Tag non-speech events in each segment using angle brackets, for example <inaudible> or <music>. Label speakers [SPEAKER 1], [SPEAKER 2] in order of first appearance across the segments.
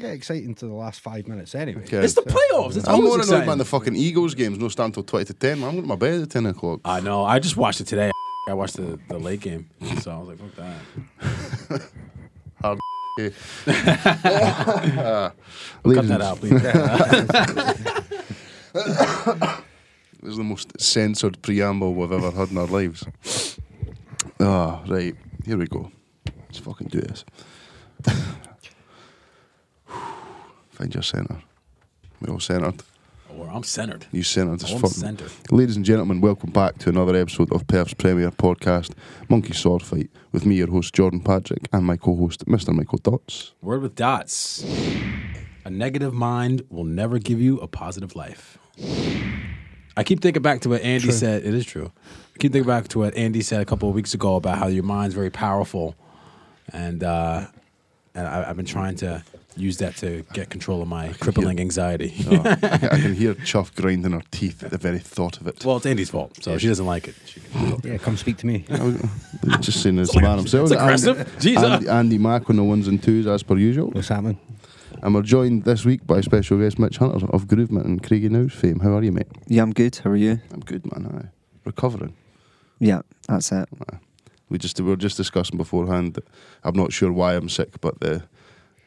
[SPEAKER 1] get exciting to the last five minutes anyway.
[SPEAKER 2] Okay.
[SPEAKER 3] It's the playoffs. It's
[SPEAKER 2] I'm
[SPEAKER 3] always
[SPEAKER 2] more annoyed
[SPEAKER 3] exciting.
[SPEAKER 2] man. The fucking Eagles games no stand till twenty to ten. Man. I'm going to my bed at ten o'clock.
[SPEAKER 3] I know. I just watched it today. I watched the, the late game, so I was like, "Fuck that." <laughs>
[SPEAKER 2] <laughs> Okay. Ladies
[SPEAKER 3] Cut that
[SPEAKER 2] and-
[SPEAKER 3] out, please.
[SPEAKER 2] It was the most censored preamble we've ever had in our lives. Ah, right. Here we go. Let's fucking do this. <sighs> Find your centre. We're all centred.
[SPEAKER 3] Or I'm centered.
[SPEAKER 2] You centred as
[SPEAKER 3] I'm
[SPEAKER 2] fuck.
[SPEAKER 3] centered.
[SPEAKER 2] Ladies and gentlemen, welcome back to another episode of Perth's premier podcast, Monkey Sword Fight, with me, your host Jordan Patrick, and my co-host Mr. Michael Dots.
[SPEAKER 3] Word with dots. A negative mind will never give you a positive life. I keep thinking back to what Andy said. It is true. I keep thinking back to what Andy said a couple of weeks ago about how your mind's very powerful, and uh, and I, I've been trying to use that to get control of my crippling anxiety. <laughs>
[SPEAKER 2] I, I can hear Chuff grinding her teeth at the very thought of it.
[SPEAKER 3] well, it's Andy's fault, so she doesn't like it. She can
[SPEAKER 1] Yeah, come speak to
[SPEAKER 2] <laughs>
[SPEAKER 1] me.
[SPEAKER 2] I was just saying this man himself.
[SPEAKER 3] It's aggressive.
[SPEAKER 2] Andy,
[SPEAKER 3] Jeez,
[SPEAKER 2] Andy, Andy Mack on the ones and twos as per usual.
[SPEAKER 1] What's happening?
[SPEAKER 2] And we're joined this week by special guest Mitch Hunter of Groovement and Craigie Now's fame. How are you, mate?
[SPEAKER 4] Yeah, I'm good. How are you?
[SPEAKER 2] I'm good, man. Aye. Recovering.
[SPEAKER 4] Yeah, that's it.
[SPEAKER 2] We just we were just discussing beforehand. That I'm not sure why I'm sick, but the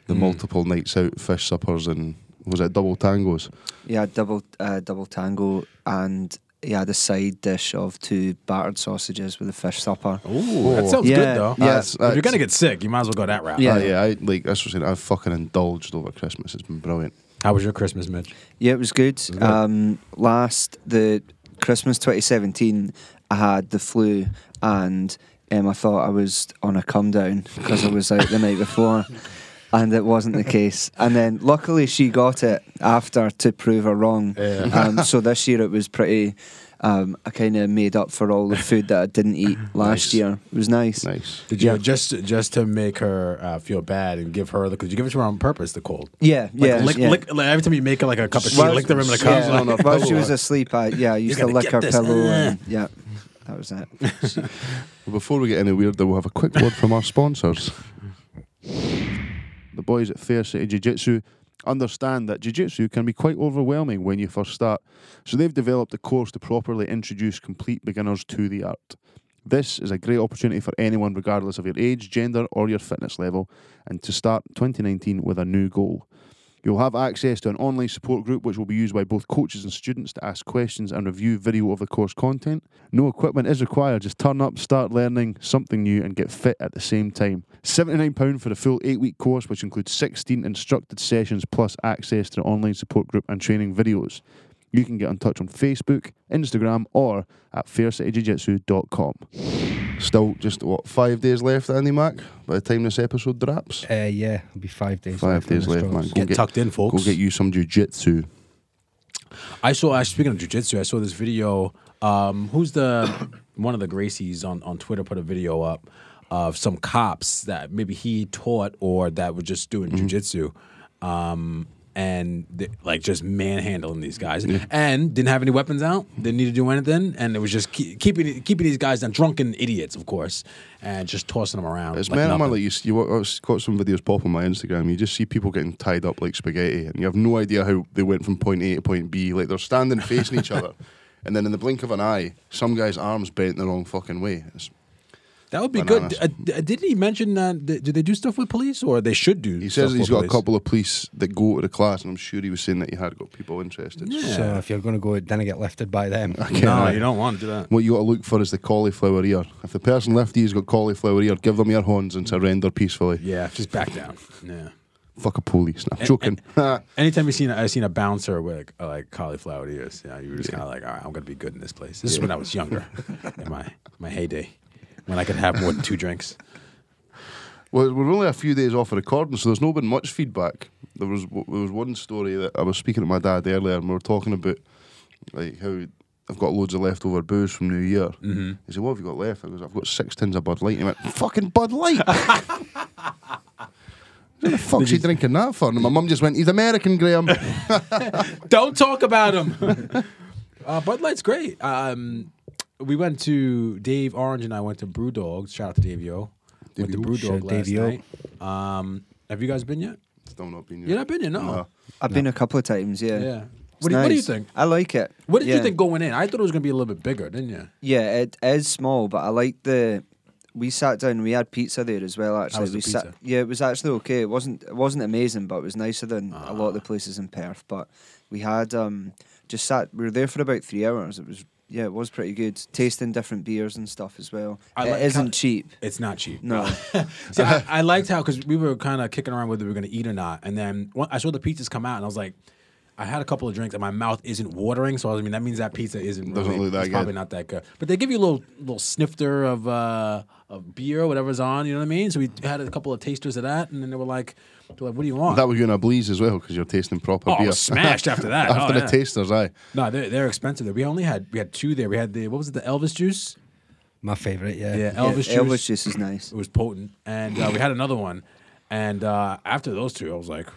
[SPEAKER 2] the
[SPEAKER 3] Mm.
[SPEAKER 2] multiple nights out, fish suppers, and was it double tangos?
[SPEAKER 4] Yeah, double uh, double tango, and yeah, the side dish of two battered sausages with a fish supper.
[SPEAKER 3] Ooh, that
[SPEAKER 2] Oh.
[SPEAKER 3] sounds
[SPEAKER 4] Yeah,
[SPEAKER 3] good though. Uh,
[SPEAKER 4] yeah.
[SPEAKER 2] That's-
[SPEAKER 3] if you're
[SPEAKER 2] that's-
[SPEAKER 3] gonna get sick, you might as well go that route.
[SPEAKER 4] Yeah.
[SPEAKER 2] Ah, yeah. I like that's what I'm saying. I've fucking indulged over Christmas. It's been brilliant.
[SPEAKER 3] How was your Christmas, Mitch?
[SPEAKER 4] Yeah, it was good.
[SPEAKER 3] good.
[SPEAKER 4] Um, last the Christmas 2017, I had the flu, and um, I thought I was on a come down because I was out the
[SPEAKER 3] <laughs>
[SPEAKER 4] night before, and it wasn't the case. And then luckily she got it after to prove her wrong. Um, so this year it was pretty. Um, I kind of made up for all the food that I
[SPEAKER 3] <laughs>
[SPEAKER 4] didn't eat last
[SPEAKER 2] Nice.
[SPEAKER 4] year. It was nice.
[SPEAKER 2] Nice.
[SPEAKER 3] Did you
[SPEAKER 4] Yeah.
[SPEAKER 3] just just to make her uh, feel bad and give her the? Did you give it to her on purpose? The cold.
[SPEAKER 4] Yeah,
[SPEAKER 3] Like,
[SPEAKER 4] yeah,
[SPEAKER 3] lick,
[SPEAKER 4] yeah.
[SPEAKER 3] Lick, like, every time you make her like a cup of tea,
[SPEAKER 4] Well,
[SPEAKER 3] lick the rim of the cup.
[SPEAKER 2] Comes on
[SPEAKER 4] yeah,
[SPEAKER 2] her
[SPEAKER 4] while she
[SPEAKER 2] pillow.
[SPEAKER 4] was asleep, I yeah, I used to
[SPEAKER 3] You're gonna
[SPEAKER 4] lick
[SPEAKER 3] get
[SPEAKER 4] her
[SPEAKER 3] this. <laughs>
[SPEAKER 4] pillow, and yeah, that was it.
[SPEAKER 2] Before we get any weirder, we'll have a quick word from our sponsors. The boys at Fair City Jiu Jitsu understand that Jiu Jitsu can be quite overwhelming when you first start, so they've developed a course to properly introduce complete beginners to the art. This is a great opportunity for anyone, regardless of your age, gender, or your fitness level, and to start 2019 with a new goal. You'll have access to an online support group which will be used by both coaches and students to ask questions and review video of the course content. No equipment is required, just turn up, start learning something new, and get fit at the same time. £79 for the full eight week course, which includes 16 instructed sessions plus access to the online support group and training videos. You can get in touch on Facebook, Instagram, or at faircityjujitsu.com. Still just, what, five days left, Andy Mack, by the time this episode drops?
[SPEAKER 1] Uh, yeah, it'll be five days.
[SPEAKER 2] Five
[SPEAKER 1] on
[SPEAKER 2] days
[SPEAKER 1] the
[SPEAKER 2] left,
[SPEAKER 1] straws.
[SPEAKER 2] man. Go
[SPEAKER 3] Get
[SPEAKER 2] get-
[SPEAKER 3] tucked in,
[SPEAKER 2] Go
[SPEAKER 3] folks.
[SPEAKER 2] get you some jujitsu.
[SPEAKER 3] I saw. I speaking of jujitsu, I saw this video. Um, who's the <coughs> one of the Gracies on on Twitter put a video up of some cops that maybe he taught or that were just doing
[SPEAKER 2] Mm-hmm.
[SPEAKER 3] jujitsu. Um, and they, like just manhandling these guys, and didn't have any weapons out. Didn't need to do anything, and it was just keep, keeping keeping these guys down, drunken idiots, of course, and just tossing them around.
[SPEAKER 2] It's
[SPEAKER 3] like
[SPEAKER 2] man, man,
[SPEAKER 3] nothing.
[SPEAKER 2] like you, see- you wa- I've caught some videos pop on my Instagram. You just see people getting tied up like spaghetti, and you have no idea how they went from point A to point B. Like they're standing facing each
[SPEAKER 3] <laughs>
[SPEAKER 2] other, and then in the blink of an eye, some guy's arms bent the wrong fucking way. It's,
[SPEAKER 3] That would be
[SPEAKER 2] Bananas.
[SPEAKER 3] good. Uh, d- didn't he mention that? th- do they do stuff with police, or they should do?
[SPEAKER 2] he
[SPEAKER 3] stuff
[SPEAKER 2] says he's
[SPEAKER 3] with
[SPEAKER 2] got a
[SPEAKER 3] police?
[SPEAKER 2] couple of police that go to the class, and I'm sure he was saying that he had got people interested.
[SPEAKER 3] Yeah.
[SPEAKER 1] So if you're going to go, then I get lifted by them.
[SPEAKER 3] No, you don't want to do that.
[SPEAKER 2] What you got to look for is the cauliflower ear. If the person left you's got cauliflower ear, give them your horns and surrender peacefully.
[SPEAKER 3] Yeah, just back down. Yeah.
[SPEAKER 2] Fuck a police. No, I'm joking. <laughs>
[SPEAKER 3] Anytime you seen, I seen a bouncer with like, uh, like cauliflower ears. Yeah, you were just kind of like, all right, I'm gonna be good in this place. This is when I was <laughs> younger, in my my heyday, when I could have more than two drinks.
[SPEAKER 2] Well, we're only a few days off of recording, so there's not been much feedback. There was there was one story that I was speaking to my dad earlier, and we were talking about like how I've got loads of leftover booze from New Year. Mm-hmm. He said, "What have you got left?" I goes, "I've got six tins of Bud Light." And he went, "Fucking Bud
[SPEAKER 3] <laughs>
[SPEAKER 2] Light." What the fuck's he drinking that for? And my mum just went, "He's American,
[SPEAKER 3] <laughs>
[SPEAKER 2] Graham."
[SPEAKER 3] Don't talk about him. <laughs> uh, Bud Light's great. Um, we went to Dave Orange and I went to Brew Dog. Shout out to Dave Yo. Went to
[SPEAKER 2] Yo.
[SPEAKER 3] Brew Dog
[SPEAKER 1] Shout out
[SPEAKER 3] last
[SPEAKER 1] Dave Yo.
[SPEAKER 3] night. Um, have you guys been yet?
[SPEAKER 2] Still not been yet.
[SPEAKER 3] You've not been there, no.
[SPEAKER 4] I've been a couple of times. Yeah.
[SPEAKER 3] Yeah.
[SPEAKER 4] It's
[SPEAKER 3] What, do, you- what do you
[SPEAKER 4] nice.
[SPEAKER 3] think?
[SPEAKER 4] I like it.
[SPEAKER 3] What did
[SPEAKER 4] Yeah.
[SPEAKER 3] you think going in? I thought it was going to be a little bit bigger, didn't you?
[SPEAKER 4] Yeah, it is small, but I like the. We sat down. We had pizza there as well. Actually,
[SPEAKER 3] was the
[SPEAKER 4] we sat.
[SPEAKER 3] pizza?
[SPEAKER 4] Yeah, it was actually okay. It wasn't. It wasn't amazing, but it was nicer than a lot of
[SPEAKER 3] Ah.
[SPEAKER 4] the places in Perth. But we had um, just sat. We were there for about three hours. It was yeah, it was pretty good. Tasting different beers and stuff as well.
[SPEAKER 3] I
[SPEAKER 4] It
[SPEAKER 3] like
[SPEAKER 4] isn't
[SPEAKER 3] how-
[SPEAKER 4] cheap.
[SPEAKER 3] It's not cheap.
[SPEAKER 4] No.
[SPEAKER 3] See, I,
[SPEAKER 2] <laughs>
[SPEAKER 3] I liked how because we were kind of kicking around whether we were going to eat or not, and then one, I saw the pizzas come out, and I was like, I had a couple of drinks, and my mouth isn't watering, so I mean that means that pizza isn't
[SPEAKER 2] Doesn't
[SPEAKER 3] really,
[SPEAKER 2] look that
[SPEAKER 3] it's probably
[SPEAKER 2] good.
[SPEAKER 3] not that good. But they give you a little little snifter of uh, of beer, whatever's on, you know what I mean. So we had a couple of tasters of that, and then they were like, they're like "What do you want?"
[SPEAKER 2] That was you in a bleeze as well because you're tasting proper
[SPEAKER 3] oh, I
[SPEAKER 2] beer.
[SPEAKER 3] was smashed
[SPEAKER 2] <laughs>
[SPEAKER 3] after that.
[SPEAKER 2] after
[SPEAKER 3] Oh,
[SPEAKER 2] the
[SPEAKER 3] yeah.
[SPEAKER 2] tasters, aye.
[SPEAKER 3] No, they're, they're expensive. There, we only had we had two there. We had the what was it, the Elvis juice?
[SPEAKER 1] My favourite, yeah.
[SPEAKER 3] Yeah,
[SPEAKER 4] Yeah,
[SPEAKER 3] <laughs> Elvis juice.
[SPEAKER 4] Elvis juice is
[SPEAKER 3] <laughs>
[SPEAKER 4] nice.
[SPEAKER 3] It was potent, and uh, we had another one. And uh, after those two, I was like,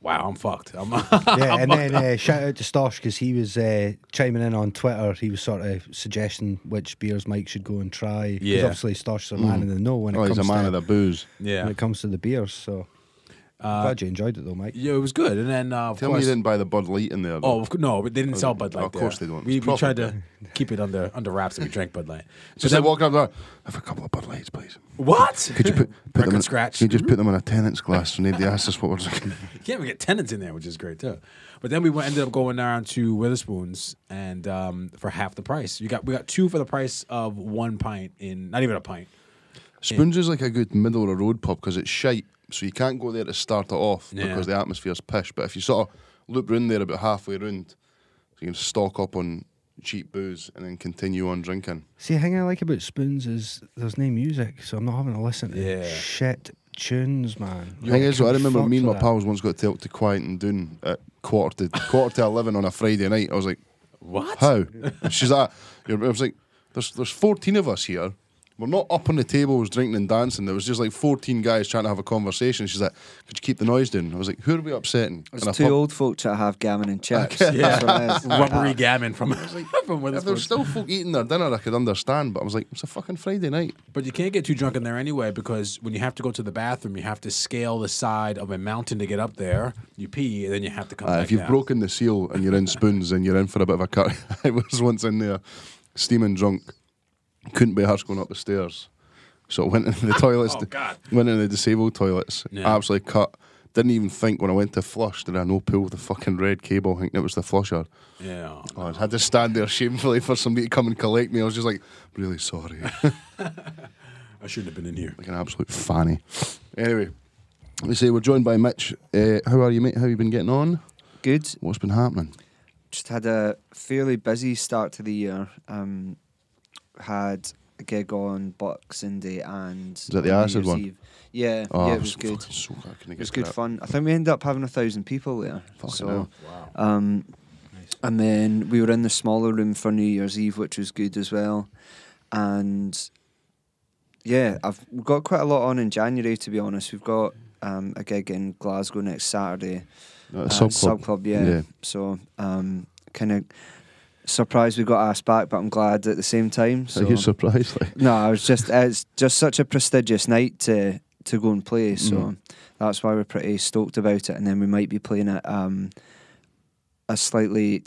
[SPEAKER 3] "Wow, I'm fucked." I'm <laughs>
[SPEAKER 1] Yeah, and then uh, shout out to Stosh because he was uh, chiming in on Twitter. He was sort of suggesting which beers Mike should go and try. 'Cause
[SPEAKER 3] Yeah.
[SPEAKER 1] obviously Stosh's a man in the know when it
[SPEAKER 2] Oh,
[SPEAKER 1] comes
[SPEAKER 2] he's a man
[SPEAKER 1] to
[SPEAKER 2] of the booze.
[SPEAKER 3] yeah,
[SPEAKER 1] when it comes to the beers. So
[SPEAKER 3] Uh,
[SPEAKER 1] glad you enjoyed it though, Mike.
[SPEAKER 3] yeah, it was good. And then uh, of
[SPEAKER 2] Tell me
[SPEAKER 3] course,
[SPEAKER 2] you didn't buy the Bud Light in there. though.
[SPEAKER 3] oh of cou- no, but they didn't sell Bud Light.
[SPEAKER 2] Of course
[SPEAKER 3] there.
[SPEAKER 2] they don't.
[SPEAKER 3] We,
[SPEAKER 2] It's
[SPEAKER 3] we tried to
[SPEAKER 2] profit.
[SPEAKER 3] keep it under under wraps, and we drank
[SPEAKER 2] <laughs>
[SPEAKER 3] Bud Light. So
[SPEAKER 2] Just like
[SPEAKER 3] then,
[SPEAKER 2] walking up there, have a couple of Bud Lights, please.
[SPEAKER 3] what?
[SPEAKER 2] Could you <laughs> put, put
[SPEAKER 3] Record
[SPEAKER 2] them in,
[SPEAKER 3] scratch.
[SPEAKER 2] You just put them in a tenant's glass so nobody asks us what we're drinking. <laughs>
[SPEAKER 3] Yeah, we get tenants in there, which is great too. But then we went, ended up going down to Witherspoon's and um, for half the price. You got we got two for the price of one pint in not even a pint.
[SPEAKER 2] Spoons is like a good middle of the road pub because it's shite, so you can't go there to start it off
[SPEAKER 3] Yeah.
[SPEAKER 2] because the atmosphere's pish. But if you sort of loop round there about halfway round, so you can stock up on cheap booze and then continue on drinking.
[SPEAKER 1] See, the thing I like about Spoons is there's no music, so I'm not having to listen to
[SPEAKER 3] Yeah.
[SPEAKER 1] shit tunes, man.
[SPEAKER 2] The thing is, I remember me and my
[SPEAKER 1] pal.
[SPEAKER 2] pals once got to, to Quiet and Dune at quarter to quarter to eleven on a Friday night. I was like,
[SPEAKER 3] What?
[SPEAKER 2] How? And she's like, I was like, there's there's 14 of us here. We're not up on the tables drinking and dancing. There was just like 14 guys trying to have a conversation. She's like, could you keep the noise down? I was like, who are we upsetting?
[SPEAKER 4] It's
[SPEAKER 2] And I
[SPEAKER 4] two
[SPEAKER 2] thought,
[SPEAKER 4] old folks that have gammon and chips. That's what it
[SPEAKER 3] Yeah,
[SPEAKER 2] <laughs>
[SPEAKER 3] <laughs>
[SPEAKER 4] is.
[SPEAKER 3] rubbery gammon from <laughs> from
[SPEAKER 2] If there was
[SPEAKER 3] Witherspoon's.
[SPEAKER 2] still folk eating their dinner, I could understand. But I was like, it's a fucking Friday night.
[SPEAKER 3] But you can't get too drunk in there anyway because when you have to go to the bathroom, you have to scale the side of a mountain to get up there. You pee, and then you have to come
[SPEAKER 2] Uh,
[SPEAKER 3] back
[SPEAKER 2] if you've
[SPEAKER 3] down.
[SPEAKER 2] broken the seal and you're in spoons and you're in for a bit of a cut, <laughs> I was once in there, steaming drunk, couldn't be arsed going up the stairs, so I went into
[SPEAKER 3] <laughs>
[SPEAKER 2] the toilets,
[SPEAKER 3] Oh, God.
[SPEAKER 2] went into the disabled toilets,
[SPEAKER 3] Yeah.
[SPEAKER 2] absolutely cut. Didn't even think when I went to flush that I no pull the fucking red cable, thinking it was the flusher.
[SPEAKER 3] yeah.
[SPEAKER 2] Oh, I had to stand there shamefully for somebody to come and collect me. I was just like, really sorry,
[SPEAKER 3] <laughs>
[SPEAKER 2] like
[SPEAKER 3] I shouldn't have been in here.
[SPEAKER 2] an absolute fanny. Anyway, we say we're joined by Mitch. Uh, how are you, mate? How you been getting on?
[SPEAKER 4] Good.
[SPEAKER 2] What's been happening?
[SPEAKER 4] just had a fairly busy start to the year. Um, had a gig on Boxing Day and is
[SPEAKER 2] that the acid one?
[SPEAKER 4] Yeah,
[SPEAKER 2] Oh,
[SPEAKER 4] yeah,
[SPEAKER 2] I
[SPEAKER 4] it was good.
[SPEAKER 2] fucking so glad I couldn't
[SPEAKER 4] It was
[SPEAKER 2] get
[SPEAKER 4] good
[SPEAKER 2] to that.
[SPEAKER 4] fun. I think we ended up having a thousand people there.
[SPEAKER 2] Fucking
[SPEAKER 4] so,
[SPEAKER 2] hell.
[SPEAKER 3] Wow.
[SPEAKER 4] um, and then we were in the smaller room for New Year's Eve, which was good as well. And yeah, I've we've got quite a lot on in January. To be honest, we've got um, a gig in Glasgow next Saturday.
[SPEAKER 2] Uh,
[SPEAKER 4] Uh,
[SPEAKER 2] sub club.
[SPEAKER 4] Sub Club, yeah.
[SPEAKER 2] Yeah.
[SPEAKER 4] So, um, kind of surprised we got asked back, but I'm glad at the same time.
[SPEAKER 2] So
[SPEAKER 4] So,
[SPEAKER 2] you're surprised, like.
[SPEAKER 4] no, I was just it's just such a prestigious night to to go and play. So
[SPEAKER 2] Mhm.
[SPEAKER 4] that's why we're pretty stoked about it. And then we might be playing at um, a slightly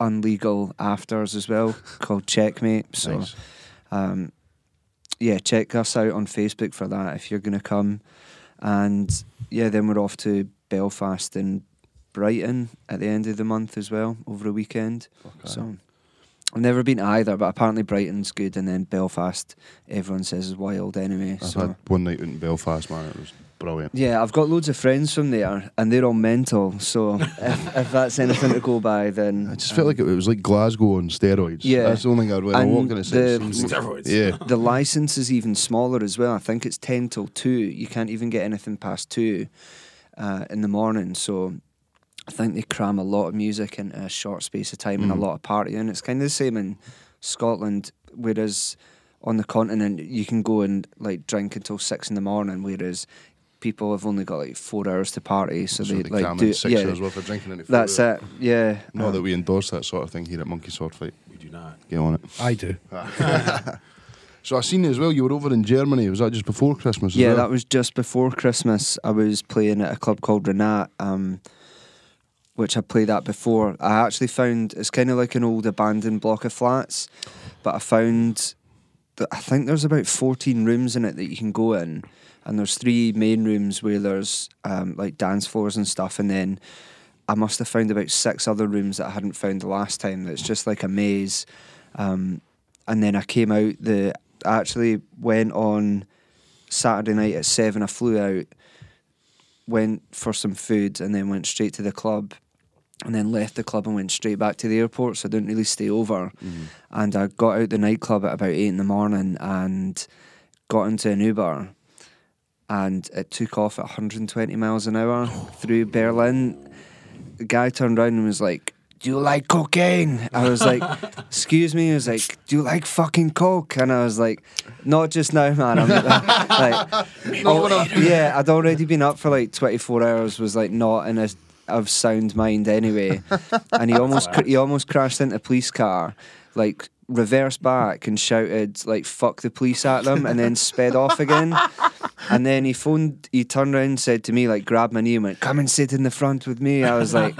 [SPEAKER 4] unlegal afters as well called Checkmate. So.
[SPEAKER 2] Nice.
[SPEAKER 4] Um, yeah, check us out on Facebook for that if you're going to come. And yeah, then we're off to Belfast and Brighton at the end of the month as well, over a weekend. So I've never been to either, but apparently Brighton's good, and then Belfast, everyone says is wild anyway.
[SPEAKER 2] I've
[SPEAKER 4] so
[SPEAKER 2] had one night out in Belfast, man. It was brilliant.
[SPEAKER 4] yeah, I've got loads of friends from there, and they're all
[SPEAKER 2] <laughs>
[SPEAKER 4] mental. So if, if that's anything to go by, then
[SPEAKER 2] I just felt like it was like Glasgow on steroids.
[SPEAKER 4] Yeah.
[SPEAKER 2] that's the only thing I'd wear. I
[SPEAKER 4] And
[SPEAKER 2] walked in and said,
[SPEAKER 4] the-
[SPEAKER 2] "Some-
[SPEAKER 3] Steroids.
[SPEAKER 2] Yeah,
[SPEAKER 4] the license is even smaller as well. I think it's 10 till 2. You can't even get anything past 2 uh, in the morning. So I think they cram a lot of music into a short space of time
[SPEAKER 2] Mm.
[SPEAKER 4] and a lot of partying. It's kind of the same in Scotland, whereas on the continent, you can go and like drink until 6 in the morning, whereas people have only got like four hours to party. So,
[SPEAKER 2] so
[SPEAKER 4] they
[SPEAKER 2] they
[SPEAKER 4] like
[SPEAKER 2] cram
[SPEAKER 4] do.
[SPEAKER 2] in six
[SPEAKER 4] yeah,
[SPEAKER 2] hours worth of drinking in it.
[SPEAKER 4] that's it. Yeah.
[SPEAKER 2] Not
[SPEAKER 4] Um,
[SPEAKER 2] that we endorse that sort of thing here at Monkey Sword Fight.
[SPEAKER 3] We do not.
[SPEAKER 2] Get on it.
[SPEAKER 1] I do.
[SPEAKER 2] So I seen as well. You were over in Germany. Was that just before Christmas? as
[SPEAKER 4] Yeah,
[SPEAKER 2] well?
[SPEAKER 4] that was just before Christmas. I was playing at a club called Renat, um, which I played at before. I actually found it's kind of like an old abandoned block of flats, but I found that I think there's about 14 rooms in it that you can go in, and there's three main rooms where there's um, like dance floors and stuff, and then I must have found about six other rooms that I hadn't found the last time. That's just like a maze. Um, and then I came out the I actually went on Saturday night at seven. I flew out, went for some food, and then went straight to the club, and then left the club and went straight back to the airport. So I didn't really stay over. And I got out the nightclub at about eight in the morning and got into an Uber, and it took off at 120 miles an hour through Berlin. The guy turned around and was like. Do you like cocaine? I was like, excuse me. He was like, do you like fucking coke? And I was like, not just now, man. I'm like, Oh, yeah, I'd already been up for like 24 hours. Was like not in a of sound mind anyway, and he almost cr- he almost crashed into a police car, like reversed back and shouted like "fuck the police" at them, and then sped off again. And then he phoned, he turned around and said to me, like, grab my knee and went, come and sit in the front with me. I was like,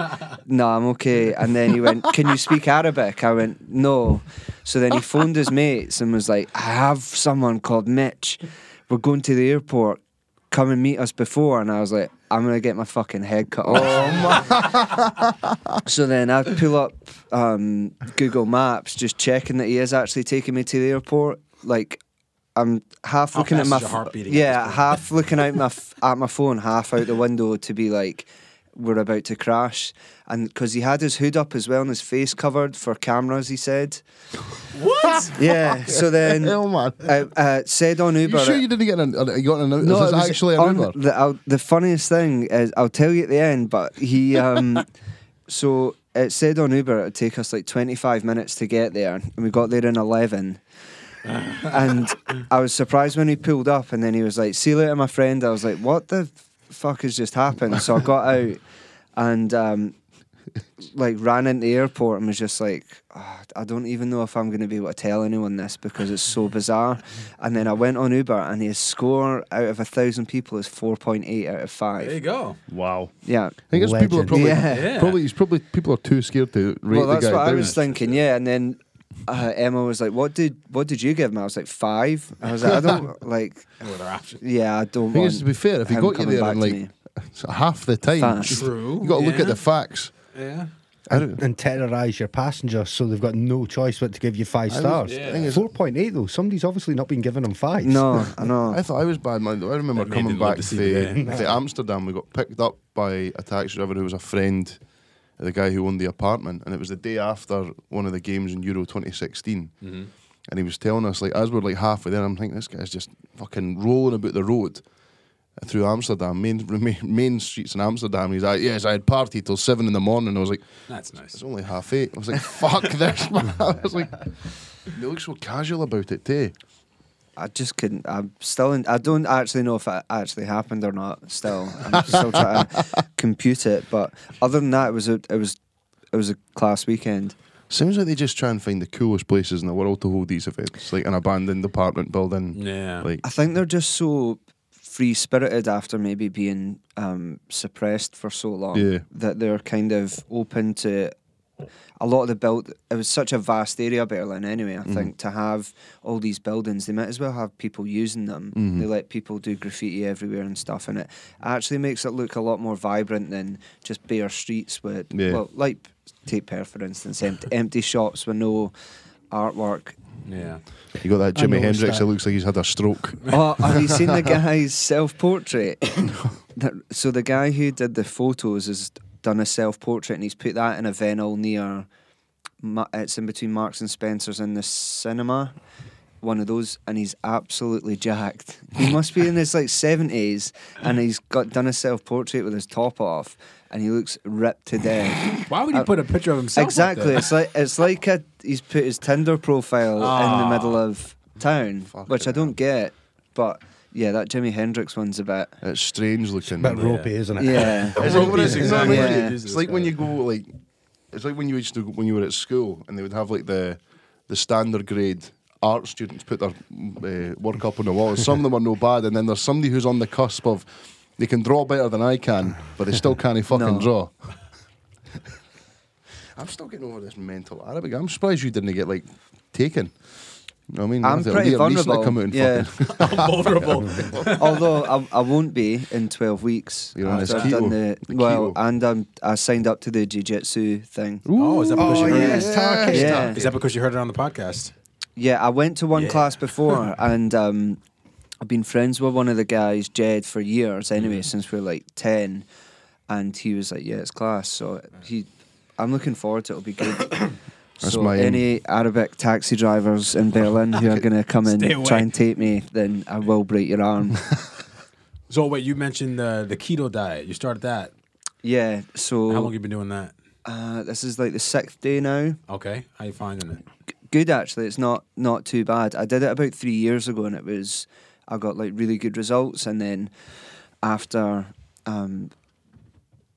[SPEAKER 4] no, I'm okay. And then he went, can you speak Arabic? I went, no. So then he phoned his mates and was like, I have someone called Mitch. We're going to the airport. Come and meet us before. And I was like, I'm going to get my fucking head cut off. So then I pull up um, Google Maps, just checking that he is actually taking me to the airport. Like I'm half
[SPEAKER 3] How
[SPEAKER 4] looking at
[SPEAKER 3] fast
[SPEAKER 4] my
[SPEAKER 3] is your heart beating at
[SPEAKER 4] yeah,
[SPEAKER 3] this point?
[SPEAKER 4] half looking out my f- at my phone, half out the window to be like, we're about to crash, and because he had his hood up as well and his face covered for cameras, he said.
[SPEAKER 3] What?
[SPEAKER 4] Yeah.
[SPEAKER 2] <laughs>
[SPEAKER 4] So then
[SPEAKER 2] Hell,
[SPEAKER 4] uh,
[SPEAKER 2] man.
[SPEAKER 4] uh, said on Uber.
[SPEAKER 2] Oh you sure you didn't get an? uh, You got an? No, is
[SPEAKER 4] No, it
[SPEAKER 2] this
[SPEAKER 4] was
[SPEAKER 2] actually an
[SPEAKER 4] on-
[SPEAKER 2] Uber?
[SPEAKER 4] The, I'll- the funniest thing is, I'll tell you at the end, but
[SPEAKER 2] <laughs>
[SPEAKER 4] he, um, so it said on Uber it would take us like 25 minutes to get there, and we got there in 11. and I was surprised when he pulled up, and then he was like, See you later, my friend. I was like, What the fuck has just happened? So I got out and, um, like ran into the airport and was just like, "Ah, I don't even know if I'm going to be able to tell anyone this because it's so bizarre. And then I went on Uber and his score out of a thousand people is 4.8 out of
[SPEAKER 3] There you
[SPEAKER 4] five.
[SPEAKER 3] go.
[SPEAKER 2] Wow.
[SPEAKER 4] Yeah.
[SPEAKER 2] I think it's people are
[SPEAKER 1] Legend.
[SPEAKER 2] probably
[SPEAKER 4] Yeah.
[SPEAKER 3] Yeah.
[SPEAKER 2] probably it's probably people are too scared to rate
[SPEAKER 4] Well, that's
[SPEAKER 2] the guy.
[SPEAKER 4] what I
[SPEAKER 2] down.
[SPEAKER 4] was thinking. Yeah. And then uh, Emma was like, "What did what did you give him?" I was like, five. I was like, "I don't like."
[SPEAKER 3] No other option.
[SPEAKER 4] Yeah, I don't.
[SPEAKER 2] The thing
[SPEAKER 4] Want
[SPEAKER 2] is, to be fair, if he
[SPEAKER 4] him
[SPEAKER 2] got you
[SPEAKER 4] coming
[SPEAKER 2] there
[SPEAKER 4] back
[SPEAKER 2] in
[SPEAKER 4] to
[SPEAKER 2] like
[SPEAKER 4] me.
[SPEAKER 2] half the time,
[SPEAKER 4] Fast.
[SPEAKER 3] True,
[SPEAKER 2] you got to look
[SPEAKER 3] yeah.
[SPEAKER 2] at the facts.
[SPEAKER 3] Yeah.
[SPEAKER 2] I don't.
[SPEAKER 1] and terrorise your passengers, so they've got no choice but to give you five stars.
[SPEAKER 3] yeah. Thing
[SPEAKER 1] Four point eight though. Somebody's obviously not been giving them five.
[SPEAKER 4] no,
[SPEAKER 2] <laughs>
[SPEAKER 4] I know.
[SPEAKER 2] I thought I was bad man. though. I remember
[SPEAKER 3] That made
[SPEAKER 2] coming
[SPEAKER 3] them love
[SPEAKER 2] back
[SPEAKER 3] to
[SPEAKER 2] to,
[SPEAKER 3] see you there.
[SPEAKER 2] to Amsterdam. We got picked up by a taxi driver who was a friend of the guy who owned the apartment, and it was the day after one of the games in Euro 2016.
[SPEAKER 3] Mm-hmm.
[SPEAKER 2] And he was telling us, like, as we're like halfway there, I'm thinking this guy's just fucking rolling about the road through Amsterdam, main <laughs> main, main streets in Amsterdam. He's like, yes, I had party till seven in the morning. I was like,
[SPEAKER 3] That's nice.
[SPEAKER 2] it's only half eight. I was like, fuck <laughs> this, man. I was like, they look so casual about it, eh?" too.
[SPEAKER 4] I just couldn't. I'm still. In, I don't actually know if it actually happened or not. Still, I'm still trying to
[SPEAKER 2] <laughs>
[SPEAKER 4] compute it. But other than that, it was a. It was. It was a class weekend.
[SPEAKER 2] Seems like they just try and find the coolest places in the world to hold these events, like an abandoned apartment building.
[SPEAKER 3] Yeah.
[SPEAKER 2] Like,
[SPEAKER 4] I think they're just so free spirited after maybe being um, suppressed for so long
[SPEAKER 2] Yeah.
[SPEAKER 4] that they're kind of open to a lot of the build. It was such a vast area, Berlin, anyway.
[SPEAKER 2] Mm-hmm.
[SPEAKER 4] I think to have all these buildings, they might as well have people using them.
[SPEAKER 2] Mm-hmm.
[SPEAKER 4] They let people do graffiti everywhere and stuff, and it actually makes it look a lot more vibrant than just bare streets with,
[SPEAKER 2] Yeah.
[SPEAKER 4] well, like Tate Pair, for instance, empty, empty shops with no artwork.
[SPEAKER 3] yeah.
[SPEAKER 2] you got that Jimi
[SPEAKER 1] noticed
[SPEAKER 2] Hendrix
[SPEAKER 1] that.
[SPEAKER 2] that looks like he's had a stroke.
[SPEAKER 4] Oh, have you seen the guy's self portrait? <coughs> So the guy who did the photos has done a self portrait, and he's put that in a venal near. Ma- It's in between Marks and Spencers and the cinema, one of those, and he's absolutely jacked. He must be in his like seventies, and he's got done a self portrait with his top off, and he looks ripped to death.
[SPEAKER 3] Why would you
[SPEAKER 4] Uh,
[SPEAKER 3] put a picture of himself? up
[SPEAKER 4] Exactly.
[SPEAKER 3] there?
[SPEAKER 4] It's like it's like a, he's put his Tinder profile in the middle of town, which I
[SPEAKER 2] Ah. Fucking
[SPEAKER 4] don't get. But yeah, that Jimi Hendrix one's a bit.
[SPEAKER 2] It's strange looking.
[SPEAKER 1] bit ropey, isn't it? <laughs>
[SPEAKER 4] Yeah.
[SPEAKER 2] Is it what it is?
[SPEAKER 3] Yeah.
[SPEAKER 2] Exactly.
[SPEAKER 4] Yeah.
[SPEAKER 2] It's like when you go like, it's like when you used to go, when you were at school and they would have like the the standard grade art students put their uh, work up on the walls. Some of them are no bad, and then there's somebody who's on the cusp of they can draw better than I can, but they still can't fucking
[SPEAKER 4] No.
[SPEAKER 2] draw. I'm still getting over this mental Arabic. I'm surprised you didn't get like taken. You know what I mean?
[SPEAKER 4] I'm
[SPEAKER 2] It'll
[SPEAKER 4] pretty
[SPEAKER 2] be at least
[SPEAKER 4] vulnerable.
[SPEAKER 2] Come out and
[SPEAKER 4] Yeah.
[SPEAKER 2] fucking
[SPEAKER 3] vulnerable.
[SPEAKER 4] Although I, I won't be in 12 weeks.
[SPEAKER 2] You're on
[SPEAKER 4] after
[SPEAKER 2] this
[SPEAKER 4] I've done
[SPEAKER 2] keto-
[SPEAKER 4] the,
[SPEAKER 2] the
[SPEAKER 4] well,
[SPEAKER 2] keto.
[SPEAKER 4] and I'm, I signed up to the jiu jitsu thing.
[SPEAKER 3] oh, is that because
[SPEAKER 1] Oh,
[SPEAKER 3] you heard
[SPEAKER 1] yes,
[SPEAKER 3] it?
[SPEAKER 1] Tarkin.
[SPEAKER 4] Yeah.
[SPEAKER 3] Is that because you heard it on the podcast?
[SPEAKER 4] Yeah, I went to one
[SPEAKER 3] Yeah.
[SPEAKER 4] class
[SPEAKER 3] <laughs>
[SPEAKER 4] before, and um, I've been friends with one of the guys, Jed, for years anyway,
[SPEAKER 3] Mm.
[SPEAKER 4] since we were like ten, and he was like, "Yeah, it's class." So he, I'm looking forward to it. It'll
[SPEAKER 3] <coughs>
[SPEAKER 4] be good.
[SPEAKER 2] That's
[SPEAKER 4] so
[SPEAKER 2] my aim.
[SPEAKER 4] any Arabic taxi drivers in Berlin who
[SPEAKER 2] <laughs>
[SPEAKER 4] are going to come
[SPEAKER 3] Stay
[SPEAKER 4] and
[SPEAKER 3] away.
[SPEAKER 4] try and take me, then I will break
[SPEAKER 2] <laughs>
[SPEAKER 4] your arm.
[SPEAKER 3] So wait, you mentioned the the keto diet. You started that.
[SPEAKER 4] yeah.
[SPEAKER 3] How
[SPEAKER 4] So
[SPEAKER 3] long you been doing that?
[SPEAKER 4] uh, this is like the sixth day now.
[SPEAKER 3] Okay, how you finding it?
[SPEAKER 4] good actually. It's not not too bad. I did it about three years ago, and it was I got like really good results. And then after um,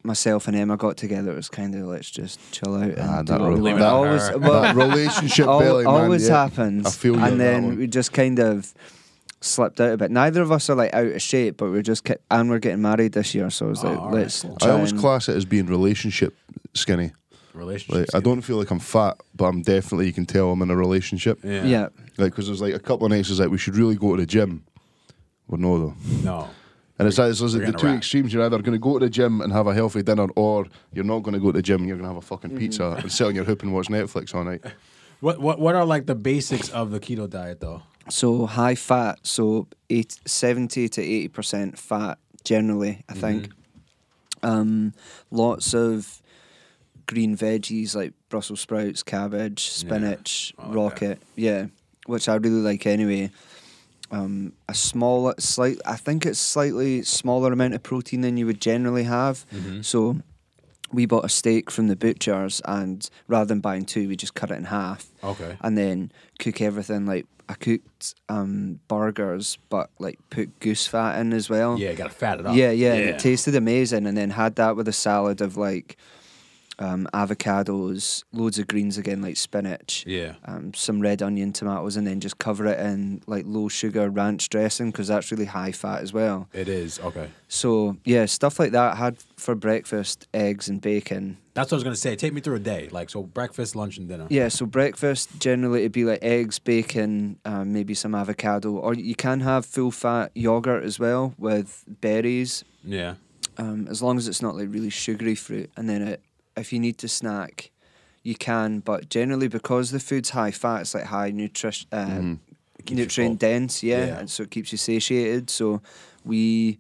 [SPEAKER 4] myself and Emma got together, it was kind of let's just chill out and
[SPEAKER 2] Ah,
[SPEAKER 4] do
[SPEAKER 2] that
[SPEAKER 4] what
[SPEAKER 2] rel-
[SPEAKER 4] we want."
[SPEAKER 3] Blame it on
[SPEAKER 4] Always,
[SPEAKER 3] her.
[SPEAKER 2] <laughs>
[SPEAKER 4] well,
[SPEAKER 2] that relationship
[SPEAKER 4] al-
[SPEAKER 2] belly man,
[SPEAKER 4] always
[SPEAKER 2] yeah.
[SPEAKER 4] happens.
[SPEAKER 2] I feel you on
[SPEAKER 4] And
[SPEAKER 2] that
[SPEAKER 4] then
[SPEAKER 2] one.
[SPEAKER 4] we just kind of slipped out a bit. Neither of us are like out of shape, but we're just ki- and we're getting married this year, so I was
[SPEAKER 3] Oh,
[SPEAKER 4] like,
[SPEAKER 3] all right,
[SPEAKER 4] let's.
[SPEAKER 3] cool.
[SPEAKER 2] I
[SPEAKER 4] try
[SPEAKER 2] always
[SPEAKER 4] and-
[SPEAKER 2] class it as being relationship skinny. Like
[SPEAKER 3] Relationship.
[SPEAKER 2] I don't feel like I'm fat, but I'm definitely you can tell I'm in a relationship. Like 'cause
[SPEAKER 3] Yeah.
[SPEAKER 4] Yeah.
[SPEAKER 2] because there's like a couple of nights is like we should really go to the gym. Well, no though,
[SPEAKER 3] No.
[SPEAKER 2] and it's, it's,
[SPEAKER 3] we're
[SPEAKER 2] the
[SPEAKER 3] gonna
[SPEAKER 2] two
[SPEAKER 3] wrap.
[SPEAKER 2] extremes. You're either going to go to the gym and have a healthy dinner, or you're not going to go to the gym and you're going to have a fucking pizza and sit on your hoop and watch Netflix all night.
[SPEAKER 3] What what what are like the basics of the keto diet though?
[SPEAKER 4] So high fat, so eight, 70 to 80% fat generally, I think. Um, lots of green veggies like Brussels sprouts, cabbage, spinach,
[SPEAKER 3] I like that.
[SPEAKER 4] rocket. Yeah, which I really like anyway. Um, a small, slight, I think it's slightly smaller amount of protein than you would generally have. So we bought a steak from the butcher's, and rather than buying two, we just cut it in half
[SPEAKER 3] Okay.
[SPEAKER 4] and then cook everything like I cooked um, burgers, but like put goose fat in as well.
[SPEAKER 3] Yeah, you gotta fat it up.
[SPEAKER 4] yeah, yeah, and It tasted amazing, and then had that with a salad of like um, avocados, loads of greens again, like spinach,
[SPEAKER 3] Yeah.
[SPEAKER 4] um, some red onion, tomatoes, and then just cover it in like low sugar ranch dressing because that's really high fat as well.
[SPEAKER 3] It is. Okay.
[SPEAKER 4] So yeah, stuff like that. Had for breakfast eggs and bacon.
[SPEAKER 3] That's what I was gonna say. Take me through a day. Like so breakfast, lunch, and dinner.
[SPEAKER 4] Yeah, so breakfast generally it'd be like eggs, bacon, um, maybe some avocado, or you can have full fat yogurt as well with berries,
[SPEAKER 3] Yeah.
[SPEAKER 4] um, as long as it's not like really sugary fruit. And then it, if you need to snack, you can, but generally because the food's high fat, it's like high nutrition, uh,
[SPEAKER 3] It Mm-hmm. keeps you
[SPEAKER 4] nutrient
[SPEAKER 3] full.
[SPEAKER 4] dense, yeah,
[SPEAKER 3] Yeah.
[SPEAKER 4] and so it keeps you satiated. So we.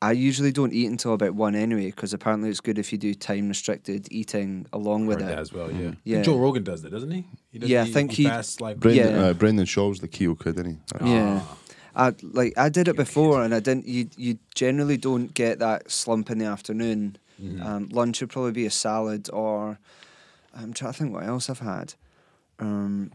[SPEAKER 4] I usually don't eat until about one anyway, because apparently it's good if you do time restricted eating along with
[SPEAKER 3] Heard
[SPEAKER 4] it.
[SPEAKER 3] that as well. Yeah.
[SPEAKER 4] Yeah.
[SPEAKER 3] Joe Rogan does that, doesn't he? he does,
[SPEAKER 4] Yeah, I think he-
[SPEAKER 3] fasts like
[SPEAKER 2] Brendan,
[SPEAKER 4] Yeah.
[SPEAKER 2] uh, Brendan Shaw's the Keo kid, isn't he?
[SPEAKER 4] Yeah.
[SPEAKER 3] Ah.
[SPEAKER 4] I like I did it before, and I didn't. You you generally don't get that slump in the afternoon.
[SPEAKER 3] Mm-hmm.
[SPEAKER 4] Um, lunch would probably be a salad, or I'm trying to think what else I've had. Um,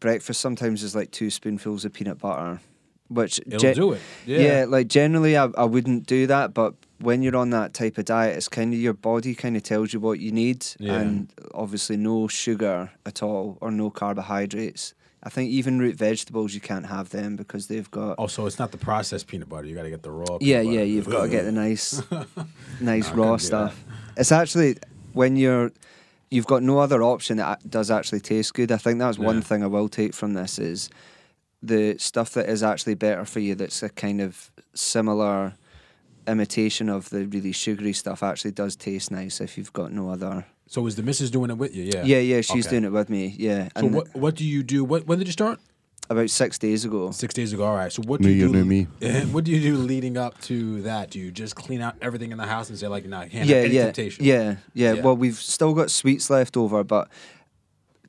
[SPEAKER 4] breakfast sometimes is like two spoonfuls of peanut butter, which
[SPEAKER 3] It'll
[SPEAKER 4] gen-
[SPEAKER 3] do it. Yeah.
[SPEAKER 4] like generally I, I wouldn't do that, but when you're on that type of diet, it's kind of your body kind of tells you what you need,
[SPEAKER 3] Yeah.
[SPEAKER 4] and obviously no sugar at all or no carbohydrates. I think even root vegetables you can't have them because they've got
[SPEAKER 3] Oh, so it's not the processed peanut butter. You gotta get the raw.
[SPEAKER 4] yeah,
[SPEAKER 3] peanut
[SPEAKER 4] yeah,
[SPEAKER 3] butter.
[SPEAKER 4] you've got to get the
[SPEAKER 3] <laughs>
[SPEAKER 4] nice, nice
[SPEAKER 3] No, I couldn't
[SPEAKER 4] raw
[SPEAKER 3] do that.
[SPEAKER 4] stuff. It's actually when you're, you've got no other option that a- does actually taste good. I think that's
[SPEAKER 3] Yeah.
[SPEAKER 4] one thing I will take from this is the stuff that is actually better for you. That's a kind of similar imitation of the really sugary stuff. Actually, does taste nice if you've got no other.
[SPEAKER 3] So is the missus doing it with you? Yeah.
[SPEAKER 4] Yeah, yeah, she's
[SPEAKER 3] Okay.
[SPEAKER 4] doing it with me. Yeah,
[SPEAKER 3] So
[SPEAKER 4] and
[SPEAKER 3] what what do you do? What when did you start?
[SPEAKER 4] about six days ago.
[SPEAKER 3] Six days ago. All right. So what
[SPEAKER 2] New
[SPEAKER 3] do you
[SPEAKER 2] year,
[SPEAKER 3] do?
[SPEAKER 2] new me.
[SPEAKER 3] <laughs> What do you do leading up to that? Do you just clean out everything in the house and say like, nah, can't
[SPEAKER 4] yeah,
[SPEAKER 3] have any
[SPEAKER 4] yeah,
[SPEAKER 3] temptation?
[SPEAKER 4] Yeah, yeah,
[SPEAKER 3] Yeah.
[SPEAKER 4] Well, we've still got sweets left over, but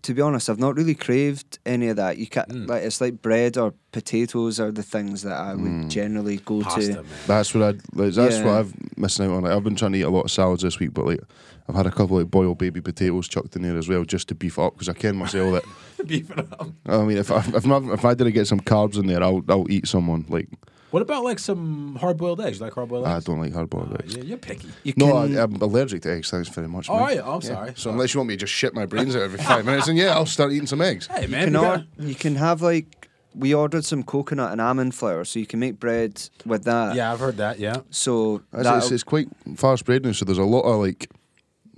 [SPEAKER 4] to be honest, I've not really craved any of that. You can not like it's like bread or potatoes are the things that I would generally go
[SPEAKER 3] Pasta,
[SPEAKER 4] to.
[SPEAKER 3] man. <laughs>
[SPEAKER 2] That's what I. Like, that's
[SPEAKER 4] Yeah.
[SPEAKER 2] what I've missing out on. Like, I've been trying to eat a lot of salads this week, but like I've had a couple of like, boiled baby potatoes chucked in there as well, just to beef it up because I can myself <laughs> that.
[SPEAKER 3] Beef it up.
[SPEAKER 2] I mean, if I, if, not, if I didn't get some carbs in there, I'll I'll eat someone like
[SPEAKER 3] What about like some hard boiled eggs? You like hard boiled
[SPEAKER 2] I
[SPEAKER 3] eggs?
[SPEAKER 2] don't like hard boiled
[SPEAKER 3] Uh,
[SPEAKER 2] eggs.
[SPEAKER 3] yeah, you're picky.
[SPEAKER 4] You
[SPEAKER 2] No,
[SPEAKER 4] can-
[SPEAKER 2] I, I'm allergic to eggs. Thanks very much.
[SPEAKER 3] Oh,
[SPEAKER 2] mate.
[SPEAKER 3] are you? I'm sorry.
[SPEAKER 2] So unless you want me to just shit my brains out every five minutes, then yeah, I'll start eating some eggs.
[SPEAKER 3] Hey
[SPEAKER 4] you
[SPEAKER 3] man,
[SPEAKER 4] can,
[SPEAKER 3] you
[SPEAKER 4] or,
[SPEAKER 3] got-
[SPEAKER 4] you can have like we ordered some coconut and almond flour, so you can make bread with that.
[SPEAKER 3] yeah, I've heard that. Yeah,
[SPEAKER 4] So
[SPEAKER 2] It's-
[SPEAKER 4] that'll-
[SPEAKER 2] it's, it's quite fast spread now, so there's a lot of like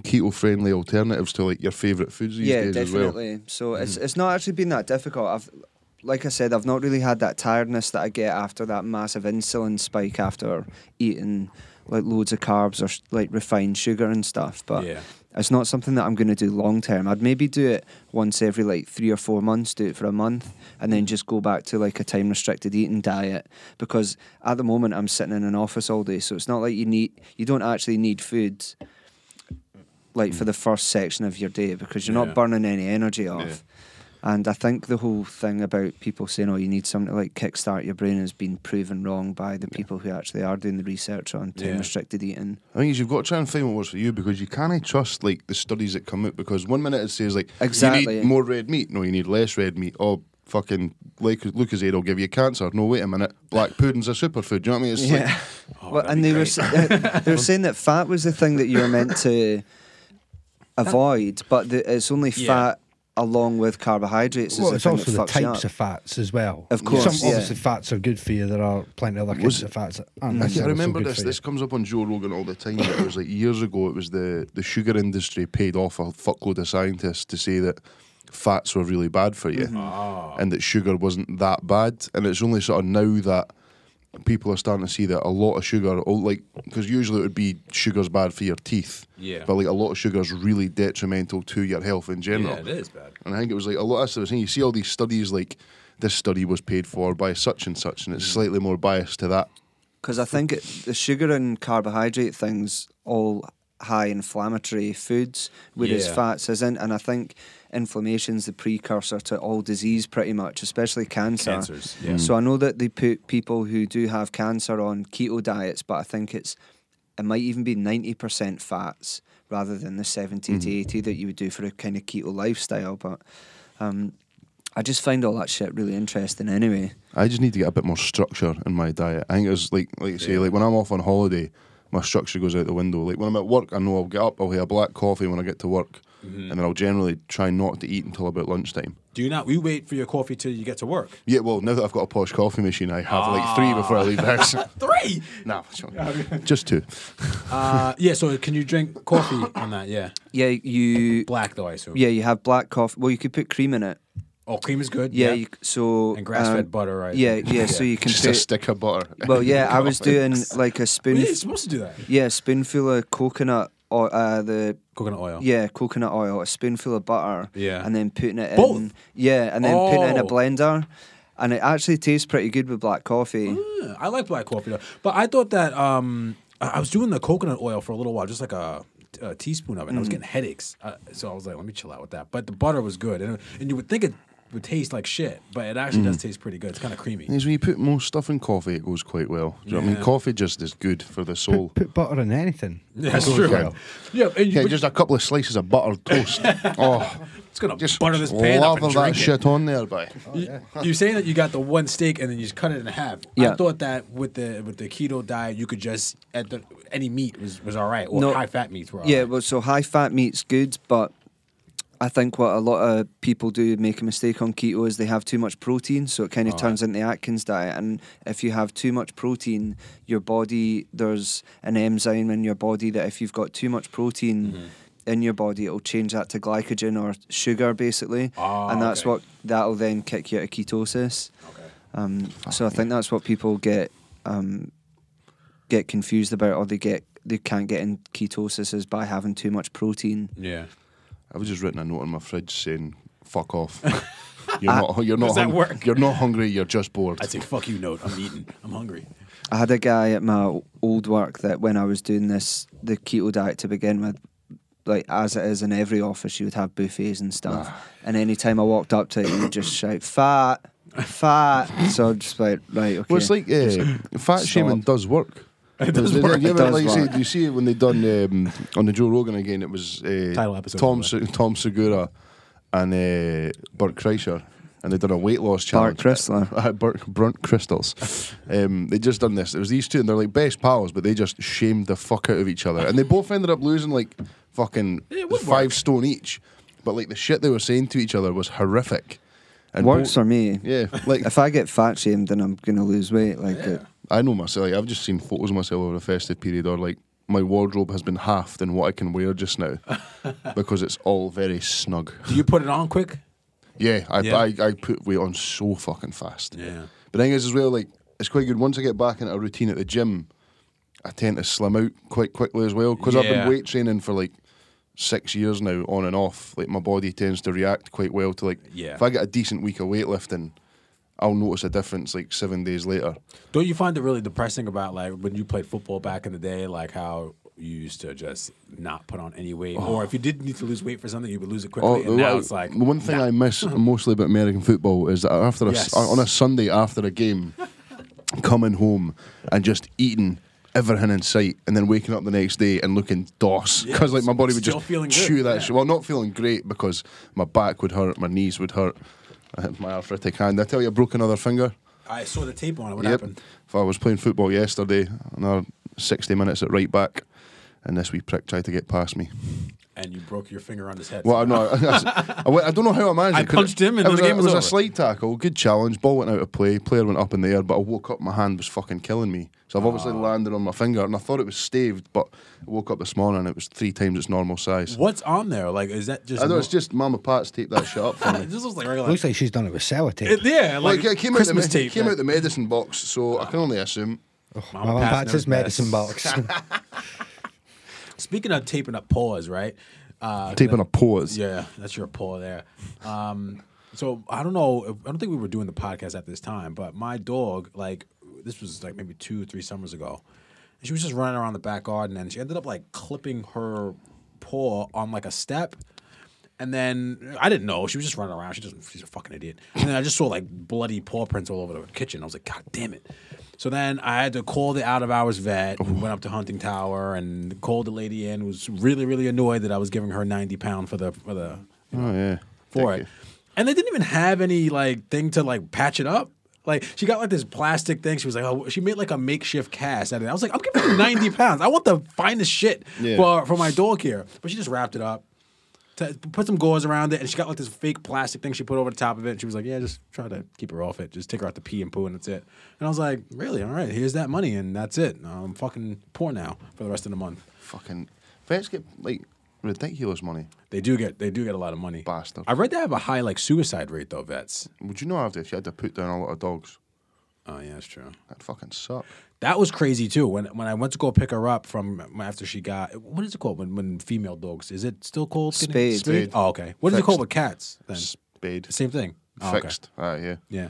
[SPEAKER 2] keto friendly alternatives to like your favourite foods these
[SPEAKER 4] yeah,
[SPEAKER 2] days as well. Mm-hmm.
[SPEAKER 4] definitely. So it's it's not actually been that difficult. I've like I said, I've not really had that tiredness that I get after that massive insulin spike after eating like loads of carbs or sh- like refined sugar and stuff. But
[SPEAKER 3] yeah.
[SPEAKER 4] it's not something that I'm going to do long term. I'd maybe do it once every like three or four months, do it for a month,
[SPEAKER 2] Mm-hmm.
[SPEAKER 4] and then just go back to like a time restricted eating diet. Because at the moment, I'm sitting in an office all day, so it's not like you need you don't actually need food like for the first section of your day because you're
[SPEAKER 3] Yeah.
[SPEAKER 4] not burning any energy off.
[SPEAKER 2] Yeah.
[SPEAKER 4] And I think the whole thing about people saying, "Oh, you need something to like kickstart your brain," has been proven wrong by the people who actually are doing the research on time
[SPEAKER 3] Yeah.
[SPEAKER 4] restricted eating.
[SPEAKER 2] I think is you've got to try and find what works for you because you can't trust like the studies that come out because one minute it says like you
[SPEAKER 4] Exactly.
[SPEAKER 2] need more red meat, no, you need less red meat. Oh, fucking like Lucozade will give you cancer. No, wait a minute, black pudding's a superfood. Do you know what I mean? It's like-
[SPEAKER 4] Yeah. well, and they were s- uh, they were saying that fat was the thing that you were meant to avoid, but the, it's only
[SPEAKER 3] Yeah.
[SPEAKER 4] fat along with carbohydrates.
[SPEAKER 1] Well,
[SPEAKER 4] is
[SPEAKER 1] it's
[SPEAKER 4] the thing
[SPEAKER 1] also
[SPEAKER 4] that
[SPEAKER 1] the
[SPEAKER 4] fucks you
[SPEAKER 1] types
[SPEAKER 4] up.
[SPEAKER 1] of fats as well.
[SPEAKER 4] Of course,
[SPEAKER 1] some
[SPEAKER 4] yeah.
[SPEAKER 1] obviously fats are good for you. There are plenty of other
[SPEAKER 2] Was
[SPEAKER 1] kinds of fats that aren't.
[SPEAKER 2] I, can't
[SPEAKER 1] necessarily so
[SPEAKER 2] remember
[SPEAKER 1] good
[SPEAKER 2] this.
[SPEAKER 1] for you.
[SPEAKER 2] This comes up on Joe Rogan all the time. but it was like years ago. It was the the sugar industry paid off a fuckload of scientists to say that fats were really bad for
[SPEAKER 1] Mm-hmm.
[SPEAKER 2] you,
[SPEAKER 3] Ah.
[SPEAKER 2] and that sugar wasn't that bad. And it's only sort of now that people are starting to see that a lot of sugar, oh, like because usually it would be sugar's bad for your teeth,
[SPEAKER 3] Yeah.
[SPEAKER 2] but like a lot of sugar's really detrimental to your health in general.
[SPEAKER 3] yeah, it is bad.
[SPEAKER 2] And I think it was like a lot of stuff. You see all these studies like this study was paid for by such and such, and it's
[SPEAKER 3] Mm.
[SPEAKER 2] slightly more biased to that.
[SPEAKER 4] Because I think it, the sugar and carbohydrate things all high inflammatory foods, whereas
[SPEAKER 3] Yeah.
[SPEAKER 4] fats isn't. And I think inflammation's the precursor to all disease, pretty much, especially cancer.
[SPEAKER 3] Cancers, yeah.
[SPEAKER 4] So I know that they put people who do have cancer on keto diets, but I think it's it might even be ninety percent fats rather than the 70
[SPEAKER 3] Mm-hmm.
[SPEAKER 4] to eighty that you would do for a kind of keto lifestyle. But um, I just find all that shit really interesting. Anyway,
[SPEAKER 2] I just need to get a bit more structure in my diet. I think it's like like you say, like when I'm off on holiday, my structure goes out the window. Like when I'm at work, I know I'll get up, I'll have a black coffee when I get to work,
[SPEAKER 4] Mm-hmm.
[SPEAKER 2] and then I'll generally try not to eat until about lunchtime.
[SPEAKER 3] Do you not? We wait for your coffee till you get to work.
[SPEAKER 2] Yeah, well, now that I've got a posh coffee machine, I have like
[SPEAKER 4] Ah.
[SPEAKER 2] three before I leave the
[SPEAKER 4] <laughs>
[SPEAKER 2] house. <laughs>
[SPEAKER 3] Three.
[SPEAKER 2] nah, <laughs> just two.
[SPEAKER 3] Uh, <laughs> yeah. So can you drink coffee on that? Yeah.
[SPEAKER 4] yeah, you
[SPEAKER 3] Black though, I assume.
[SPEAKER 4] Yeah, you have black coffee. Well, you could put cream in it.
[SPEAKER 3] Oh, cream is good.
[SPEAKER 4] Yeah, You, c- so um,
[SPEAKER 3] And grass-fed butter, right?
[SPEAKER 4] Yeah, yeah, So you can
[SPEAKER 2] Just a
[SPEAKER 4] put.
[SPEAKER 2] stick of butter.
[SPEAKER 4] well, yeah,
[SPEAKER 2] <laughs>
[SPEAKER 3] <laughs>
[SPEAKER 4] I was doing like a
[SPEAKER 3] Well,
[SPEAKER 4] spoon.
[SPEAKER 3] yeah, you're supposed to do that.
[SPEAKER 4] Yeah, spoonful of coconut or uh, the
[SPEAKER 3] Coconut oil.
[SPEAKER 4] yeah coconut oil, a spoonful of butter.
[SPEAKER 3] Yeah.
[SPEAKER 4] and then putting it
[SPEAKER 3] Both?
[SPEAKER 4] in. Yeah, and then putting it in a
[SPEAKER 3] Oh.
[SPEAKER 4] blender, and it actually tastes pretty good with black coffee.
[SPEAKER 3] Yeah, I like black coffee though. But I thought that um, I I was doing the coconut oil for a little while, just like a, a teaspoon of it. and I was getting headaches, uh, so I was like, let me chill out with that. But the butter was good, and and you would think it would taste like shit, but it actually does taste pretty good. It's kind of creamy.
[SPEAKER 2] Is when you put more stuff in coffee, it goes quite well. Do you know what I
[SPEAKER 3] Yeah.
[SPEAKER 2] mean? Coffee just is good for
[SPEAKER 4] <laughs>
[SPEAKER 2] the soul.
[SPEAKER 1] Put butter in anything.
[SPEAKER 3] Yeah, <laughs> that's
[SPEAKER 1] Goes
[SPEAKER 3] true.
[SPEAKER 1] well.
[SPEAKER 3] Yeah, and you,
[SPEAKER 2] Yeah, just a couple of slices of buttered
[SPEAKER 4] <laughs>
[SPEAKER 2] toast. oh,
[SPEAKER 3] it's gonna
[SPEAKER 2] just
[SPEAKER 3] butter this pan up
[SPEAKER 2] lather
[SPEAKER 3] and
[SPEAKER 2] that
[SPEAKER 3] drink it.
[SPEAKER 2] shit on there, boy.
[SPEAKER 3] You, you're saying that you got the one steak and then you just cut it in half. I
[SPEAKER 4] Yeah.
[SPEAKER 3] thought that with the with the keto diet, you could just at the, any meat was, was all right, or
[SPEAKER 4] No.
[SPEAKER 3] high fat meats were all
[SPEAKER 4] Yeah,
[SPEAKER 3] right.
[SPEAKER 4] well, so high fat meat's good, but I think what a lot of people do make a mistake on keto is they have too much protein, so it kind of turns into Atkins diet. And if you have too much protein, your body there's an enzyme in your body that if you've got too much protein.
[SPEAKER 3] Mm-hmm.
[SPEAKER 4] In your body, it'll change that to glycogen or sugar, basically,
[SPEAKER 3] Ah,
[SPEAKER 4] and that's
[SPEAKER 3] okay.
[SPEAKER 4] what that'll then kick you out of ketosis.
[SPEAKER 3] Okay.
[SPEAKER 4] Um, so I think that's what people get um, get confused about, or they get they can't get in ketosis is by having too much protein.
[SPEAKER 3] Yeah.
[SPEAKER 2] I've just written a note on my fridge saying "fuck off." <laughs> You're not. You're not.
[SPEAKER 3] Ah, Does that
[SPEAKER 2] hung-
[SPEAKER 3] work?
[SPEAKER 2] You're not hungry. You're just bored.
[SPEAKER 3] I'd say fuck you, note. I'm eating. I'm hungry.
[SPEAKER 4] I had a guy at my old work that when I was doing this the keto diet to begin with, like as it is in every office, you would have buffets and stuff. And any time I walked up to it, you would just shout "fat, fat." So I'm just like, right, okay.
[SPEAKER 2] Well, it's like uh, fat shaming does work. It does work. You,
[SPEAKER 4] It
[SPEAKER 2] ever,
[SPEAKER 4] does
[SPEAKER 2] like you say-
[SPEAKER 4] work.
[SPEAKER 2] you see it when they done um, on the Joe Rogan again. It was uh,
[SPEAKER 3] Title episode,
[SPEAKER 2] Tom
[SPEAKER 3] by
[SPEAKER 2] Se- Tom Segura and uh, Bert Kreischer. and they did a weight loss
[SPEAKER 4] Bart
[SPEAKER 2] challenge.
[SPEAKER 4] Chrysler.
[SPEAKER 2] <laughs> Uh, Burt, Brunt Crystals. Um, they just done this. It was these two, and they're like best pals, but they just shamed the fuck out of each other, and they both ended up losing like fucking five stone each. But like the shit they were saying to each other was horrific. And
[SPEAKER 4] Works
[SPEAKER 2] both-
[SPEAKER 4] for me.
[SPEAKER 2] yeah, like
[SPEAKER 4] If I get fat shamed, then I'm gonna lose weight. Like it,
[SPEAKER 2] I know myself. Like, I've just seen photos of myself over the festive period, or like my wardrobe has been halved in what I can wear just
[SPEAKER 3] <laughs>
[SPEAKER 2] now because it's all very snug.
[SPEAKER 3] Do you put it on quick?
[SPEAKER 2] Yeah, I,
[SPEAKER 3] Yeah.
[SPEAKER 2] I, I put weight on so fucking fast.
[SPEAKER 3] Yeah.
[SPEAKER 2] But the thing is, as well, like it's quite good. Once I get back into a routine at the gym, I tend to slim out quite quickly as well because I've
[SPEAKER 3] Yeah.
[SPEAKER 2] been weight training for like six years now, on and off. Like my body tends to react quite well to like
[SPEAKER 3] Yeah.
[SPEAKER 2] if I get a decent week of weightlifting, I'll notice a difference like seven days later.
[SPEAKER 3] Don't you find it really depressing about like when you played football back in the day, like how you used to just not put on any weight, or if you did need to lose weight for something, you would lose it quickly. and now
[SPEAKER 2] Oh, well,
[SPEAKER 3] it's like
[SPEAKER 2] the one thing I
[SPEAKER 3] <laughs>
[SPEAKER 2] miss mostly about American football is that after a,
[SPEAKER 3] Yes.
[SPEAKER 2] on a Sunday after a game, coming home and just eating everything in sight, and then waking up the next day and looking DOS because like my body would
[SPEAKER 3] Still
[SPEAKER 2] just
[SPEAKER 3] feeling
[SPEAKER 2] chew
[SPEAKER 3] good,
[SPEAKER 2] that
[SPEAKER 3] yeah.
[SPEAKER 2] shit. Well, not feeling great because my back would hurt, my knees would hurt, I had my arthritic hand. Did I tell you, I broke another finger.
[SPEAKER 3] I saw the tape on it. What happened?
[SPEAKER 2] If I was playing football yesterday, another sixty minutes at right back, and this wee prick tried to get past me.
[SPEAKER 3] And you broke your finger on his head.
[SPEAKER 2] Well, I <laughs> know. I, went- I don't know how I managed.
[SPEAKER 3] I
[SPEAKER 2] it, 'cause
[SPEAKER 3] punched him and
[SPEAKER 2] it
[SPEAKER 3] then
[SPEAKER 2] was
[SPEAKER 3] the
[SPEAKER 2] a-
[SPEAKER 3] game
[SPEAKER 2] it
[SPEAKER 3] was
[SPEAKER 2] was
[SPEAKER 3] over.
[SPEAKER 2] a slight tackle, good challenge. Ball went out of play. Player went up in the air, but I woke up. My hand was fucking killing me. So I've
[SPEAKER 3] Ah.
[SPEAKER 2] obviously landed on my finger, and I thought it was staved, but I woke up this morning and it was three times its normal size.
[SPEAKER 3] What's on there? Like, is that just?
[SPEAKER 2] I know it's just Mama Pat's taped that shit up for me.
[SPEAKER 3] It <laughs> just looks like regular.
[SPEAKER 1] Looks like she's done it with sellotape.
[SPEAKER 3] It- yeah,
[SPEAKER 2] Well,
[SPEAKER 3] like
[SPEAKER 2] it came out the
[SPEAKER 3] Christmas
[SPEAKER 2] me-
[SPEAKER 3] tape. eh?
[SPEAKER 2] came
[SPEAKER 3] like-
[SPEAKER 2] out the medicine box, so I can only assume.
[SPEAKER 3] Mama
[SPEAKER 1] Mama
[SPEAKER 3] Pat's
[SPEAKER 1] Pat's
[SPEAKER 3] never
[SPEAKER 1] medicine
[SPEAKER 3] best.
[SPEAKER 2] <laughs>
[SPEAKER 1] box.
[SPEAKER 3] Speaking of taping up paws, right? Uh,
[SPEAKER 2] Taping a pause.
[SPEAKER 3] Yeah, that's your paw there. Um, so I don't know. I don't think we were doing the podcast at this time, but my dog, like, this was like maybe two or three summers ago, and she was just running around the back garden, and she ended up like clipping her paw on like a step. And then I didn't know she was just running around. She doesn't. She's a fucking idiot. And then I just saw like bloody paw prints all over the kitchen. I was like, God damn it! So then I had to call the out of hours vet. We went up to Hunting Tower and called the lady in. Was really really annoyed that I was giving her ninety pound for the for the
[SPEAKER 2] Oh yeah.
[SPEAKER 3] for
[SPEAKER 2] Thank
[SPEAKER 3] it. And they didn't even have any like thing to like patch it up. Like she got like this plastic thing. She was like, oh, she made like a makeshift cast out of it. I was like, I'm
[SPEAKER 2] <coughs>
[SPEAKER 3] giving you 90 pounds. I want the finest shit
[SPEAKER 2] Yeah.
[SPEAKER 3] for for my dog here. But she just wrapped it up, t- put some gauze around it, and she got like this fake plastic thing she put over the top of it. And she was like, yeah, just try to keep her off it. Just take her out to pee and poo, and that's it. And I was like, really? All right, here's that money, and that's it. I'm fucking poor now for the rest of the month.
[SPEAKER 2] Fucking vets get like ridiculous money.
[SPEAKER 3] They do get they do get a lot of money.
[SPEAKER 2] Bastard.
[SPEAKER 3] I read they have a high like suicide rate though, vets.
[SPEAKER 2] Would you know after if you had to put down a lot of dogs?
[SPEAKER 3] Oh yeah, that's true.
[SPEAKER 2] That'd fucking suck.
[SPEAKER 3] That was crazy too. When when I went to go pick her up from after she got what is it called when when female dogs is it still called
[SPEAKER 4] Spayed.
[SPEAKER 3] Spade. Oh okay. What is it called with cats? Then
[SPEAKER 2] Spade.
[SPEAKER 3] same thing. Oh, okay.
[SPEAKER 2] Fixed. Ah, yeah.
[SPEAKER 3] Yeah.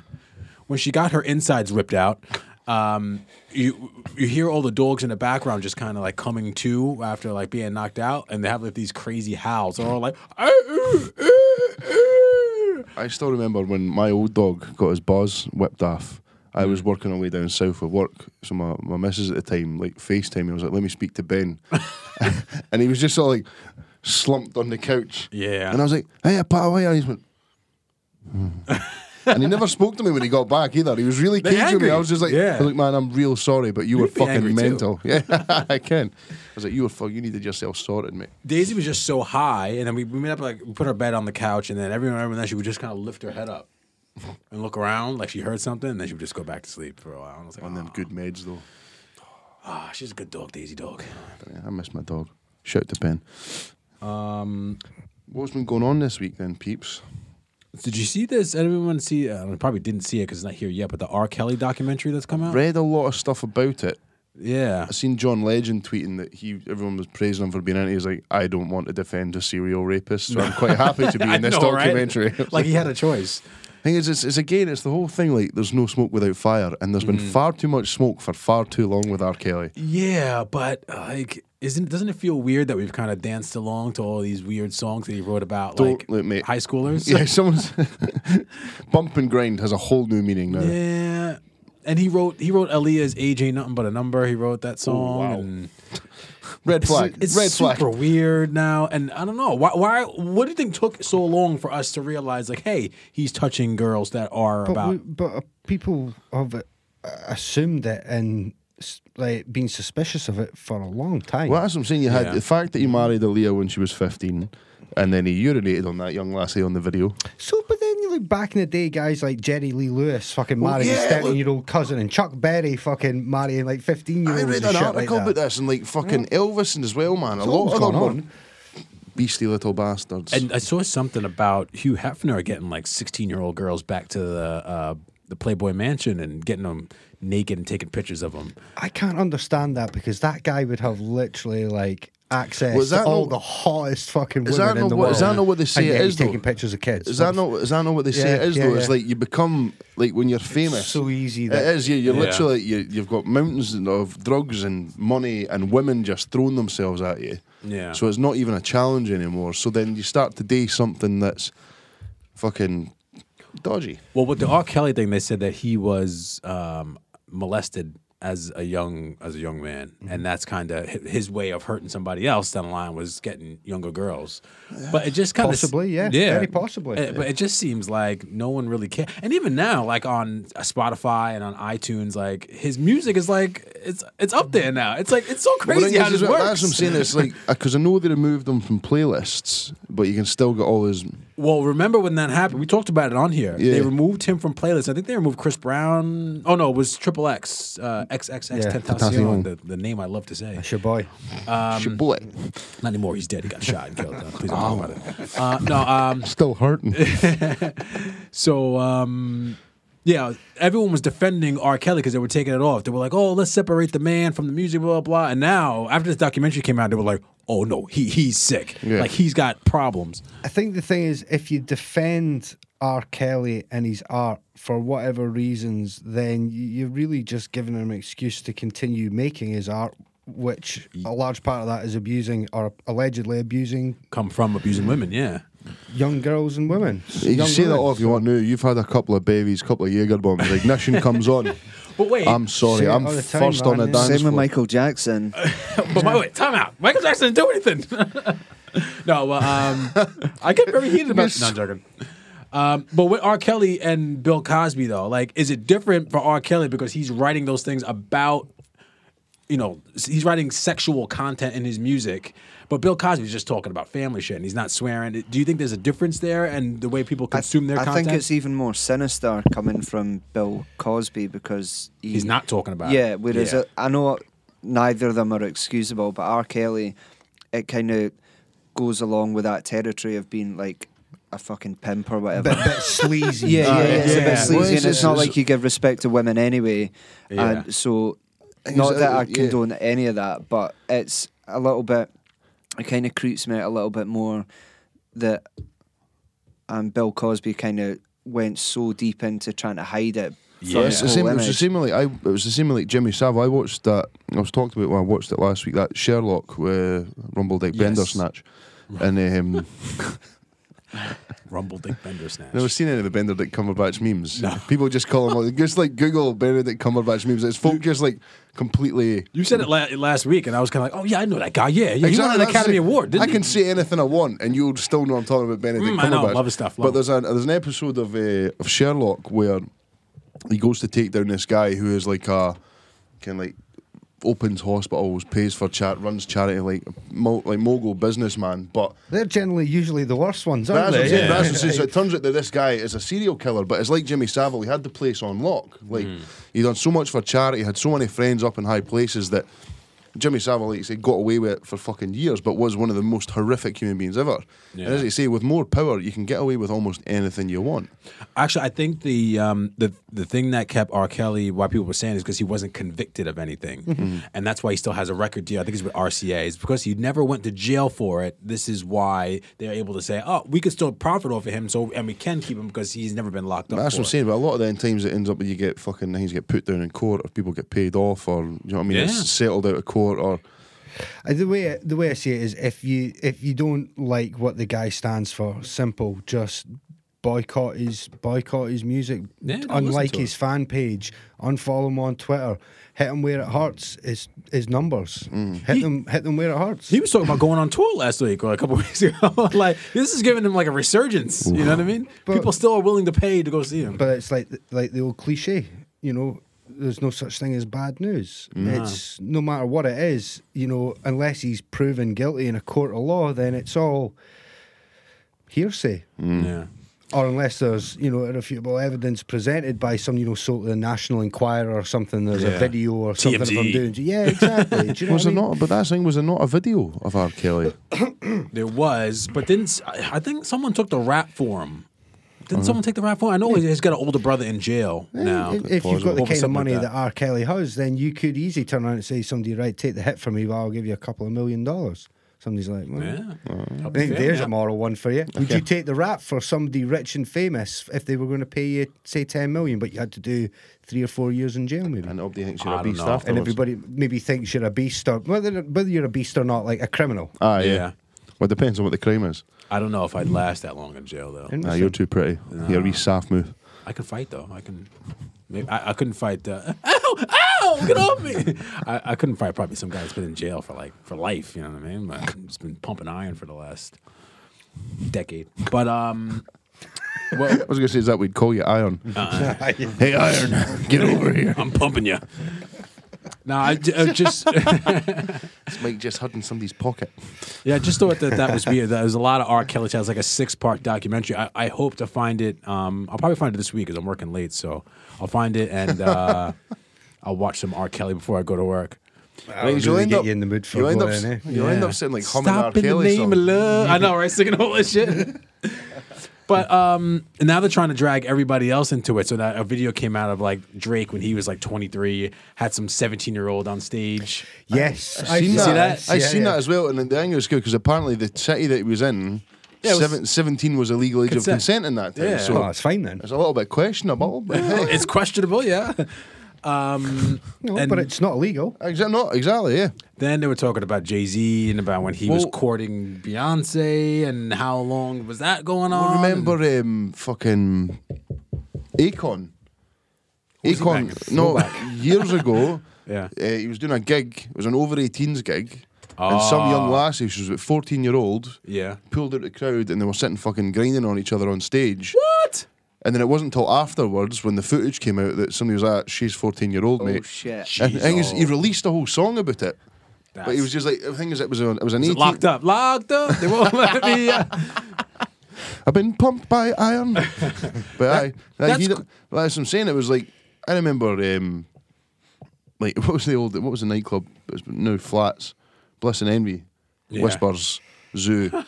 [SPEAKER 3] When she got her insides ripped out, um, you you hear all the dogs in the background just kind of like coming to after like being knocked out, and they have like these crazy howls. They're all like, "Ah, ooh, ooh, ooh."
[SPEAKER 2] I still remember when my old dog got his buzz whipped off. I
[SPEAKER 3] Mm.
[SPEAKER 2] was working away down south for work, so my, my missus at the time, like FaceTime, I was like, let me speak to Ben.
[SPEAKER 3] <laughs>
[SPEAKER 2] <laughs> and he was just sort of like slumped on the couch.
[SPEAKER 3] Yeah.
[SPEAKER 2] And I was like, hey, Pat, why are you? And he went, "Hmm." <laughs> and he never spoke to me when he got back either. He was really
[SPEAKER 3] They're
[SPEAKER 2] caging me.
[SPEAKER 3] angry.
[SPEAKER 2] I was just like,
[SPEAKER 3] Yeah.
[SPEAKER 2] I was like, man, I'm real sorry, but you were
[SPEAKER 3] You'd be angry
[SPEAKER 2] fucking
[SPEAKER 3] too.
[SPEAKER 2] mental. <laughs> Yeah, I can. I was like, you were fuck. You needed yourself sorted, mate.
[SPEAKER 3] Daisy was just so high, and then we, we made up like we put her bed on the couch, and then every now and then she would just kind of lift her head up and look around like she heard something, and then she would just go back to sleep for a while. And I was like,
[SPEAKER 2] On them
[SPEAKER 3] "Aw,
[SPEAKER 2] good meds though.
[SPEAKER 3] ah, she's a good dog, Daisy dog.
[SPEAKER 2] But yeah, I miss my dog. Shout to Ben.
[SPEAKER 3] Um,
[SPEAKER 2] What's been going on this week then, peeps?
[SPEAKER 3] did you see this? Anyone see? uh, I probably didn't see it because it's not here yet. But the R. Kelly documentary that's come out.
[SPEAKER 2] Read a lot of stuff about it.
[SPEAKER 3] Yeah,
[SPEAKER 2] I seen John Legend tweeting that he everyone was praising him for being in it. He's like, I don't want to defend a serial rapist, so I'm quite happy
[SPEAKER 3] <laughs>
[SPEAKER 2] to be
[SPEAKER 3] I
[SPEAKER 2] in this
[SPEAKER 3] know, right?
[SPEAKER 2] documentary.
[SPEAKER 3] <laughs> like he had a choice.
[SPEAKER 2] thing is, it's, it's again, it's the whole thing like there's no smoke without fire, and there's
[SPEAKER 3] Mm.
[SPEAKER 2] been far too much smoke for far too long with R. Kelly.
[SPEAKER 3] <laughs> Yeah, but uh, like, isn't doesn't it feel weird that we've kind of danced along to all these weird songs that he wrote about
[SPEAKER 2] Don't
[SPEAKER 3] like
[SPEAKER 2] look, mate.
[SPEAKER 3] high schoolers?
[SPEAKER 2] Yeah, someone's <laughs> bump and grind has a whole new meaning now.
[SPEAKER 3] Yeah. And he wrote he wrote Aaliyah's "Age Ain't Nothing But a Number." He wrote that song.
[SPEAKER 2] wow.
[SPEAKER 3] and
[SPEAKER 2] Red flag.
[SPEAKER 3] It's
[SPEAKER 2] Red
[SPEAKER 3] super
[SPEAKER 2] flag.
[SPEAKER 3] weird now, and I don't know why. Why? What do you think took so long for us to realize? Like, hey, he's touching girls that are
[SPEAKER 1] But,
[SPEAKER 3] about.
[SPEAKER 1] we, but uh, people have uh, assumed it and s- like been suspicious of it for a long time.
[SPEAKER 2] Well, that's what I'm saying. You had
[SPEAKER 3] Yeah.
[SPEAKER 2] the fact that he married Aaliyah when she was 15, and then he urinated on that young lassie on the video.
[SPEAKER 1] So, but then you look back in the day, guys like Jerry Lee Lewis fucking marrying
[SPEAKER 2] Oh, yeah,
[SPEAKER 1] his
[SPEAKER 2] look-
[SPEAKER 1] 13 year old cousin and Chuck Berry fucking marrying like 15 year
[SPEAKER 2] I
[SPEAKER 1] olds.
[SPEAKER 2] read an article about this and like
[SPEAKER 1] Mm.
[SPEAKER 2] fucking Elvis and as well, man. A lot
[SPEAKER 1] always
[SPEAKER 2] of
[SPEAKER 1] gone
[SPEAKER 2] them
[SPEAKER 1] on.
[SPEAKER 2] on. beastie little bastards.
[SPEAKER 3] And I saw something about Hugh Hefner getting like sixteen-year-old girls back to the uh, the Playboy Mansion and getting them naked and taking pictures of them.
[SPEAKER 1] I can't understand that because that guy would have literally like access
[SPEAKER 2] Well, is that
[SPEAKER 1] to all
[SPEAKER 2] not-
[SPEAKER 1] the hottest fucking
[SPEAKER 2] is
[SPEAKER 1] women
[SPEAKER 2] that
[SPEAKER 1] in
[SPEAKER 2] not
[SPEAKER 1] the
[SPEAKER 2] what-
[SPEAKER 1] world.
[SPEAKER 2] is that not what they say
[SPEAKER 1] and yet
[SPEAKER 2] it
[SPEAKER 1] he's
[SPEAKER 2] is, though?
[SPEAKER 1] taking pictures of kids.
[SPEAKER 2] Is that not? Is that not what they say? it
[SPEAKER 1] Yeah,
[SPEAKER 2] is
[SPEAKER 1] yeah,
[SPEAKER 2] though. It's
[SPEAKER 1] yeah.
[SPEAKER 2] like you become like when you're famous.
[SPEAKER 1] so easy
[SPEAKER 2] It
[SPEAKER 1] that-
[SPEAKER 2] is. You, you're
[SPEAKER 3] Yeah.
[SPEAKER 2] literally you, you've got mountains of drugs and money and women just throwing themselves at you.
[SPEAKER 3] Yeah.
[SPEAKER 2] So it's not even a challenge anymore. So then you start to do something that's fucking dodgy.
[SPEAKER 3] Well, with the R. Kelly thing, they said that he was um, molested as a young as a young man,
[SPEAKER 1] Mm-hmm.
[SPEAKER 3] and that's kind of his way of hurting somebody else down the line was getting younger girls. But it just kind of
[SPEAKER 1] Possibly, yeah. Very possibly.
[SPEAKER 3] Eh, But it just seems like no one really cares. And even now, like on Spotify and on iTunes, like his music is like it's it's up there now. It's like it's so
[SPEAKER 2] But the
[SPEAKER 3] crazy
[SPEAKER 2] thing
[SPEAKER 3] how
[SPEAKER 2] is,
[SPEAKER 3] this
[SPEAKER 2] is
[SPEAKER 3] works.
[SPEAKER 2] that- That's what I'm saying. It's like because I know they removed them from playlists, but you can still get all his.
[SPEAKER 3] Well, remember when that happened? We talked about it on here. They
[SPEAKER 2] Yeah.
[SPEAKER 3] removed him from playlists. I think they removed Chris Brown. Oh no, it was Triple X, uh, XXX
[SPEAKER 1] Yeah,
[SPEAKER 3] Tentacion, the, the name I love to say.
[SPEAKER 1] That's your boy.
[SPEAKER 2] shit, boy,
[SPEAKER 3] Not anymore. He's dead. He got shot and killed. Uh, please don't talk about it. Uh, no. Um,
[SPEAKER 2] still hurting.
[SPEAKER 3] so. Um, yeah, everyone was defending R. Kelly because they were taking it off. They were like, "Oh, let's separate the man from the music, blah blah." blah. And now, after this documentary came out, they were like, "Oh no, he he's sick.
[SPEAKER 2] Yeah.
[SPEAKER 3] Like he's got problems."
[SPEAKER 1] I think the thing is, if you defend R. Kelly and his art for whatever reasons, then y- you're really just giving him an excuse to continue making his art, which a large part of that is abusing or allegedly abusing
[SPEAKER 3] Come from abusing women. Yeah.
[SPEAKER 1] young girls and women.
[SPEAKER 2] You
[SPEAKER 1] Young
[SPEAKER 2] can say that
[SPEAKER 1] women.
[SPEAKER 2] all if you want. Now you've had a couple of babies, couple of Jaeger bombs. The ignition comes on.
[SPEAKER 3] But wait.
[SPEAKER 2] I'm
[SPEAKER 1] Say
[SPEAKER 2] sorry,
[SPEAKER 1] it
[SPEAKER 2] I'm
[SPEAKER 1] all the time,
[SPEAKER 2] first on
[SPEAKER 1] man,
[SPEAKER 2] a
[SPEAKER 1] yeah.
[SPEAKER 2] dance
[SPEAKER 4] Same
[SPEAKER 2] floor.
[SPEAKER 4] with Michael Jackson.
[SPEAKER 3] But wait, wait, time out. Michael Jackson didn't do anything. <laughs> no, well, um, I get very heated about. No, I'm joking. Um, but with R. Kelly and Bill Cosby, though, like, is it different for R. Kelly because he's writing those things about, you know, s- he's writing sexual content in his music, but Bill Cosby's just talking about family shit and he's not swearing. Do you think there's a difference there and the way people
[SPEAKER 4] I-
[SPEAKER 3] consume their
[SPEAKER 4] I
[SPEAKER 3] content?
[SPEAKER 4] think it's even more sinister coming from Bill Cosby because he-
[SPEAKER 3] he's not talking about.
[SPEAKER 4] Yeah,
[SPEAKER 3] it.
[SPEAKER 4] whereas
[SPEAKER 3] Yeah.
[SPEAKER 4] uh, I know neither of them are excusable, but R. Kelly, it kind of goes along with that territory of being like a fucking pimp or
[SPEAKER 2] <laughs>
[SPEAKER 4] whatever.
[SPEAKER 1] bit, bit sleazy.
[SPEAKER 4] yeah, yeah,
[SPEAKER 2] Ah,
[SPEAKER 4] yeah, it's a
[SPEAKER 3] yeah.
[SPEAKER 4] bit sleazy,
[SPEAKER 2] Well, it's
[SPEAKER 4] and it's not
[SPEAKER 2] just-
[SPEAKER 4] like you give respect to women anyway.
[SPEAKER 3] Yeah.
[SPEAKER 4] And so,
[SPEAKER 2] It's
[SPEAKER 4] not
[SPEAKER 2] a-
[SPEAKER 4] that I
[SPEAKER 2] yeah.
[SPEAKER 4] condone any of that, but it's a little bit. It kind of creeps me out a little bit more that um, Bill Cosby kind of went so deep into trying to hide it. from
[SPEAKER 3] Yeah.
[SPEAKER 2] It's
[SPEAKER 4] his
[SPEAKER 2] the
[SPEAKER 4] whole
[SPEAKER 2] same. It was the
[SPEAKER 4] image.
[SPEAKER 2] same like I. It was the same like Jimmy Savile. I watched that. I was talked about when I watched it last week. That Sherlock with Rumbledick
[SPEAKER 3] Yes.
[SPEAKER 2] Bendersnatch, and um,
[SPEAKER 3] Rumble Dick Bendersnatch.
[SPEAKER 2] never seen any of the Benedict Cumberbatch memes. People just call him like, just like Google Benedict Cumberbatch memes. It's folk just like completely.
[SPEAKER 3] you said it la- last week, and I was kind of like, "Oh yeah, I know that guy. Yeah, yeah he won an
[SPEAKER 2] that's
[SPEAKER 3] Academy
[SPEAKER 2] it.
[SPEAKER 3] Award, didn't
[SPEAKER 2] I
[SPEAKER 3] he?"
[SPEAKER 2] can say anything I want, and you'll still know I'm talking about Benedict
[SPEAKER 3] Mm, I
[SPEAKER 2] Cumberbatch.
[SPEAKER 3] know, love his stuff, love
[SPEAKER 2] but there's an there's an episode of uh, of Sherlock where he goes to take down this guy who is like a kind like opens hospitals, pays for chat, runs charity, like mo- like mogul businessman, but.
[SPEAKER 1] They're generally usually the worst ones, aren't
[SPEAKER 2] That's what I'm
[SPEAKER 1] they?
[SPEAKER 2] saying. That's what I'm saying. So it turns out that this guy is a serial killer, but it's like Jimmy Savile. He had the place on lock. Like
[SPEAKER 3] Hmm.
[SPEAKER 2] he'd done so much for charity, had so many friends up in high places that Jimmy Savile, like you say, got away with it for fucking years, but was one of the most horrific human beings ever. And as
[SPEAKER 3] Yeah.
[SPEAKER 2] you say, with more power, you can get away with almost anything you want.
[SPEAKER 3] Actually, I think the um, the the thing that kept R. Kelly, why people were saying, is because he wasn't convicted of anything,
[SPEAKER 2] Mm-hmm.
[SPEAKER 3] and that's why he still has a record deal. I think it's with RCA. It's because he never went to jail for it. This is why they're able to say, "Oh, we could still profit off of him, so and we can keep him because he's never been locked up."
[SPEAKER 2] That's what I'm
[SPEAKER 3] for it."
[SPEAKER 2] saying. But a lot of the times it ends up that you get fucking things get put down in court, or people get paid off, or you know what I mean.
[SPEAKER 3] Yeah.
[SPEAKER 2] It's settled out of court, or
[SPEAKER 1] Uh, The way the way I see it is, if you if you don't like what the guy stands for, simple, just boycott his boycott his music.
[SPEAKER 3] Yeah, don't listen
[SPEAKER 1] unlike
[SPEAKER 3] to
[SPEAKER 1] his fan page, unfollow him on Twitter. Hit him where it hurts. His his numbers. Hit them. Hit them where it hurts.
[SPEAKER 3] He was talking about going on tour last week or a couple <laughs> weeks ago. like this is giving him like a resurgence. You know what I mean?
[SPEAKER 1] But-
[SPEAKER 3] People still are willing to pay to go see him.
[SPEAKER 1] But it's like like the old cliche, you know. There's no such thing as bad news. It's no matter what it is, you know, unless he's proven guilty in a court of law, then it's all hearsay.
[SPEAKER 3] Yeah.
[SPEAKER 1] Or unless there's, you know, irrefutable evidence presented by some, you know, sort of the National Inquirer or something. There's
[SPEAKER 3] Yeah.
[SPEAKER 1] a video or something of
[SPEAKER 3] TMZ.
[SPEAKER 1] him doing. Yeah, exactly. Do you know
[SPEAKER 2] <laughs> was
[SPEAKER 1] what I
[SPEAKER 2] there
[SPEAKER 1] mean?
[SPEAKER 2] not? But that thing was there not a video of R. Kelly?
[SPEAKER 3] There was, but didn't s- I I think someone took the rap for him? Didn't
[SPEAKER 1] Uh-huh.
[SPEAKER 3] someone take the rap for him? I know he's got an older brother in jail now.
[SPEAKER 1] Eh, If, if you've got the
[SPEAKER 3] Over
[SPEAKER 1] kind of
[SPEAKER 3] something like
[SPEAKER 1] money
[SPEAKER 3] that.
[SPEAKER 1] that. R. Kelly has, then you could easily turn around and say to somebody, right, take the hit for me, but I'll give you a couple of million dollars. Somebody's like, well,
[SPEAKER 3] Yeah.
[SPEAKER 1] I think there's a moral one for you. Would
[SPEAKER 2] Okay.
[SPEAKER 1] you take the rap for somebody rich and famous if they were going to pay you, say, 10 million, but you had to do three or four years in jail, maybe?
[SPEAKER 2] And nobody thinks
[SPEAKER 3] I
[SPEAKER 2] you're a
[SPEAKER 3] don't
[SPEAKER 2] beast
[SPEAKER 3] know.
[SPEAKER 2] afterwards.
[SPEAKER 1] And everybody maybe thinks you're a beast or whether, whether you're a beast or not, like a criminal.
[SPEAKER 2] Ah, yeah.
[SPEAKER 3] Yeah.
[SPEAKER 2] Well, it depends on what the crime is.
[SPEAKER 3] I don't know if I'd last that long in jail though.
[SPEAKER 1] And
[SPEAKER 2] Nah, you're too pretty. You're a wee saff move.
[SPEAKER 3] I can fight though. I can. Maybe, I, I couldn't fight. Uh, ow! Ow! Get off me! <laughs> I, I couldn't fight probably some guy that's been in jail for like for life. You know what I mean? Like, just been pumping iron for the last decade. But um, well,
[SPEAKER 2] I was going to say, is that we'd call you Iron? <laughs> hey, Iron, <laughs> get over here.
[SPEAKER 3] I'm pumping you. No, I, j- I just <laughs>
[SPEAKER 2] It's Mike just hid in somebody's pocket.
[SPEAKER 3] yeah, I just thought that that was weird. There was a lot of R. Kelly. It was like a six part documentary. I, I hope to find it. Um, I'll probably find it this week because I'm working late, so I'll find it and uh, <laughs> I'll watch some R. Kelly before I go to work.
[SPEAKER 1] That'll really get you in the mood for
[SPEAKER 2] you'll end, up,
[SPEAKER 1] going, eh?
[SPEAKER 2] you'll end up sitting like humming
[SPEAKER 3] Stop
[SPEAKER 2] R.
[SPEAKER 3] in
[SPEAKER 2] Kelly
[SPEAKER 3] the name
[SPEAKER 2] songs.
[SPEAKER 3] of love. I know, right? Singing all that shit. <laughs> but um, and now they're trying to drag everybody else into it. So that a video came out of like Drake when he was like 23, had some 17 year old on stage.
[SPEAKER 1] Yes.
[SPEAKER 2] I seen
[SPEAKER 3] You
[SPEAKER 2] that.
[SPEAKER 3] see that?
[SPEAKER 2] I
[SPEAKER 1] Yeah,
[SPEAKER 2] seen
[SPEAKER 1] yeah.
[SPEAKER 2] that as well, and the thing was good because apparently the city that he was in,
[SPEAKER 3] Yeah, it was-
[SPEAKER 2] seven, 17 was a legal age of
[SPEAKER 3] Consent.
[SPEAKER 2] consent in that time.
[SPEAKER 3] Yeah.
[SPEAKER 1] Well,
[SPEAKER 2] So
[SPEAKER 1] that's Oh, fine then.
[SPEAKER 2] it's a little bit questionable. But hey,
[SPEAKER 3] it's questionable, yeah. <laughs> Um,
[SPEAKER 1] No,
[SPEAKER 3] and
[SPEAKER 1] but it's not illegal.
[SPEAKER 2] exa- not exactly. Yeah,
[SPEAKER 3] then they were talking about Jay Z and about when he was
[SPEAKER 2] Well-
[SPEAKER 3] courting Beyonce and how long was that going on?
[SPEAKER 2] I remember um, fucking Akon.
[SPEAKER 3] was he
[SPEAKER 2] Akon,
[SPEAKER 3] back?
[SPEAKER 2] no, <laughs> years ago,
[SPEAKER 3] <laughs> Yeah.
[SPEAKER 2] uh, he was doing a gig. It was an over 18s gig, and some
[SPEAKER 3] Ah.
[SPEAKER 2] young lassie, she was about 14 year old,
[SPEAKER 3] Yeah.
[SPEAKER 2] pulled out the crowd, and they were sitting fucking grinding on each other on stage.
[SPEAKER 3] What?
[SPEAKER 2] And then it wasn't until afterwards when the footage came out that somebody was like, "She's 14 year old,
[SPEAKER 4] Oh,
[SPEAKER 2] mate."
[SPEAKER 4] shit.
[SPEAKER 2] And the thing is, he
[SPEAKER 3] Jeez, oh.
[SPEAKER 2] released a whole song about it, but he
[SPEAKER 3] That's-
[SPEAKER 2] was just like, "The thing is, it was an, it was an
[SPEAKER 3] Is
[SPEAKER 2] 18-
[SPEAKER 3] it locked up, locked up. They won't let me. uh,
[SPEAKER 2] I've been pumped by
[SPEAKER 3] <laughs>
[SPEAKER 2] iron. but I, like,
[SPEAKER 3] that's
[SPEAKER 2] he,
[SPEAKER 3] co-
[SPEAKER 2] well, that's what I'm saying. It was like I remember, um, like <laughs> what was the old, what was the nightclub? It was no flats, bliss and envy,
[SPEAKER 3] Yeah.
[SPEAKER 2] whispers, zoo. Do you know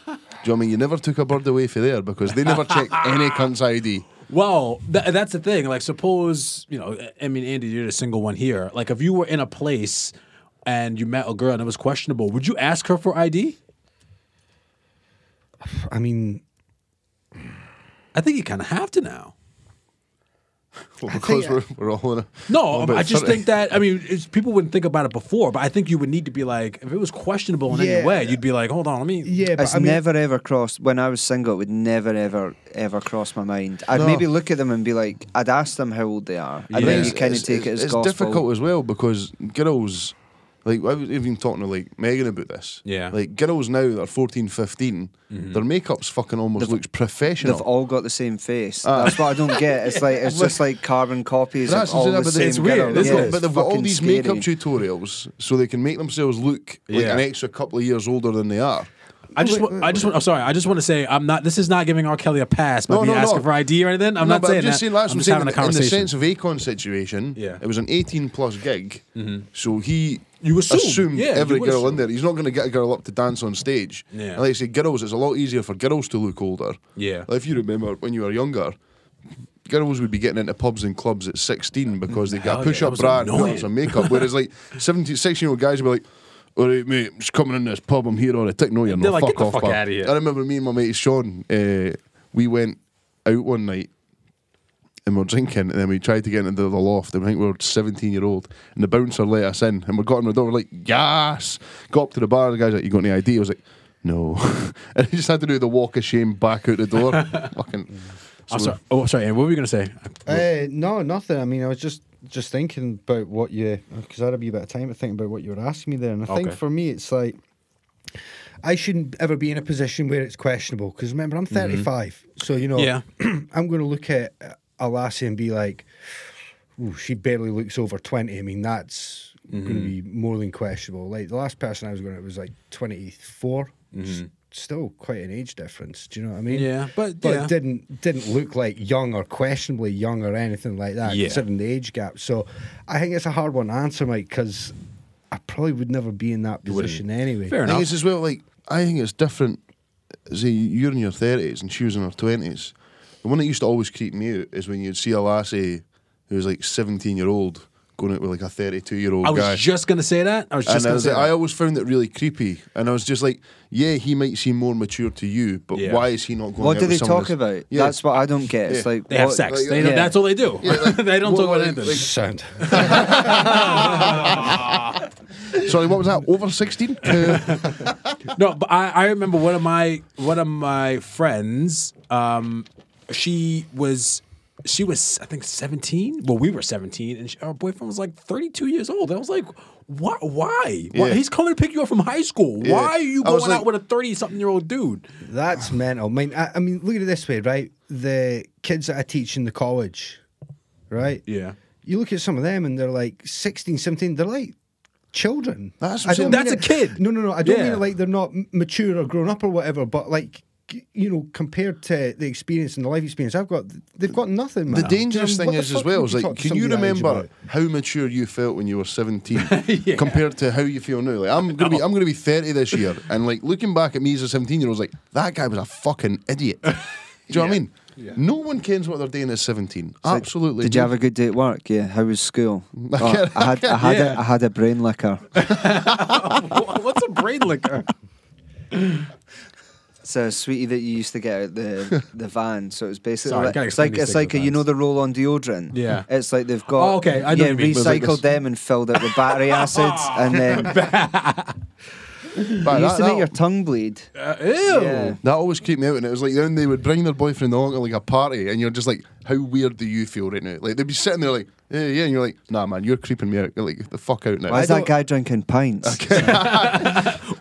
[SPEAKER 2] what I mean? You never took a bird away from there because they
[SPEAKER 3] <laughs>
[SPEAKER 2] never checked any cunt's ID.
[SPEAKER 3] Well, tha that's the thing. Like, suppose you know. I mean, Andy, you're the single one here. Like, if you were in a place and you met a girl and it was questionable, would you ask her for ID?
[SPEAKER 1] I mean,
[SPEAKER 3] I think you kind of have to now.
[SPEAKER 2] Well, <laughs> because
[SPEAKER 1] I-
[SPEAKER 2] we're, we're all in a all
[SPEAKER 3] No, um,
[SPEAKER 2] about
[SPEAKER 3] I just
[SPEAKER 2] 30.
[SPEAKER 3] think that I mean, it's, people wouldn't think about it before, but I think you would need to be like, if it was questionable in any
[SPEAKER 1] Yeah.
[SPEAKER 3] way, you'd be like, hold on, let me.
[SPEAKER 1] yeah, but
[SPEAKER 4] It's
[SPEAKER 1] I mean,
[SPEAKER 4] never ever crossed when I was single. It would never ever ever cross my mind. I'd
[SPEAKER 2] No.
[SPEAKER 4] maybe look at them and be like, I'd ask them how old they are.
[SPEAKER 3] Yeah.
[SPEAKER 4] And then
[SPEAKER 3] It's-
[SPEAKER 4] you kind of take it as
[SPEAKER 2] it's
[SPEAKER 4] gospel.
[SPEAKER 2] difficult as well because girls, like I was even talking to like Megan about this.
[SPEAKER 3] Yeah. Mm-hmm.
[SPEAKER 2] like girls now that are 14, 15, their makeup's fucking almost looks professional.
[SPEAKER 4] They've all got the same face.
[SPEAKER 2] Ah.
[SPEAKER 4] That's what I don't get. It's like
[SPEAKER 2] <laughs>
[SPEAKER 4] it's just like carbon copies
[SPEAKER 2] That's
[SPEAKER 4] of all
[SPEAKER 2] what I'm
[SPEAKER 4] the
[SPEAKER 2] saying,
[SPEAKER 4] same
[SPEAKER 3] but it's weird,
[SPEAKER 4] girl.
[SPEAKER 2] They've
[SPEAKER 3] isn't
[SPEAKER 2] got-
[SPEAKER 3] it?
[SPEAKER 2] but
[SPEAKER 4] it's
[SPEAKER 2] they've got all
[SPEAKER 4] fucking
[SPEAKER 2] these
[SPEAKER 4] scary.
[SPEAKER 2] makeup tutorials so they can make themselves look like
[SPEAKER 3] Yeah.
[SPEAKER 2] an extra couple of years older than they are.
[SPEAKER 3] I just, wa- I just, want, I'm sorry, I just want to say, I'm not. This is not giving R. Kelly a pass by
[SPEAKER 2] No,
[SPEAKER 3] me
[SPEAKER 2] no, no.
[SPEAKER 3] asking for ID or anything. I'm
[SPEAKER 2] No,
[SPEAKER 3] not
[SPEAKER 2] but
[SPEAKER 3] saying
[SPEAKER 2] I'm just
[SPEAKER 3] that.
[SPEAKER 2] saying that's
[SPEAKER 3] I'm
[SPEAKER 2] what
[SPEAKER 3] just
[SPEAKER 2] saying.
[SPEAKER 3] having a
[SPEAKER 2] in, in the
[SPEAKER 3] conversation.
[SPEAKER 2] sense of Acon's situation,
[SPEAKER 3] Yeah. Mm-hmm.
[SPEAKER 2] it was an 18 plus gig, so he
[SPEAKER 3] You assume,
[SPEAKER 2] assumed
[SPEAKER 3] yeah, you
[SPEAKER 2] every
[SPEAKER 3] would
[SPEAKER 2] girl in
[SPEAKER 3] assume.
[SPEAKER 2] there. He's not going to get a girl up to dance on stage.
[SPEAKER 3] Yeah.
[SPEAKER 2] And like I say, girls, it's a lot easier for girls to look older.
[SPEAKER 3] Yeah.
[SPEAKER 2] Like, if you remember when you were younger. Girls would be getting into pubs and clubs at 16 because they got
[SPEAKER 3] Hell yeah,
[SPEAKER 2] a push
[SPEAKER 3] that
[SPEAKER 2] up
[SPEAKER 3] was
[SPEAKER 2] bra and put
[SPEAKER 3] annoying.
[SPEAKER 2] on some makeup. Whereas, like, 17, 16 year old guys would be like, all right, mate, I'm just coming in this pub. I'm here on a tick. No, you're
[SPEAKER 3] They're
[SPEAKER 2] not.
[SPEAKER 3] like,
[SPEAKER 2] fuck
[SPEAKER 3] "Get the
[SPEAKER 2] off,
[SPEAKER 3] fuck
[SPEAKER 2] pal."
[SPEAKER 3] outta here.
[SPEAKER 2] I remember me and my mate Sean, uh, we went out one night and we're drinking, and then we tried to get into the loft, and I think we were 17 year old, and the bouncer let us in, and we got in the door, we're like, yes! Got up to the bar, the guy's like, you got any <laughs>
[SPEAKER 3] <laughs>
[SPEAKER 2] ID? I was like, no. and he just had to do the walk of shame back out the door. Fucking,
[SPEAKER 3] I'm sorry. Oh, sorry. Aaron, what were you gonna say?
[SPEAKER 1] Uh, no, nothing. I mean, I was just just thinking about what you because I had a wee bit of time to think about what you were asking me there, and I think
[SPEAKER 3] Okay.
[SPEAKER 1] for me it's like I shouldn't ever be in a position where it's questionable because remember I'm 35, so you know
[SPEAKER 3] Mm-hmm. Yeah.
[SPEAKER 1] <clears throat> I'm going to look at a lassie and be like, Ooh, she barely looks over 20. I mean that's going
[SPEAKER 3] Mm-hmm.
[SPEAKER 1] to be more than questionable. Like the last person I was going to was like 24. S- Still quite an age difference. Do you know what I mean?
[SPEAKER 3] Mm-hmm. Yeah, but,
[SPEAKER 1] but
[SPEAKER 3] yeah.
[SPEAKER 1] didn't didn't look like young or questionably young or anything like that,
[SPEAKER 3] Yeah.
[SPEAKER 1] considering the age gap. So I think it's a hard one to answer, Mike, because I probably would never be in that
[SPEAKER 3] wouldn't.
[SPEAKER 1] position anyway.
[SPEAKER 3] Fair
[SPEAKER 2] I think
[SPEAKER 3] enough.
[SPEAKER 2] it's as well like I think it's different. See, you're in your thirties and she was in her twenties. The one that used to always creep me out is when you'd see a lassie who was like seventeen year old going out with like a thirty two year old
[SPEAKER 3] I was
[SPEAKER 2] guy.
[SPEAKER 3] just gonna say that. I was just
[SPEAKER 2] and I,
[SPEAKER 3] gonna
[SPEAKER 2] was
[SPEAKER 3] say
[SPEAKER 2] like, I
[SPEAKER 3] that.
[SPEAKER 2] always found it really creepy, and I was just like, "Yeah, he might seem more mature to you, but
[SPEAKER 3] Yeah.
[SPEAKER 2] why is he not going?"
[SPEAKER 4] What
[SPEAKER 2] out
[SPEAKER 4] do
[SPEAKER 2] with
[SPEAKER 4] they
[SPEAKER 2] someone
[SPEAKER 4] talk
[SPEAKER 2] that's-
[SPEAKER 4] about?
[SPEAKER 2] Yeah.
[SPEAKER 4] That's what I don't get. It's
[SPEAKER 2] Yeah.
[SPEAKER 4] like
[SPEAKER 3] They have
[SPEAKER 4] what-
[SPEAKER 3] sex.
[SPEAKER 2] like,
[SPEAKER 3] they,
[SPEAKER 4] yeah.
[SPEAKER 3] That's all they do.
[SPEAKER 2] Yeah, like,
[SPEAKER 3] <laughs> they don't
[SPEAKER 2] what-
[SPEAKER 3] talk about
[SPEAKER 2] like-
[SPEAKER 3] anything.
[SPEAKER 2] like-
[SPEAKER 1] Sound.
[SPEAKER 2] Sorry, what was that? Over
[SPEAKER 3] <laughs>
[SPEAKER 2] sixteen? Uh,
[SPEAKER 3] no, but I, I remember one of my one of my friends. Um, she was she was I think seventeen. Well, we were seventeen, and she, our boyfriend was like thirty two years old. I was like, why? Why? Why-
[SPEAKER 2] Yeah.
[SPEAKER 3] He's coming to pick you up from high school.
[SPEAKER 2] Yeah.
[SPEAKER 3] Why are you
[SPEAKER 2] I
[SPEAKER 3] going
[SPEAKER 2] was
[SPEAKER 3] out
[SPEAKER 2] like-
[SPEAKER 3] with a thirty something year old dude?
[SPEAKER 1] That's mental. Mine, I, I mean, look at it this way, right? The kids that I teach in the college, right?
[SPEAKER 3] <laughs> Yeah.
[SPEAKER 1] You look at some of them and they're like 16, 17, they're like children.
[SPEAKER 2] That's
[SPEAKER 1] I don't mean
[SPEAKER 2] absurd.
[SPEAKER 3] That's a
[SPEAKER 1] it-
[SPEAKER 3] kid.
[SPEAKER 1] No, no, no. I don't
[SPEAKER 3] Yeah.
[SPEAKER 1] mean it like they're not m- mature or grown up or whatever, but like, c- you know, compared to the experience and the life experience I've got, they've got nothing, man.
[SPEAKER 2] the dangerous
[SPEAKER 1] Do you know, what
[SPEAKER 2] thing
[SPEAKER 1] the
[SPEAKER 2] is, as
[SPEAKER 1] fuck
[SPEAKER 2] well,
[SPEAKER 1] would
[SPEAKER 2] is
[SPEAKER 1] talk
[SPEAKER 2] like,
[SPEAKER 1] to
[SPEAKER 2] can you
[SPEAKER 1] somebody that age
[SPEAKER 2] remember
[SPEAKER 1] about?
[SPEAKER 2] how mature you felt when you were
[SPEAKER 3] <laughs>
[SPEAKER 2] seventeen compared to how you feel now? Like, I'm gonna be, I'm gonna be thirty this
[SPEAKER 3] <laughs>
[SPEAKER 2] year, and like looking back at me as a seventeen year old, like that guy was a fucking idiot. Do you know what I mean? No one cares what they're doing at seventeen. Absolutely.
[SPEAKER 4] Did you have a good day at work? Yeah. How was
[SPEAKER 2] <laughs>
[SPEAKER 4] school? Oh, I had I had
[SPEAKER 3] Yeah.
[SPEAKER 4] a, I had a brain liquor.
[SPEAKER 3] What's a brain
[SPEAKER 2] <laughs>
[SPEAKER 3] Uh, liquor?
[SPEAKER 4] It's a sweetie that you used to get out the the van. So it's basically
[SPEAKER 3] Sorry,
[SPEAKER 4] like,
[SPEAKER 3] gotta
[SPEAKER 4] it's
[SPEAKER 3] explain
[SPEAKER 4] like
[SPEAKER 3] these
[SPEAKER 4] it's
[SPEAKER 3] things
[SPEAKER 4] like a,
[SPEAKER 3] with
[SPEAKER 4] you know
[SPEAKER 3] vans.
[SPEAKER 4] the roll on deodorant.
[SPEAKER 3] Yeah.
[SPEAKER 4] It's like they've got
[SPEAKER 3] Oh, okay, I know
[SPEAKER 4] yeah
[SPEAKER 3] what you mean.
[SPEAKER 2] There's like
[SPEAKER 4] recycled
[SPEAKER 2] this-
[SPEAKER 4] them and filled it
[SPEAKER 3] <laughs>
[SPEAKER 4] with battery acids and then
[SPEAKER 2] But
[SPEAKER 4] you used
[SPEAKER 2] that-
[SPEAKER 4] to
[SPEAKER 2] that-
[SPEAKER 4] make your tongue bleed.
[SPEAKER 3] Uh, ew.
[SPEAKER 4] Yeah.
[SPEAKER 2] That always creeped me out, and it was like then they would bring their boyfriend along at like a party, and you're just like, "How weird do you feel right now?" Like they'd be sitting there like, "Yeah, yeah," and you're like, "Nah, man, you're creeping me out. You're like the fuck out now."
[SPEAKER 4] Why is
[SPEAKER 1] don't-
[SPEAKER 4] that guy
[SPEAKER 2] <laughs>
[SPEAKER 4] drinking pints?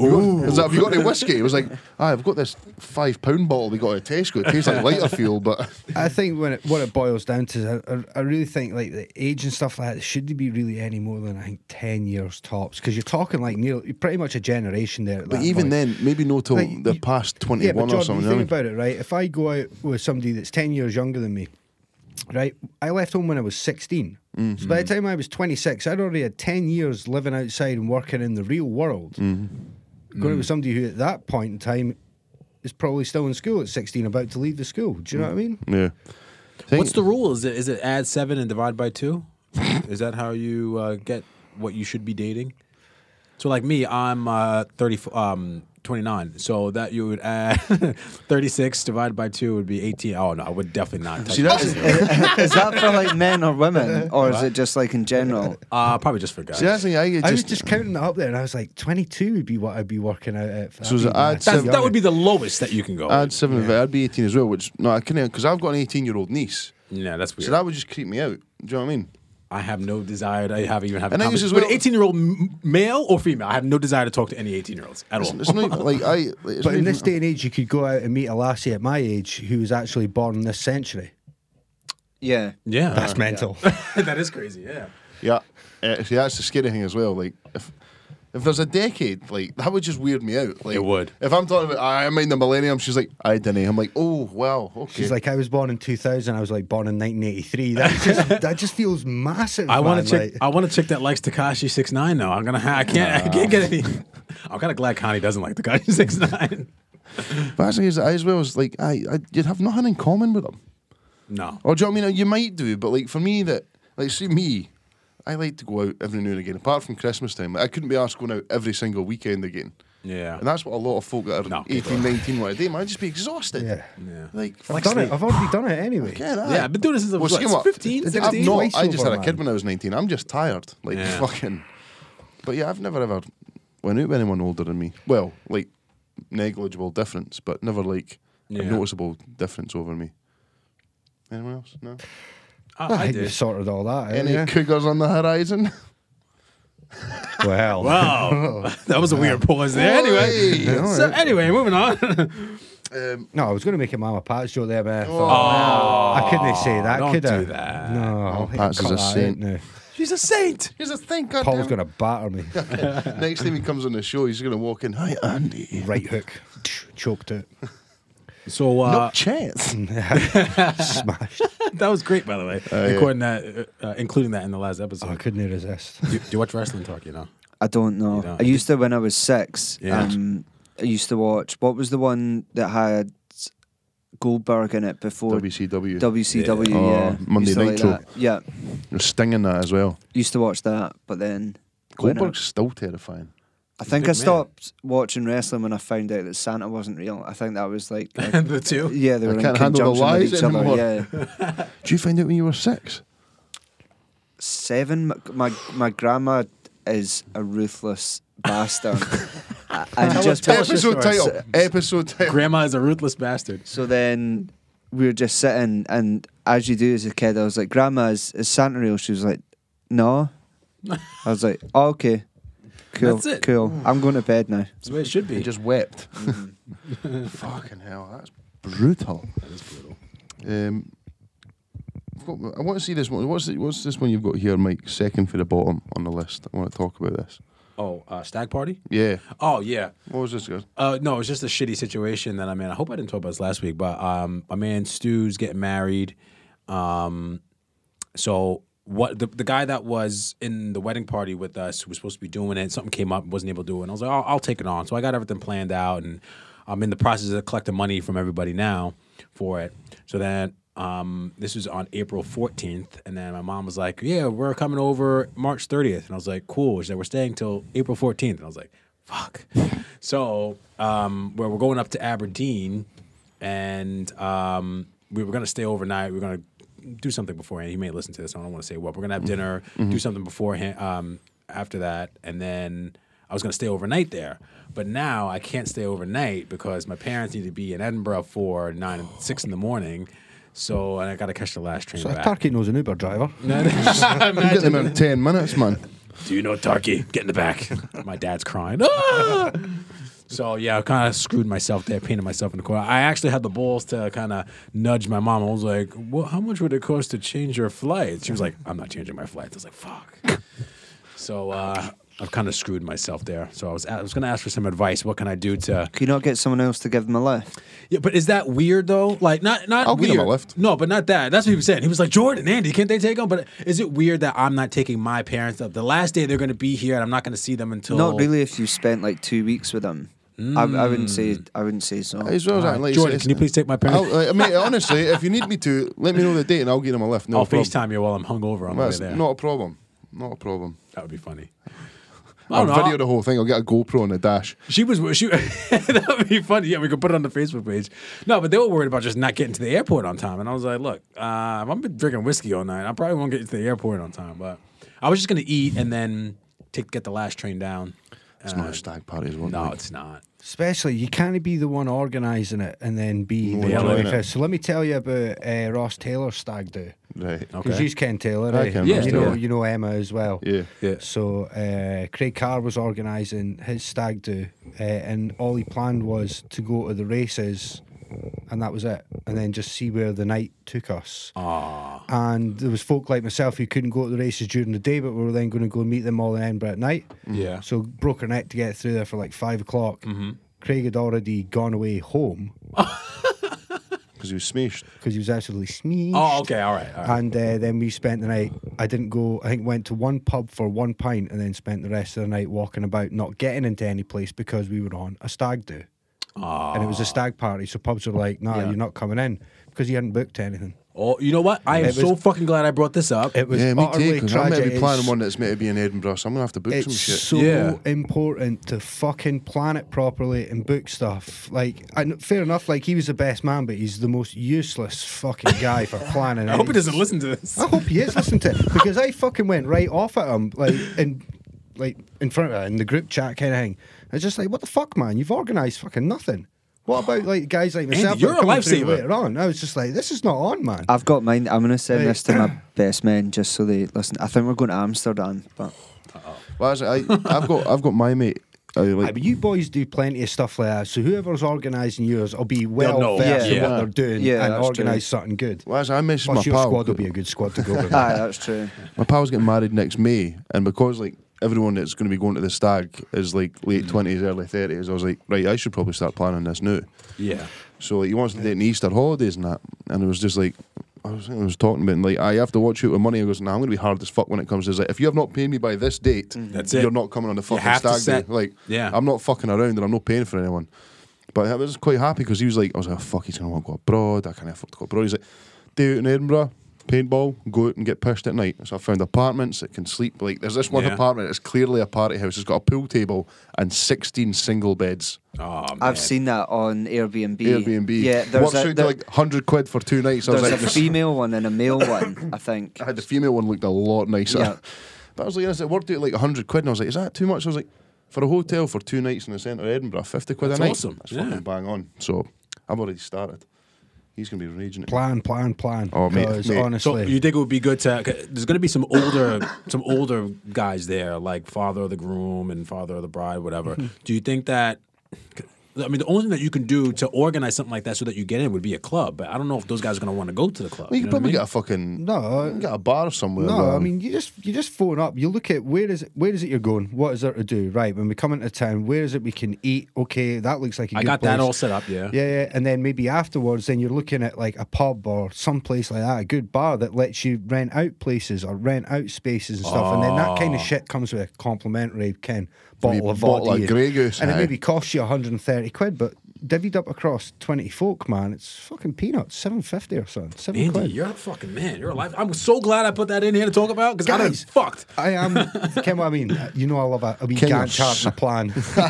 [SPEAKER 2] Ooh. Is that, have you got any whiskey? It was like, ah, I've got this five pound bottle we got at Tesco. It tastes like lighter fuel, but
[SPEAKER 1] I think when it, what it boils down to, is I, I- I really think like the age and stuff like that should not be really any more than I think ten years tops because you're talking like nearly pretty much a generation there. at
[SPEAKER 2] <laughs> but
[SPEAKER 1] that
[SPEAKER 2] even
[SPEAKER 1] point.
[SPEAKER 2] then, maybe no till
[SPEAKER 1] Like,
[SPEAKER 2] they're
[SPEAKER 1] you-
[SPEAKER 2] past twenty
[SPEAKER 1] yeah,
[SPEAKER 2] one
[SPEAKER 1] but
[SPEAKER 2] or
[SPEAKER 1] Jordan,
[SPEAKER 2] something.
[SPEAKER 1] you
[SPEAKER 2] you know
[SPEAKER 1] think
[SPEAKER 2] what I mean?
[SPEAKER 1] about it, right? If I go out with somebody that's ten years younger than me, right? I left home when I was 16 So by
[SPEAKER 2] Mm-hmm.
[SPEAKER 1] the time I was twenty six, I'd already had ten years living outside and working in the real world.
[SPEAKER 2] Mm-hmm.
[SPEAKER 1] Going out with somebody who at that point in time is probably still in school at sixteen, about to leave the school. Do you know what I
[SPEAKER 2] Mm.
[SPEAKER 1] mean?
[SPEAKER 2] yeah. Think-
[SPEAKER 3] What's the rule? Is it is it add seven and divide by two? is that how you uh, get what you should be dating? So like me, I'm uh, thirty f- um, 29. So that you would add <laughs> thirty six divided by two would be eighteen. Oh no, I would definitely not. touch
[SPEAKER 2] See, <laughs> that's-
[SPEAKER 3] that.
[SPEAKER 4] is that for like men or women, or is it just like in general?
[SPEAKER 3] Uh, probably just for guys.
[SPEAKER 2] See, that's the thing, I get
[SPEAKER 1] I was
[SPEAKER 2] just,
[SPEAKER 1] just counting that up there, and I was like, 22 would be what I'd be working out at. For
[SPEAKER 2] So is it add
[SPEAKER 3] That's,
[SPEAKER 2] seven- Uh,
[SPEAKER 3] that would be the lowest that you can go.
[SPEAKER 2] I'd seven of it. I'd be eighteen as well, which no, I couldn't because I've got an eighteen year old niece,
[SPEAKER 3] yeah, that's weird.
[SPEAKER 2] so that would just creep me out. Do you know what I mean?
[SPEAKER 3] I have no desire. To, I haven't even have a
[SPEAKER 2] And I guess
[SPEAKER 3] conversation
[SPEAKER 2] as
[SPEAKER 3] with
[SPEAKER 2] well-
[SPEAKER 3] eighteen year old male or female. I have no desire to talk to any eighteen year olds at all.
[SPEAKER 2] It's, <laughs> it's not like I. like, it's
[SPEAKER 1] But
[SPEAKER 2] not
[SPEAKER 1] in this
[SPEAKER 2] even-
[SPEAKER 1] day and age, you could go out and meet a lassie at my age who was actually born in this century.
[SPEAKER 4] Yeah.
[SPEAKER 3] Yeah, <laughs>
[SPEAKER 2] Uh-huh.
[SPEAKER 1] That's mental.
[SPEAKER 3] that is crazy. Yeah.
[SPEAKER 2] Yeah, uh, see, that's the scary thing as well. Like, if if there's a decade, like that would just weird me out. Like,
[SPEAKER 3] It would.
[SPEAKER 2] If I'm talking about, I mean the millennium, she's like, I didn't. I'm like, oh wow, okay.
[SPEAKER 1] She's like, I was born in 2000. I was like born in 1983. That just
[SPEAKER 3] <laughs>
[SPEAKER 1] that just feels massive.
[SPEAKER 3] I want
[SPEAKER 1] man,
[SPEAKER 3] to check.
[SPEAKER 1] like-
[SPEAKER 3] I want to check that likes Takashi six nine. Now I'm gonna. Ha- I can't. I can't get any. <laughs> I'm kind of glad Connie doesn't like Takashi six nine.
[SPEAKER 2] but actually, as, as well as like, I, I you'd have nothing in common with them.
[SPEAKER 3] No.
[SPEAKER 2] Or do you know what I mean? You might do, but like for me, that like see me, I like to go out every now and again. Apart from Christmas time, like, I couldn't be asked going out every single weekend again.
[SPEAKER 3] Yeah.
[SPEAKER 2] And that's what a lot of folk that are
[SPEAKER 3] No.
[SPEAKER 2] 18, 19 want to do. Man, I'd just be exhausted.
[SPEAKER 1] Yeah.
[SPEAKER 3] Yeah.
[SPEAKER 2] Like,
[SPEAKER 1] I've done it. I've already done it anyway.
[SPEAKER 2] Yeah, that.
[SPEAKER 3] Yeah, I've been doing this since I was, what,
[SPEAKER 2] see what?
[SPEAKER 3] 15,
[SPEAKER 2] I've
[SPEAKER 3] 16?
[SPEAKER 2] not-
[SPEAKER 1] Twice
[SPEAKER 2] I just had
[SPEAKER 1] over,
[SPEAKER 2] a kid
[SPEAKER 1] man.
[SPEAKER 2] when I was 19. I'm just tired. Like,
[SPEAKER 3] Yeah.
[SPEAKER 2] fucking. But yeah, I've never ever went out with anyone older than me. Well, like, negligible difference, but never like
[SPEAKER 3] Yeah.
[SPEAKER 2] a noticeable difference over me. Anyone else? No.
[SPEAKER 1] I,
[SPEAKER 3] I, I
[SPEAKER 1] think we
[SPEAKER 3] did.
[SPEAKER 1] sorted all that. out, eh?
[SPEAKER 2] Any
[SPEAKER 1] yeah.
[SPEAKER 2] cougars on the horizon?
[SPEAKER 1] <laughs>
[SPEAKER 3] <laughs>
[SPEAKER 1] Well,
[SPEAKER 2] <laughs>
[SPEAKER 3] Wow, that was a weird pause there. Anyway,
[SPEAKER 2] Hey,
[SPEAKER 1] <laughs>
[SPEAKER 2] all
[SPEAKER 3] so
[SPEAKER 2] right.
[SPEAKER 3] anyway, moving on. <laughs>
[SPEAKER 2] Um,
[SPEAKER 1] no, I was going to make a Mama Pat's joke there, but I,
[SPEAKER 2] oh,
[SPEAKER 1] thought, I couldn't say that,
[SPEAKER 3] don't
[SPEAKER 1] could I?
[SPEAKER 3] do that.
[SPEAKER 1] No, I'll
[SPEAKER 2] Pat's
[SPEAKER 1] cut
[SPEAKER 2] is a
[SPEAKER 1] that out
[SPEAKER 2] saint.
[SPEAKER 1] now.
[SPEAKER 3] She's a saint.
[SPEAKER 2] here's the thing. God
[SPEAKER 1] Paul's going to batter
[SPEAKER 3] <laughs>
[SPEAKER 1] me.
[SPEAKER 2] Next time he comes on the show, he's going to walk in. Hi, Andy.
[SPEAKER 1] right hook, <laughs> choked
[SPEAKER 3] <laughs>
[SPEAKER 1] it, <laughs>
[SPEAKER 3] So
[SPEAKER 2] No
[SPEAKER 3] <laughs> uh,
[SPEAKER 2] chance.
[SPEAKER 1] smashed.
[SPEAKER 3] that was great, by the way.
[SPEAKER 2] yeah.
[SPEAKER 3] Recording that, uh, uh, including that in the last episode.
[SPEAKER 1] Oh, I couldn't resist.
[SPEAKER 3] Do, do you watch wrestling
[SPEAKER 2] <laughs>
[SPEAKER 3] talk? You know,
[SPEAKER 4] I don't know.
[SPEAKER 3] don't.
[SPEAKER 4] I used to when I was six.
[SPEAKER 3] Yeah.
[SPEAKER 4] Um, I used to watch. What was the one that had Goldberg in it before
[SPEAKER 2] WCW.
[SPEAKER 4] WCW?
[SPEAKER 2] Yeah. Oh,
[SPEAKER 4] Yeah,
[SPEAKER 2] Monday
[SPEAKER 4] Used to
[SPEAKER 2] Nitro.
[SPEAKER 4] that. Yeah,
[SPEAKER 2] You're stinging that as well.
[SPEAKER 4] used to watch that, but then when I-
[SPEAKER 2] Goldberg's still terrifying.
[SPEAKER 4] I think
[SPEAKER 3] big man.
[SPEAKER 4] I stopped watching wrestling when I found out that Santa wasn't real. I think that
[SPEAKER 2] <laughs>
[SPEAKER 4] was like, a-
[SPEAKER 3] the two.
[SPEAKER 4] yeah, they
[SPEAKER 2] I
[SPEAKER 4] were in
[SPEAKER 2] can't handle the
[SPEAKER 4] conjunction with
[SPEAKER 2] lies
[SPEAKER 4] each other.
[SPEAKER 2] anymore.
[SPEAKER 4] Yeah,
[SPEAKER 2] Did you find out when you were six?
[SPEAKER 4] seven. My my, my grandma is a ruthless
[SPEAKER 3] <laughs>
[SPEAKER 4] bastard, and
[SPEAKER 3] us-
[SPEAKER 4] just
[SPEAKER 3] tell us your
[SPEAKER 2] episode
[SPEAKER 3] story.
[SPEAKER 2] title. Episode title.
[SPEAKER 3] Grandma is a ruthless bastard.
[SPEAKER 4] So then we were just sitting, and as you do as a kid, I was like, Grandma, is, is Santa real? She was like,
[SPEAKER 3] <laughs>
[SPEAKER 4] No. I was like, oh, Okay, cool,
[SPEAKER 3] That's it. Hmm.
[SPEAKER 4] cool. I'm going to bed now.
[SPEAKER 3] That's the way it should be.
[SPEAKER 2] He just wept. Mm-hmm. <laughs> Fucking hell, that's brutal.
[SPEAKER 3] that is brutal.
[SPEAKER 2] Um, I've got- I want to see this one. What's, the, what's this one you've got here, Mike? Second for the bottom on the list. I want to talk about this.
[SPEAKER 3] Oh, uh, stag party.
[SPEAKER 2] Yeah.
[SPEAKER 3] Oh yeah.
[SPEAKER 2] What was this? Good?
[SPEAKER 3] Uh, no, it's just a shitty situation that I'm in. I hope I didn't talk about this last week, but um, my man Stu's getting married. Um, so what the, the guy that was in the wedding party with us who was supposed to be doing it, something came up, wasn't able to do it, and I was like, I'll, I'll take it on. So I got everything planned out, and I'm in the process of collecting money from everybody now for it. So then. Um, this was on April 14th, and then my mom was like, "Yeah, we're coming over March 30th," and I was like, "Cool." She said, "We're staying till April 14th," and I was like, "Fuck." <laughs> so, um, where we're going up to Aberdeen, and um, we were gonna stay overnight. We were gonna do something beforehand. He may listen to this. I don't want to say what. We're gonna have dinner, do something beforehand. Um, after that, and then I was gonna stay overnight there. But now I can't stay overnight because my parents need to be in Edinburgh for nine, six in the morning. So and I gotta catch the last train
[SPEAKER 1] So a
[SPEAKER 3] back.
[SPEAKER 1] turkey knows an Uber driver.
[SPEAKER 2] I'm getting them in 10 minutes, man.
[SPEAKER 3] Do you know Tarky? Get in the back. <laughs> My dad's crying. Ah! So yeah, I kind of screwed myself there, painted myself in the corner. I actually had the balls to kind of nudge my mom. I was like, "Well, how much would it cost to change your flight?" She was like, "I'm not changing my flight." I was like, "Fuck." So uh, I've kind of screwed myself there. So I was I was gonna ask for some advice. What can I do to?
[SPEAKER 4] Can you not get someone else to give them a lift?
[SPEAKER 3] Yeah, but is that weird though? Like not not
[SPEAKER 2] I'll give
[SPEAKER 3] weird.
[SPEAKER 2] him a lift.
[SPEAKER 3] No, but not that. That's what he was saying. He was like, Jordan, Andy, can't they take him? But is it weird that I'm not taking my parents up? The last day they're gonna be here, and I'm not gonna see them until
[SPEAKER 4] Not really. If you spent like two weeks with them, I, I wouldn't say.
[SPEAKER 3] Hmm.
[SPEAKER 4] I wouldn't say so.
[SPEAKER 2] As well as that, like,
[SPEAKER 3] Jordan,
[SPEAKER 2] it's-
[SPEAKER 3] can you please take my
[SPEAKER 2] I'll,
[SPEAKER 3] parents?
[SPEAKER 2] like, I mean, honestly, if you need me to, let me know the date and I'll get them a lift. No
[SPEAKER 3] I'll,
[SPEAKER 2] problem.
[SPEAKER 3] FaceTime you while I'm hungover on the way
[SPEAKER 2] That's
[SPEAKER 3] there.
[SPEAKER 2] not a problem. Not a problem.
[SPEAKER 3] That would be funny. I
[SPEAKER 2] <laughs> I'll
[SPEAKER 3] don't know.
[SPEAKER 2] video the whole thing. I'll get a GoPro and a dash.
[SPEAKER 3] She was she <laughs> that would be funny. Yeah, we could put it on the Facebook page. No, but they were worried about just not getting to the airport on time. And I was like, look, uh, if I've been drinking whiskey all night. I probably won't get to the airport on time. But I was just gonna eat and then take get the last train down.
[SPEAKER 2] It's
[SPEAKER 3] Uh,
[SPEAKER 2] not a stag party, is what
[SPEAKER 3] No,
[SPEAKER 2] like.
[SPEAKER 3] it's not.
[SPEAKER 1] Especially, you can't be the one organising it and then be the
[SPEAKER 3] enjoying
[SPEAKER 1] one
[SPEAKER 2] it.
[SPEAKER 1] So let me tell you about uh, Ross Taylor's stag do.
[SPEAKER 2] Right.
[SPEAKER 1] Because
[SPEAKER 3] Okay.
[SPEAKER 1] he's Ken Taylor,
[SPEAKER 2] I
[SPEAKER 1] eh?
[SPEAKER 2] ken
[SPEAKER 1] you
[SPEAKER 3] Ross
[SPEAKER 1] know,
[SPEAKER 3] Taylor.
[SPEAKER 1] you know Emma as well.
[SPEAKER 2] Yeah.
[SPEAKER 3] Yeah.
[SPEAKER 1] So uh, Craig Carr was organising his stag do, uh, and all he planned was to go to the races, and that was it, and then just see where the night took us.
[SPEAKER 2] Ah.
[SPEAKER 3] Aw.
[SPEAKER 1] And there was folk like myself who couldn't go to the races during the day, but we were then going to go meet them all in Edinburgh at night.
[SPEAKER 3] Yeah.
[SPEAKER 1] So broke her neck to get through there for like five o'clock. Craig had already gone away home
[SPEAKER 2] Because he was smashed.
[SPEAKER 1] because he was absolutely smeashed.
[SPEAKER 3] Oh, okay, all right. All right.
[SPEAKER 1] And uh, then we spent the night. I didn't go. I think went to one pub for one pint, and then spent the rest of the night walking about, not getting into any place because we were on a stag do,
[SPEAKER 3] Aw.
[SPEAKER 1] and it was a stag party. So pubs were like, "Nah, you're not coming in," because he hadn't booked anything.
[SPEAKER 3] Oh, you know what? I am
[SPEAKER 1] It was-
[SPEAKER 3] so fucking glad I brought this up.
[SPEAKER 1] It was
[SPEAKER 2] yeah, me too.
[SPEAKER 1] utterly
[SPEAKER 2] 'cause I'm
[SPEAKER 1] tragic.
[SPEAKER 2] maybe planning
[SPEAKER 1] It's-
[SPEAKER 2] one that's meant to be in Edinburgh, so I'm gonna have to book some
[SPEAKER 1] It's
[SPEAKER 2] shit.
[SPEAKER 1] so
[SPEAKER 3] Yeah.
[SPEAKER 1] important to fucking plan it properly and book stuff. Like, I kn- fair enough. Like he was the best man, but he's the most useless fucking guy
[SPEAKER 3] <laughs>
[SPEAKER 1] for planning.
[SPEAKER 3] I hope he
[SPEAKER 1] anything.
[SPEAKER 3] doesn't listen to this.
[SPEAKER 1] I hope he is listening to it because I fucking went right off at him, like in, like in front of her in the group chat kind of thing. I was just like, "What the fuck, man? You've organised fucking nothing. What about like guys like myself?
[SPEAKER 3] you're
[SPEAKER 1] that are
[SPEAKER 3] a
[SPEAKER 1] coming through
[SPEAKER 3] lifesaver.
[SPEAKER 1] Later on, I was just like, this is not on, man.
[SPEAKER 4] I've got mine. I'm gonna send
[SPEAKER 1] Right.
[SPEAKER 4] this to my best men just so they listen. I think we're going to Amsterdam, but
[SPEAKER 2] Well, actually, I, I've got I've got my mate. I,
[SPEAKER 1] Aye,
[SPEAKER 2] like,
[SPEAKER 1] but you boys do plenty of stuff like that. So whoever's organising yours will be well
[SPEAKER 3] know.
[SPEAKER 1] versed
[SPEAKER 3] Yeah.
[SPEAKER 1] in what they're doing
[SPEAKER 4] Yeah,
[SPEAKER 1] and
[SPEAKER 4] that's
[SPEAKER 1] organise something good.
[SPEAKER 2] well, actually, I messaged
[SPEAKER 1] Plus,
[SPEAKER 2] my
[SPEAKER 1] your
[SPEAKER 2] pal.
[SPEAKER 1] squad will be a good squad
[SPEAKER 2] <laughs>
[SPEAKER 1] to go with.
[SPEAKER 4] aye, Ah, that's true.
[SPEAKER 2] My pal's getting married next May, and because like everyone that's going to be going to the stag is like late twenties, early thirties, I was like, right, I should probably start planning this now.
[SPEAKER 3] Yeah.
[SPEAKER 2] So like, he wants to date in Easter holidays and that, and it was just like. I was, I was talking about like I have to watch out with money. I goes, nah, I'm gonna be hard as fuck when it comes to this. Like, if you have not paid me by this date,
[SPEAKER 3] Mm. That's it.
[SPEAKER 2] you're not coming on the fucking
[SPEAKER 3] have to
[SPEAKER 2] stag
[SPEAKER 3] set-
[SPEAKER 2] day. Like,
[SPEAKER 3] Yeah.
[SPEAKER 2] I'm not fucking around and I'm not paying for anyone. But I was quite happy because he was like, I was like, oh, fuck, he's gonna want to go abroad. I can't afford to go abroad. He's like, day out in Edinburgh, paintball, go out and get pissed at night. So I found apartments that can sleep. Like, there's this one
[SPEAKER 3] Yeah.
[SPEAKER 2] apartment. It's clearly a party house. It's got a pool table and 16 single beds.
[SPEAKER 3] Oh, man.
[SPEAKER 4] I've seen that on Airbnb.
[SPEAKER 2] Airbnb.
[SPEAKER 4] Yeah, there's
[SPEAKER 2] Works
[SPEAKER 4] a,
[SPEAKER 2] out
[SPEAKER 4] there-
[SPEAKER 2] to like 100 quid for two nights. I was
[SPEAKER 4] there's
[SPEAKER 2] like,
[SPEAKER 4] a
[SPEAKER 2] this-
[SPEAKER 4] female one and a male one. I
[SPEAKER 2] <laughs>
[SPEAKER 4] think.
[SPEAKER 2] I had the female one looked a lot nicer.
[SPEAKER 4] Yeah.
[SPEAKER 2] <laughs> But I was like, yes, it worked out like 100 quid. And I was like, is that too much? I was like, for a hotel for two nights in the centre of Edinburgh, 50 quid
[SPEAKER 3] That's
[SPEAKER 2] a night.
[SPEAKER 3] awesome,
[SPEAKER 2] That's
[SPEAKER 3] yeah.
[SPEAKER 2] fucking bang on. So I've already started. He's going to be raging at me.
[SPEAKER 1] plan, plan, plan.
[SPEAKER 2] Oh, mate,
[SPEAKER 1] 'Cause
[SPEAKER 2] mate.
[SPEAKER 3] So
[SPEAKER 1] honestly,
[SPEAKER 3] you think it would be good to? 'cause There's going to be some older, some older guys there, like father of the groom and father of the bride, whatever. Do you think that? I mean, the only thing that you can do to organize something like that so that you get in would be a club. But I don't know if those guys are going to want to go to the club.
[SPEAKER 2] Well, you
[SPEAKER 3] you
[SPEAKER 2] could
[SPEAKER 3] know what
[SPEAKER 2] probably
[SPEAKER 3] I mean?
[SPEAKER 2] get a fucking
[SPEAKER 1] No.
[SPEAKER 2] you can get a bar somewhere.
[SPEAKER 1] No, I
[SPEAKER 2] um,
[SPEAKER 1] mean you just you just phone up. You look at where is it where is it you're going? What is there to do? Right, when we come into town, where is it we can eat? Okay, that looks like a
[SPEAKER 3] I
[SPEAKER 1] good
[SPEAKER 3] got that
[SPEAKER 1] place.
[SPEAKER 3] all set up. Yeah.
[SPEAKER 1] Yeah, yeah, and then maybe afterwards, then you're looking at like a pub or some place like that, a good bar that lets you rent out places or rent out spaces and stuff, and then that kind of shit comes with a complimentary kind of bottle of
[SPEAKER 2] bottle of
[SPEAKER 1] vodka,
[SPEAKER 2] Grey Goose,
[SPEAKER 1] and it
[SPEAKER 2] aye.
[SPEAKER 1] maybe costs you 130 quid, but divvied up across 20 folk, man, it's fucking peanuts, 750 or something, seven
[SPEAKER 3] Andy,
[SPEAKER 1] quid.
[SPEAKER 3] you're a fucking man. You're alive. I'm so glad I put that in here to talk about because I done
[SPEAKER 1] Guys.
[SPEAKER 3] fucked.
[SPEAKER 1] I am. Ken, what I mean, you know, I love a, a wee
[SPEAKER 2] Ken, you're
[SPEAKER 1] Gantt chart and a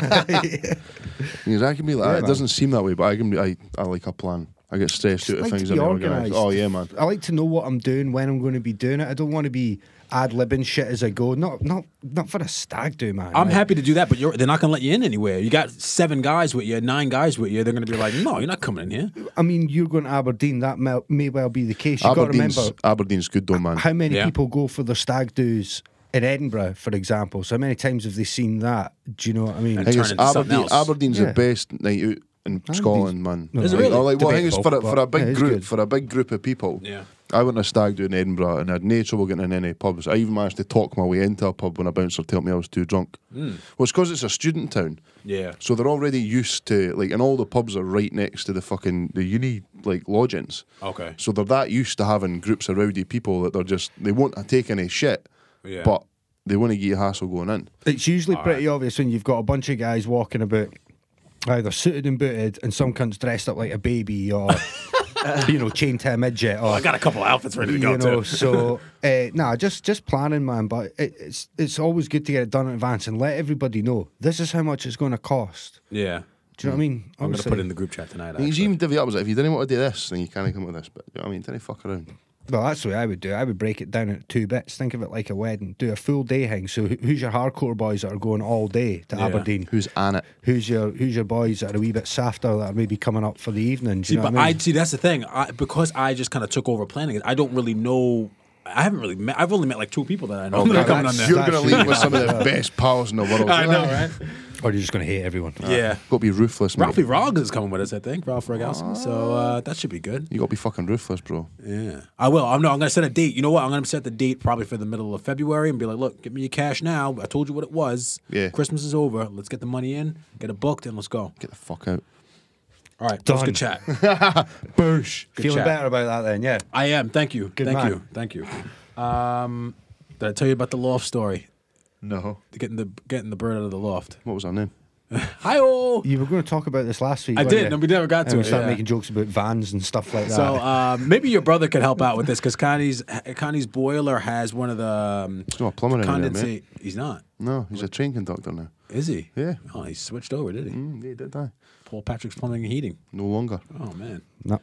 [SPEAKER 1] plan. <laughs>
[SPEAKER 2] because I can be like, "Ah,
[SPEAKER 1] Yeah,
[SPEAKER 2] it
[SPEAKER 1] man.
[SPEAKER 2] doesn't seem that way, but I can be. I, I like a plan. I get stressed out of
[SPEAKER 1] like
[SPEAKER 2] things.
[SPEAKER 1] to be
[SPEAKER 2] I'm organized.
[SPEAKER 1] organised.
[SPEAKER 2] Oh yeah, man.
[SPEAKER 1] I like to know what I'm doing, when I'm going to be doing it. I don't want to be ad libbing shit as I go. Not, not, not for a stag do, man.
[SPEAKER 3] I'm
[SPEAKER 1] Like,
[SPEAKER 3] happy to do that, but you're, they're not going to let you in anywhere. You got seven guys with you, nine guys with you. They're going to be like, no, you're not coming in here.
[SPEAKER 1] I mean, you're going to Aberdeen. That may, may well be the case. You got to
[SPEAKER 2] Aberdeen's
[SPEAKER 1] remember
[SPEAKER 2] Aberdeen's good though, man.
[SPEAKER 1] how many
[SPEAKER 3] Yeah.
[SPEAKER 1] people go for their stag do's in Edinburgh, for example. So how many times have they seen that? Do you know what I mean?
[SPEAKER 2] I
[SPEAKER 3] turn
[SPEAKER 2] guess
[SPEAKER 3] into something
[SPEAKER 2] Aberdeen,
[SPEAKER 3] else.
[SPEAKER 2] Aberdeen's
[SPEAKER 1] Yeah.
[SPEAKER 2] the best night out in Scotland, man.
[SPEAKER 1] No,
[SPEAKER 3] Is it
[SPEAKER 2] Like-
[SPEAKER 3] really?
[SPEAKER 2] oh, like, well, I think it's
[SPEAKER 1] Debatable,
[SPEAKER 2] for a, for a
[SPEAKER 1] but
[SPEAKER 2] big
[SPEAKER 1] it is
[SPEAKER 2] group
[SPEAKER 1] good.
[SPEAKER 2] for a big group of people.
[SPEAKER 3] Yeah.
[SPEAKER 2] I went on a stag do in Edinburgh and I had no trouble getting in any pubs. I even managed to talk my way into a pub when a bouncer told me I was too drunk. Well, it's because it's a student town.
[SPEAKER 3] Hmm. Yeah.
[SPEAKER 2] So they're already used to like, and all the pubs are right next to the fucking the uni like lodgings.
[SPEAKER 3] Okay.
[SPEAKER 2] So they're that used to having groups of rowdy people that they're just they won't take any shit,
[SPEAKER 3] Yeah.
[SPEAKER 2] but they want to get a hassle going in.
[SPEAKER 1] It's usually pretty obvious when you've got a bunch of guys walking about, either suited and booted, and some cunts dressed up like a baby,
[SPEAKER 3] <laughs>
[SPEAKER 1] or you know, chained to a midget, or
[SPEAKER 3] I got a couple of outfits ready to
[SPEAKER 1] you
[SPEAKER 3] go
[SPEAKER 1] know.
[SPEAKER 3] too. <laughs>
[SPEAKER 1] so uh, nah, just just planning, man. But it, it's it's always good to get it done in advance and let everybody know this is how much it's going to cost.
[SPEAKER 3] Yeah.
[SPEAKER 1] Do you know what I mean?
[SPEAKER 3] Mm. I'm going to
[SPEAKER 1] Honestly.
[SPEAKER 3] put it in the group chat tonight.
[SPEAKER 2] He's
[SPEAKER 3] actually.
[SPEAKER 2] even divvy up. He's like, if you didn't want to do this, then you can't come with this. But you know what I mean, didn't fuck around.
[SPEAKER 1] Well, that's what I would do. I would break it down into two bits. Think of it like a wedding. Do a full day thing. So who- who's your hardcore boys that are going all day to
[SPEAKER 3] Yeah.
[SPEAKER 1] Aberdeen?
[SPEAKER 2] Who's an it?
[SPEAKER 1] Who's your who's your boys that are a wee bit softer that are maybe coming up for the evening? Do
[SPEAKER 3] See,
[SPEAKER 1] you know
[SPEAKER 3] but
[SPEAKER 1] what I
[SPEAKER 3] I
[SPEAKER 1] mean?
[SPEAKER 3] see that's the thing. I, because I just kind of took over planning it. I don't really know. I haven't really met. I've only met like two people that I know. that are
[SPEAKER 1] God,
[SPEAKER 3] Oh, coming on
[SPEAKER 1] that's-
[SPEAKER 3] there.
[SPEAKER 2] You're
[SPEAKER 1] That's
[SPEAKER 2] going to leave
[SPEAKER 1] really
[SPEAKER 2] with some of the
[SPEAKER 1] bad.
[SPEAKER 2] best pals in the world.
[SPEAKER 3] I know, right?
[SPEAKER 1] or you're just going to hate everyone.
[SPEAKER 3] Yeah.
[SPEAKER 2] Got to be ruthless, mate.
[SPEAKER 3] Ralphie Roggs is coming with us, I think. Ralph
[SPEAKER 1] Oh.
[SPEAKER 3] Rogowski. So uh, that should be good.
[SPEAKER 2] You got to be fucking ruthless, bro.
[SPEAKER 3] Yeah, I will. I'm no. I'm gonna set a date. You know what? I'm gonna set the date probably for the middle of February and be like, look, give me your cash now. I told you what it was.
[SPEAKER 2] Yeah.
[SPEAKER 3] Christmas is over. Let's get the money in, get it booked, and let's go.
[SPEAKER 2] Get the fuck out.
[SPEAKER 3] All right. Let's
[SPEAKER 1] Done.
[SPEAKER 3] good
[SPEAKER 2] <laughs>
[SPEAKER 3] chat.
[SPEAKER 2] Boosh.
[SPEAKER 3] Good
[SPEAKER 1] Feeling
[SPEAKER 3] chat.
[SPEAKER 1] better about that then, yeah.
[SPEAKER 3] I am. Thank you.
[SPEAKER 1] Good
[SPEAKER 3] Thank
[SPEAKER 1] man.
[SPEAKER 3] you. Thank you. Um, did I tell you about the loft story?
[SPEAKER 2] No.
[SPEAKER 3] Getting the getting the bird out of the loft.
[SPEAKER 2] What was her name?
[SPEAKER 3] Hi oh.
[SPEAKER 1] You were going to talk about this last week.
[SPEAKER 3] I
[SPEAKER 1] weren't
[SPEAKER 3] did,
[SPEAKER 1] you?
[SPEAKER 3] and we never got to
[SPEAKER 1] And we
[SPEAKER 3] it,
[SPEAKER 1] started
[SPEAKER 3] yeah.
[SPEAKER 1] making jokes about vans and stuff like that.
[SPEAKER 3] So uh, maybe your brother could help out with this because Connie's Connie's boiler has one of the um,
[SPEAKER 2] He's not a plumber anymore, mate.
[SPEAKER 3] condensate. He's not.
[SPEAKER 2] No, he's a train conductor now.
[SPEAKER 3] Is he?
[SPEAKER 2] Yeah.
[SPEAKER 3] Oh, he switched over, did he?
[SPEAKER 2] Mm, yeah, he did die.
[SPEAKER 3] Paul Patrick's Plumbing and Heating.
[SPEAKER 2] No longer.
[SPEAKER 3] Oh man.
[SPEAKER 1] no.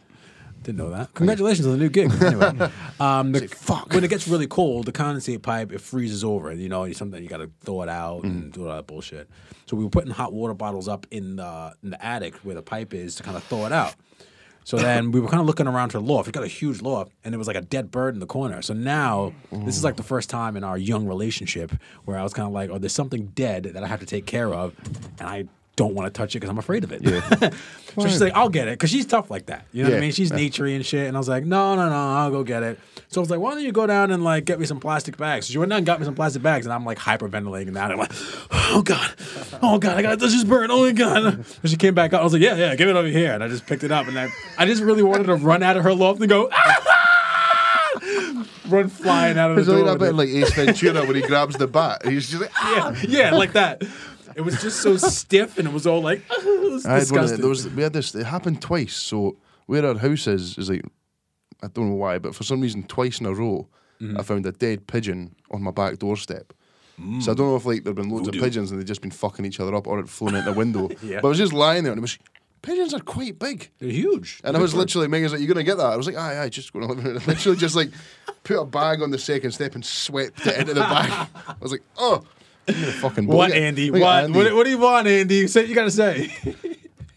[SPEAKER 3] Didn't know that. Congratulations on the new gig. Anyway, um, the,
[SPEAKER 2] Say, "Fuck."
[SPEAKER 3] when it gets really cold, the condensate pipe it freezes over. You know, you something you got to thaw it out and do all that bullshit. So we were putting hot water bottles up in the in the attic where the pipe is to kind of thaw it out. So then we were kind of looking around for the loft. We got a huge loft, and there was like a dead bird in the corner. So now this is like the first time in our young relationship where I was kind of like, "Oh, there's something dead that I have to take care of," and I don't want to touch it because I'm afraid of it. <laughs> so she's like, "I'll get it," because she's tough like that. You know what I
[SPEAKER 2] Yeah.
[SPEAKER 3] mean? She's naturey and shit. And I was like, "No, no, no, I'll go get it." So I was like, "Why don't you go down and like get me some plastic bags?" So she went down and got me some plastic bags, and I'm like hyperventilating now. And I'm like, <sighs> "Oh god, oh god, I gotta touch this bird. Oh my god!" And she came back up. I was like, "Yeah, yeah, give it over here," and I just picked it up, and I, I just really wanted to run out of her loft and go. <laughs> "Ah!" Run flying out of the
[SPEAKER 2] It's
[SPEAKER 3] door.
[SPEAKER 2] like that
[SPEAKER 3] with it.
[SPEAKER 2] bit like Ace Ventura when he grabs the bat. He's just like, ah!
[SPEAKER 3] Yeah, yeah, like that. It was just so stiff, and it was all like, <laughs> it was
[SPEAKER 2] I had one of the,
[SPEAKER 3] disgusting.
[SPEAKER 2] there was, we had this. It happened twice. So where our house is is like I don't know why, but for some reason twice in a row,
[SPEAKER 3] Mm-hmm.
[SPEAKER 2] I found a dead pigeon on my back doorstep. So I don't know if like there've been loads
[SPEAKER 3] Mm. Voodoo.
[SPEAKER 2] of pigeons and they've just been fucking each other up or it flown out the
[SPEAKER 3] <laughs>
[SPEAKER 2] window.
[SPEAKER 3] Yeah.
[SPEAKER 2] But I was just lying there and it was pigeons are quite big.
[SPEAKER 3] They're huge.
[SPEAKER 2] And I was literally, Megan's like, "You're gonna get that." I was like, "Aye, aye, just gonna live in it." <laughs> Literally, just like put a bag on the second step and swept it into the bag. <laughs> I was like, "Oh, I'm gonna fucking bog
[SPEAKER 3] What,
[SPEAKER 2] it."
[SPEAKER 3] Andy?
[SPEAKER 2] Look at
[SPEAKER 3] What,
[SPEAKER 2] Andy.
[SPEAKER 3] what? What do you want, Andy? You say you gotta say.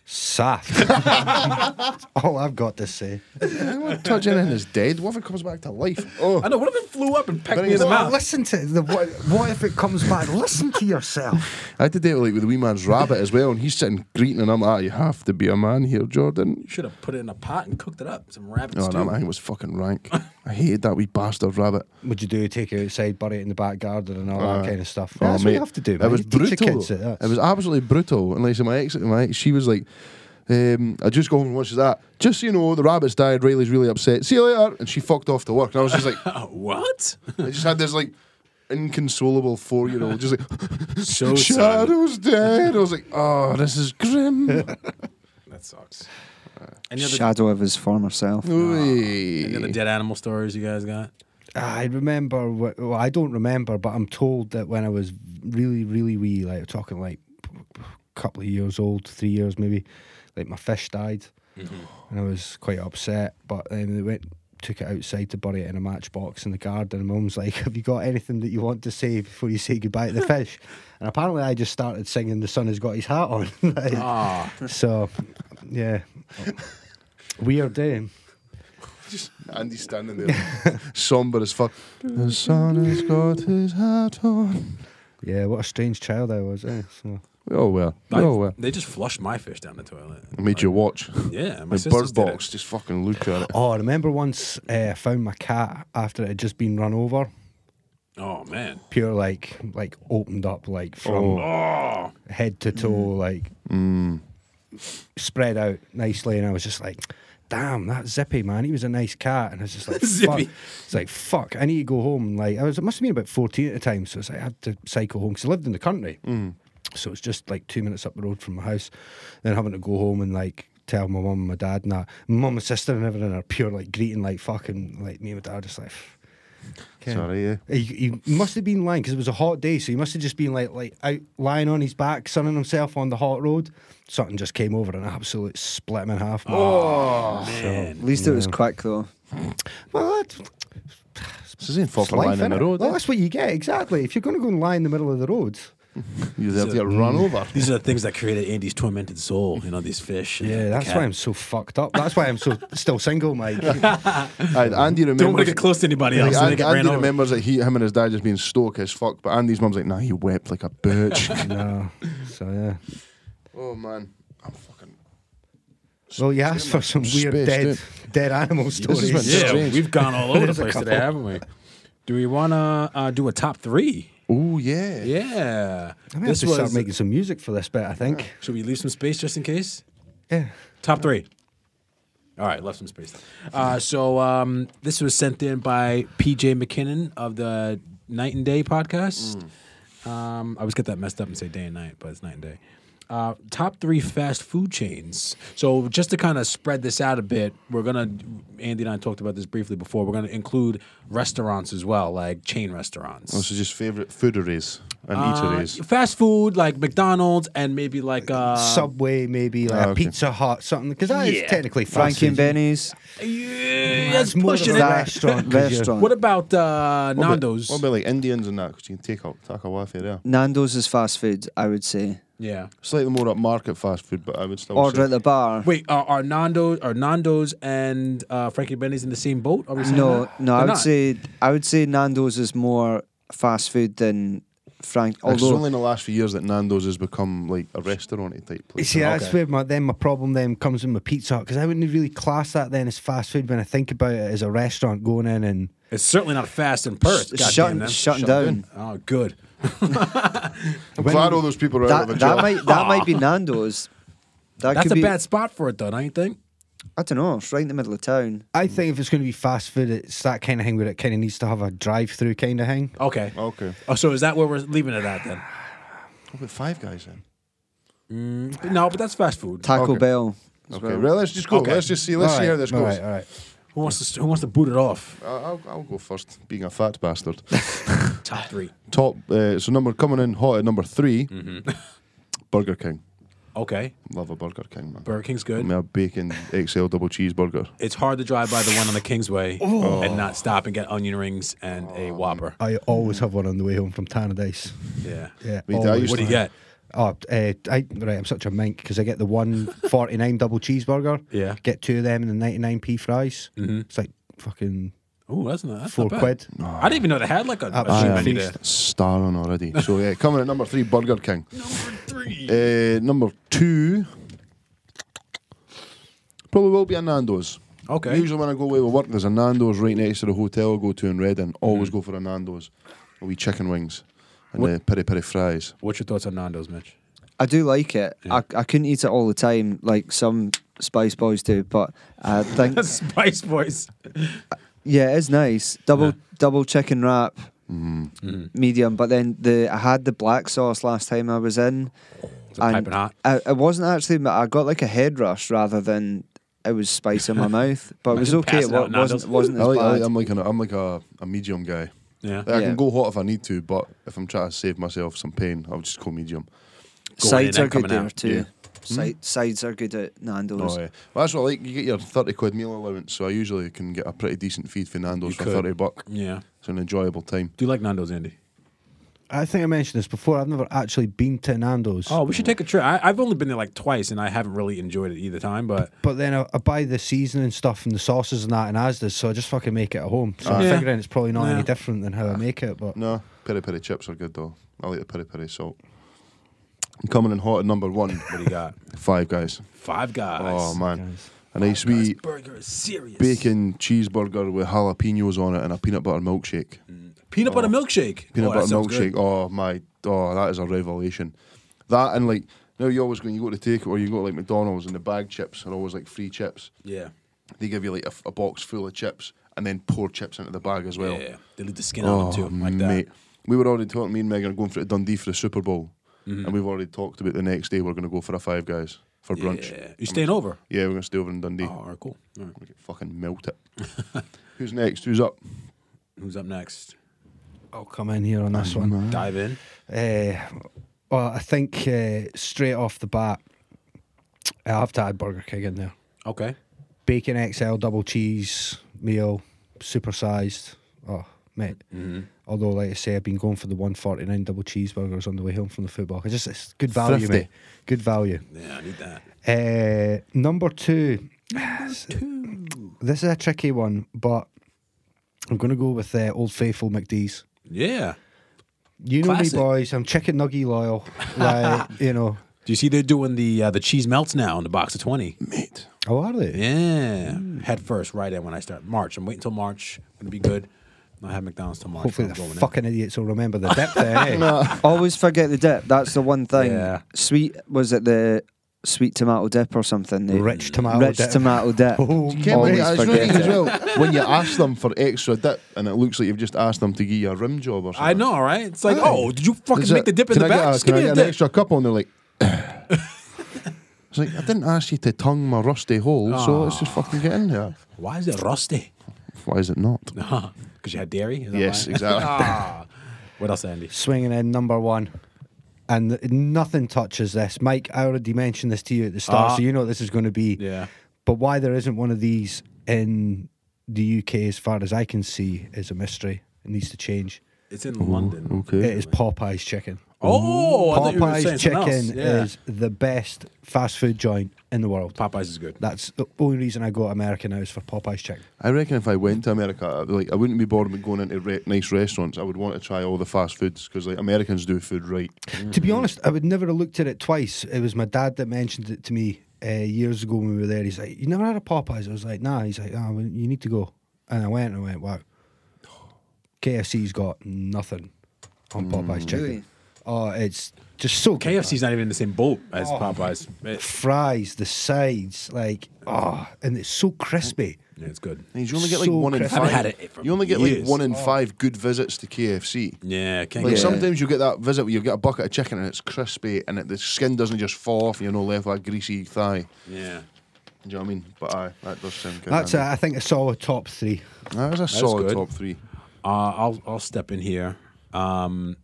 [SPEAKER 1] Saff. That's <laughs> all I've got to say.
[SPEAKER 2] I won't touch anything that's dead. What if it comes back to life? Oh,
[SPEAKER 3] I know. What if it flew up and pecked me in the
[SPEAKER 2] Well,
[SPEAKER 1] Well,
[SPEAKER 3] mouth?
[SPEAKER 1] listen to the what, what if it comes back? Listen to yourself.
[SPEAKER 2] I had to date like with the wee man's rabbit as well, and he's sitting greeting, and I'm like, "Ah, "You have to be a man here, Jordan." Oh,
[SPEAKER 3] You should have put it in a pot and cooked it up. Some rabbit
[SPEAKER 1] Oh,
[SPEAKER 2] No,
[SPEAKER 3] stew.
[SPEAKER 2] no, man, it was fucking rank. I hated that wee bastard rabbit.
[SPEAKER 1] Would you do take it outside, bury it in the back garden, and all that kind of stuff?
[SPEAKER 2] Oh,
[SPEAKER 1] That's what
[SPEAKER 2] mate,
[SPEAKER 1] you have to do.
[SPEAKER 2] It
[SPEAKER 1] man.
[SPEAKER 2] was
[SPEAKER 1] You teach your
[SPEAKER 2] brutal.
[SPEAKER 1] kids that.
[SPEAKER 2] It was absolutely brutal. And like so my ex, my ex, she was like, um, "I just go home and watch that. Just so you know, the rabbits died. Riley's really upset. See you later." And she fucked off to work. And I was just like,
[SPEAKER 3] Oh,
[SPEAKER 1] <laughs>
[SPEAKER 3] what?
[SPEAKER 2] I just had this like inconsolable four year old, just like
[SPEAKER 3] So sad.
[SPEAKER 2] Shadow's dead. I was like, "Oh, this is grim."
[SPEAKER 3] That sucks. Any other,
[SPEAKER 4] Shadow of his former self.
[SPEAKER 3] any other
[SPEAKER 2] Ooh.
[SPEAKER 3] dead animal stories you guys got?
[SPEAKER 1] I remember. wh- Well, I don't remember, but I'm told that when I was really, really wee, like talking like a couple of years old, three years maybe, like my fish died, and I was quite upset. But then they went, took it outside to bury it in a matchbox in the garden. And my mum's like, "Have you got anything that you want to say before you say goodbye to the fish?" And apparently, I just started singing, "The sun has got his hat on." <laughs> Like, <laughs>
[SPEAKER 3] Ah,
[SPEAKER 1] so, yeah, weird eh? day.
[SPEAKER 2] Just <laughs> Andy standing there, somber as fuck. The sun has got his hat on.
[SPEAKER 1] Yeah, what a strange child I was. Eh? So.
[SPEAKER 2] We all were. We all
[SPEAKER 1] uh,
[SPEAKER 2] were.
[SPEAKER 3] they just flushed my fish down the toilet.
[SPEAKER 2] I made you watch.
[SPEAKER 3] Yeah, Oh, my
[SPEAKER 2] The
[SPEAKER 3] sisters
[SPEAKER 2] bird
[SPEAKER 3] did it.
[SPEAKER 2] box, just fucking look at it.
[SPEAKER 1] Oh, I remember once uh, I found my cat after it had just been run over,
[SPEAKER 3] Oh man.
[SPEAKER 1] pure like like opened up like from
[SPEAKER 3] Oh.
[SPEAKER 1] head to toe, like spread out nicely, and I was just like. Damn, that Zippy man, he was a nice cat, and I was just like, fuck.
[SPEAKER 3] Zippy.
[SPEAKER 1] It's like fuck. I need to go home. Like I was, it must have been about fourteen at the time, so it's like I had to cycle home because I lived in the country. So it's just like two minutes up the road from my house. Then having to go home and like tell my mum and my dad and that. My mum and sister and everything are pure like greeting like fucking like me and my dad are just like okay.
[SPEAKER 2] Sorry, yeah.
[SPEAKER 1] He, he must have been lying because it was a hot day, so he must have just been like like out lying on his back, sunning himself on the hot road. Something just came over and absolute split him in half.
[SPEAKER 3] Oh man.
[SPEAKER 4] At least it was quick though.
[SPEAKER 1] well, that,
[SPEAKER 2] This isn't
[SPEAKER 1] it's
[SPEAKER 2] fucking
[SPEAKER 1] life,
[SPEAKER 2] lying in the
[SPEAKER 1] innit?
[SPEAKER 2] road.
[SPEAKER 1] Well,
[SPEAKER 2] eh?
[SPEAKER 1] that's what you get exactly. If you're going to go and lie in the middle of the road,
[SPEAKER 2] You have to get run over.
[SPEAKER 3] These are the things that created Andy's tormented soul. You know these fish. and
[SPEAKER 1] yeah,
[SPEAKER 3] the
[SPEAKER 1] that's
[SPEAKER 3] cat.
[SPEAKER 1] why I'm so fucked up. That's why I'm
[SPEAKER 2] <laughs>
[SPEAKER 1] so still single, Mike.
[SPEAKER 2] Aye, Andy remembers.
[SPEAKER 3] Don't want to get close to anybody
[SPEAKER 2] Like,
[SPEAKER 3] else. and they
[SPEAKER 2] Andy,
[SPEAKER 3] get ran
[SPEAKER 2] Andy
[SPEAKER 3] over.
[SPEAKER 2] remembers that he, him and his dad just being stoic as fuck, but Andy's mum's like, nah, he wept like a bitch.
[SPEAKER 1] no, so yeah.
[SPEAKER 2] oh man, I'm fucking.
[SPEAKER 1] Well, you asked for some weird
[SPEAKER 2] Space,
[SPEAKER 1] dead
[SPEAKER 2] dude.
[SPEAKER 1] dead animal stories.
[SPEAKER 2] what's
[SPEAKER 3] Yeah,
[SPEAKER 2] Strange.
[SPEAKER 3] we've
[SPEAKER 1] <laughs>
[SPEAKER 3] gone all over the
[SPEAKER 1] There's a
[SPEAKER 3] place today,
[SPEAKER 1] couple.
[SPEAKER 3] haven't we? Do we want to uh, do a top three?
[SPEAKER 2] Oh yeah.
[SPEAKER 3] Yeah.
[SPEAKER 1] I may have to start making some music for this bit. I think.
[SPEAKER 3] Should we leave some space just in case?
[SPEAKER 1] Yeah.
[SPEAKER 3] Top three. All right, left some space. then. Uh, so um, this was sent in by PJ McKinnon of the
[SPEAKER 1] Mm.
[SPEAKER 3] Night and Day podcast. Um, I always get that messed up and say day and night, but it's night and day. Uh, top three fast food chains. So just to kind of spread this out a bit, we're gonna Andy and I talked about this briefly before. We're gonna include restaurants as well, like chain
[SPEAKER 1] Oh,
[SPEAKER 3] restaurants.
[SPEAKER 2] This is just favorite fooderies and eateries.
[SPEAKER 3] Uh, fast food like McDonald's and maybe like uh,
[SPEAKER 1] Subway, maybe like
[SPEAKER 2] Ah,
[SPEAKER 1] a
[SPEAKER 2] Um, okay.
[SPEAKER 1] Pizza Hut, something. Because that is
[SPEAKER 3] Yeah.
[SPEAKER 1] technically fast
[SPEAKER 4] Frankie and
[SPEAKER 1] food.
[SPEAKER 4] Benny's
[SPEAKER 3] yeah,
[SPEAKER 1] That's
[SPEAKER 3] that's
[SPEAKER 1] more
[SPEAKER 3] pushing
[SPEAKER 1] than
[SPEAKER 3] it.
[SPEAKER 1] a restaurant. 'cause you're-
[SPEAKER 4] restaurant.
[SPEAKER 3] What about uh,
[SPEAKER 2] What about-
[SPEAKER 3] Nando's?
[SPEAKER 2] What about like Indians and that? Because you can take out take a waffle there.
[SPEAKER 4] Nando's is fast food, I would say.
[SPEAKER 3] yeah.
[SPEAKER 2] Slightly more upmarket fast food, but I would still
[SPEAKER 4] Order
[SPEAKER 2] say-
[SPEAKER 4] at the bar.
[SPEAKER 3] Wait, are, are Nando's are Nando's and uh, Frankie Benny's in the same boat? Are we saying
[SPEAKER 4] No,
[SPEAKER 3] that?
[SPEAKER 4] no, I
[SPEAKER 3] They're
[SPEAKER 4] would
[SPEAKER 3] not.
[SPEAKER 4] say I would say Nando's is more fast food than Frank.
[SPEAKER 2] Like, it's only
[SPEAKER 4] Although
[SPEAKER 2] in the last few years that Nando's has become like a restaurant type
[SPEAKER 1] You
[SPEAKER 2] place.
[SPEAKER 1] see, that's
[SPEAKER 3] Okay.
[SPEAKER 1] where my then my problem then comes in my Pizza Hut because I wouldn't really class that then as fast food when I think about it as a restaurant going in and
[SPEAKER 3] it's certainly not fast in Perth.
[SPEAKER 4] Sh-
[SPEAKER 3] goddamn
[SPEAKER 4] shutting-
[SPEAKER 3] them.
[SPEAKER 4] shutting down.
[SPEAKER 3] Oh, good.
[SPEAKER 2] I'm glad all those people are out
[SPEAKER 4] that
[SPEAKER 2] of a
[SPEAKER 4] that
[SPEAKER 2] job.
[SPEAKER 4] might that might be Nando's. That
[SPEAKER 3] That's
[SPEAKER 4] could
[SPEAKER 3] a
[SPEAKER 4] be,
[SPEAKER 3] bad spot for it, though. Don't you think?
[SPEAKER 4] I don't know. It's right in the middle of town.
[SPEAKER 3] Mm.
[SPEAKER 1] I think if it's going to be fast food, it's that kind of thing where it kind of needs to have a drive-through kind of thing.
[SPEAKER 3] Okay.
[SPEAKER 2] okay.
[SPEAKER 3] Oh, so is that where we're leaving it at then?
[SPEAKER 2] What about Five Guys then?
[SPEAKER 3] No, but that's fast food.
[SPEAKER 4] Taco
[SPEAKER 2] Okay.
[SPEAKER 4] Bell. as
[SPEAKER 2] Okay,
[SPEAKER 4] well.
[SPEAKER 2] well, let's just go.
[SPEAKER 3] Okay.
[SPEAKER 2] Let's just see. Let's
[SPEAKER 1] All
[SPEAKER 2] see
[SPEAKER 1] right,
[SPEAKER 2] how this
[SPEAKER 1] all
[SPEAKER 2] goes.
[SPEAKER 1] right, all right.
[SPEAKER 3] Who wants to Who wants to boot it off?
[SPEAKER 2] I- I'll, I'll go first, being a fat bastard. <laughs>
[SPEAKER 3] Top three.
[SPEAKER 2] Top, uh, so number coming in hot at number 3 Burger King.
[SPEAKER 3] Okay,
[SPEAKER 2] Love a Burger King, man.
[SPEAKER 3] Burger King's
[SPEAKER 2] I
[SPEAKER 3] good.
[SPEAKER 2] mean, a bacon XL double cheeseburger.
[SPEAKER 3] It's hard to drive by the one on the Kingsway and not stop and get onion rings and a Whopper.
[SPEAKER 1] I always have one on the way home from Tannadice.
[SPEAKER 3] Yeah.
[SPEAKER 1] Yeah,
[SPEAKER 2] Me too, I
[SPEAKER 1] always.
[SPEAKER 2] used
[SPEAKER 3] Mm. What do you get?
[SPEAKER 1] Oh, uh, I, right, I'm such a mink because I get the
[SPEAKER 3] <laughs>
[SPEAKER 1] one forty nine double cheeseburger.
[SPEAKER 3] Yeah.
[SPEAKER 1] Get two of them and the ninety nine p fries. Mm-hmm. It's like fucking
[SPEAKER 3] Oh, that's not that's
[SPEAKER 1] four
[SPEAKER 3] not bad.
[SPEAKER 1] quid.
[SPEAKER 3] I didn't even know they had like a, a
[SPEAKER 1] Absolute
[SPEAKER 3] cheap menu there.
[SPEAKER 1] feast.
[SPEAKER 2] Starring already. So, yeah, coming at number three, Burger King.
[SPEAKER 3] Number three.
[SPEAKER 2] Uh, number two, probably will be a Nando's.
[SPEAKER 3] Okay.
[SPEAKER 2] Usually when I go away with work, there's a Nando's right next to the hotel I go to in Reading. Always go for a Nando's. A wee chicken wings and
[SPEAKER 3] Mm. What-
[SPEAKER 2] uh, peri peri fries.
[SPEAKER 3] What's your thoughts on Nando's, Mitch? <laughs>
[SPEAKER 4] I do like it. I, I couldn't eat it all the time like some Spice Boys do, but
[SPEAKER 3] <laughs>
[SPEAKER 4] I think
[SPEAKER 3] Spice Boys.
[SPEAKER 4] yeah, it is nice. Double double chicken wrap,
[SPEAKER 3] Mm-hmm.
[SPEAKER 4] medium. But then the I had the black sauce last time I was in.
[SPEAKER 3] Is it piping hot?
[SPEAKER 4] I, it wasn't actually. I got like a head rush rather than it was spice in my mouth. But it was
[SPEAKER 3] Imagine
[SPEAKER 4] okay. It
[SPEAKER 3] passing out
[SPEAKER 4] wa- wasn't
[SPEAKER 3] Nando's.
[SPEAKER 4] wasn't
[SPEAKER 2] I
[SPEAKER 4] as
[SPEAKER 2] like, I
[SPEAKER 4] bad.
[SPEAKER 2] like, oh, I'm like, an, I'm like a, a medium guy.
[SPEAKER 3] Yeah.
[SPEAKER 2] Like, I
[SPEAKER 4] Yeah.
[SPEAKER 2] can go hot if I need to, but if I'm trying to save myself some pain, I'll just go medium.
[SPEAKER 3] Going in
[SPEAKER 4] Sides
[SPEAKER 3] and
[SPEAKER 4] are good
[SPEAKER 3] coming
[SPEAKER 4] there
[SPEAKER 3] out,
[SPEAKER 4] too.
[SPEAKER 2] yeah.
[SPEAKER 4] Side, sides are good at Nando's.
[SPEAKER 2] Oh, yeah. Well, that's what I like. You get your 30 quid meal allowance, so I usually can get a pretty decent feed for Nando's
[SPEAKER 3] You
[SPEAKER 2] for
[SPEAKER 3] could.
[SPEAKER 2] 30 buck.
[SPEAKER 3] Yeah.
[SPEAKER 2] It's an enjoyable time.
[SPEAKER 3] Do you like Nando's, Andy?
[SPEAKER 1] I think I mentioned this before. I've never actually been to Nando's.
[SPEAKER 3] Oh, we should take a trip. I, I've only been there like twice, and I haven't really enjoyed it either time. But
[SPEAKER 1] But then I, I buy the seasoning stuff and the sauces and that in Asda's, so I just fucking make it at home. So I'm
[SPEAKER 3] Yeah.
[SPEAKER 1] figuring it's probably not
[SPEAKER 3] Yeah.
[SPEAKER 1] any different than how I make it. But
[SPEAKER 2] No, peri peri chips are good though. I like the peri peri salt. Coming in hot at number one,
[SPEAKER 3] what do you got?
[SPEAKER 2] Five Guys.
[SPEAKER 3] Five Guys.
[SPEAKER 2] Oh man,
[SPEAKER 1] Guys.
[SPEAKER 2] a nice
[SPEAKER 3] Guys
[SPEAKER 2] wee
[SPEAKER 3] burger is serious.
[SPEAKER 2] bacon cheeseburger with jalapenos on it and a peanut butter milkshake.
[SPEAKER 3] Peanut butter milkshake.
[SPEAKER 2] Peanut
[SPEAKER 3] Mm. Oh, that
[SPEAKER 2] butter
[SPEAKER 3] sounds good.
[SPEAKER 2] milkshake. Oh my, oh that is a revelation. That and like now you always when you go to take or you go to like McDonald's and the bag chips are always like free chips.
[SPEAKER 3] Yeah.
[SPEAKER 2] They give you like a, f- a box full of chips and then pour chips into the bag as well. Oh,
[SPEAKER 3] yeah. They leave the skin on them too, like that.
[SPEAKER 2] mate. We were already talking. Me and Megan are going for to Dundee for the Super Bowl, and we've already talked about the next day we're going to go for a Five Guys for brunch.
[SPEAKER 3] Mm-hmm. Yeah. You staying over?
[SPEAKER 2] Yeah, we're going to stay over in Dundee.
[SPEAKER 3] Oh, all right, cool. All right.
[SPEAKER 2] We could fucking melt it. <laughs> Who's next? Who's up?
[SPEAKER 3] Who's up next?
[SPEAKER 1] I'll come in here on this one.
[SPEAKER 3] Dive in.
[SPEAKER 1] Uh, well, I think uh, straight off the bat, I have to add Burger King in there.
[SPEAKER 3] Okay.
[SPEAKER 1] Bacon XL double cheese meal, supersized. Oh, mate. Although, like I say, I've been going for the 149 double cheeseburgers on the way home from the football. I just it's good value,
[SPEAKER 2] Thrifty.
[SPEAKER 1] mate. Good value.
[SPEAKER 3] Yeah, I need that.
[SPEAKER 1] Uh, number two. This is a tricky one, but I'm going to go with uh, Old Faithful McDee's.
[SPEAKER 3] Yeah.
[SPEAKER 1] You know
[SPEAKER 3] Classic.
[SPEAKER 1] me, boys. I'm chicken nuggy loyal.
[SPEAKER 3] <laughs>
[SPEAKER 1] Like you know.
[SPEAKER 3] Do you see they're doing the uh, the cheese melts now in the box of twenty?
[SPEAKER 2] Mate.
[SPEAKER 1] Oh, are they?
[SPEAKER 3] Yeah,
[SPEAKER 2] Mm.
[SPEAKER 3] head first, right in when I start March. I'm waiting till March. Gonna be good. Not have McDonald's till March.
[SPEAKER 1] Hopefully,
[SPEAKER 3] I'm
[SPEAKER 1] the
[SPEAKER 3] going in.
[SPEAKER 1] fucking idiots will remember the dip
[SPEAKER 3] <laughs>
[SPEAKER 1] there. eh?
[SPEAKER 4] Always forget the dip. That's the one thing.
[SPEAKER 3] Yeah.
[SPEAKER 4] Sweet was it the sweet tomato dip or something? The
[SPEAKER 1] Rich tomato
[SPEAKER 4] rich
[SPEAKER 1] dip.
[SPEAKER 3] <laughs>
[SPEAKER 4] tomato dip.
[SPEAKER 1] Oh,
[SPEAKER 2] You can't
[SPEAKER 4] Always
[SPEAKER 2] believe it's
[SPEAKER 4] forget
[SPEAKER 2] really as
[SPEAKER 4] it.
[SPEAKER 2] well. When you ask them for extra dip, and it looks like you've just asked them to give you a rim job or something.
[SPEAKER 3] I know, right? It's like,
[SPEAKER 2] Aye.
[SPEAKER 3] oh, did you fucking
[SPEAKER 2] Is
[SPEAKER 3] make
[SPEAKER 2] it-
[SPEAKER 3] the dip in
[SPEAKER 2] can
[SPEAKER 3] the
[SPEAKER 2] I get
[SPEAKER 3] back?
[SPEAKER 2] a-
[SPEAKER 3] Just
[SPEAKER 2] Can
[SPEAKER 3] give
[SPEAKER 2] I
[SPEAKER 3] me
[SPEAKER 2] get
[SPEAKER 3] a
[SPEAKER 2] an
[SPEAKER 3] dip.
[SPEAKER 2] extra cup on there? Like, <coughs> It's like I didn't ask you to tongue my rusty hole, so let's just fucking get in there.
[SPEAKER 3] Why is
[SPEAKER 2] <laughs>
[SPEAKER 3] it rusty?
[SPEAKER 2] Why is it not?
[SPEAKER 3] Because you had dairy? Is that
[SPEAKER 2] Yes,
[SPEAKER 3] why?
[SPEAKER 2] exactly.
[SPEAKER 3] Ah. What else, Andy?
[SPEAKER 1] swinging in number one. And nothing touches this. Mike, I already mentioned this to you at the start,
[SPEAKER 3] Ah.
[SPEAKER 1] so you know what this is going to be.
[SPEAKER 3] Yeah.
[SPEAKER 1] But why there isn't one of these in the UK, as far as I can see, is a mystery. It needs to change.
[SPEAKER 3] It's in London.
[SPEAKER 2] Okay.
[SPEAKER 1] It is Popeye's chicken.
[SPEAKER 3] Oh, I thought you were
[SPEAKER 1] Popeye's
[SPEAKER 3] saying something else.
[SPEAKER 1] chicken
[SPEAKER 3] Yeah.
[SPEAKER 1] is the best fast food joint in the world.
[SPEAKER 3] Popeyes is good.
[SPEAKER 1] That's the only reason I go to America now is for Popeye's chicken.
[SPEAKER 2] I reckon if I went to America, I- like I wouldn't be bored with going into re- nice restaurants. I would want to try all the fast foods because like Americans do food right.
[SPEAKER 1] To
[SPEAKER 3] Mm.
[SPEAKER 1] be honest, I would never have looked at it twice. It was my dad that mentioned it to me uh, years ago when we were there. He's like, "You never had a Popeyes?" I was like, "Nah." He's like, "Ah, well, you need to go." And I went and I went, "Wow, KFC's got nothing
[SPEAKER 3] Mm.
[SPEAKER 1] on Popeyes chicken.
[SPEAKER 4] Really?
[SPEAKER 1] Oh, it's just so good,
[SPEAKER 3] KFC's not even in the same boat as Popeyes.
[SPEAKER 1] man.
[SPEAKER 3] It-
[SPEAKER 1] fries, the sides, like oh, and it's so crispy.
[SPEAKER 3] yeah, it's good.
[SPEAKER 2] And you only get like
[SPEAKER 1] So
[SPEAKER 2] one in
[SPEAKER 1] crispy.
[SPEAKER 2] five.
[SPEAKER 3] I've had it for
[SPEAKER 2] you only get
[SPEAKER 3] years. Oh.
[SPEAKER 2] like one in five good visits to KFC.
[SPEAKER 3] Yeah, can't
[SPEAKER 2] Like
[SPEAKER 3] go-
[SPEAKER 2] sometimes you get that visit where you've got a bucket of chicken and it's crispy and it, the skin doesn't just fall off. and You're not left with a greasy thigh.
[SPEAKER 3] Yeah.
[SPEAKER 2] Do you know what I mean? But aye, that does sound good.
[SPEAKER 1] That's a, I think I saw a top three.
[SPEAKER 2] That is a solid
[SPEAKER 3] good.
[SPEAKER 2] top three.
[SPEAKER 3] Uh, I'll I'll step in here. Um,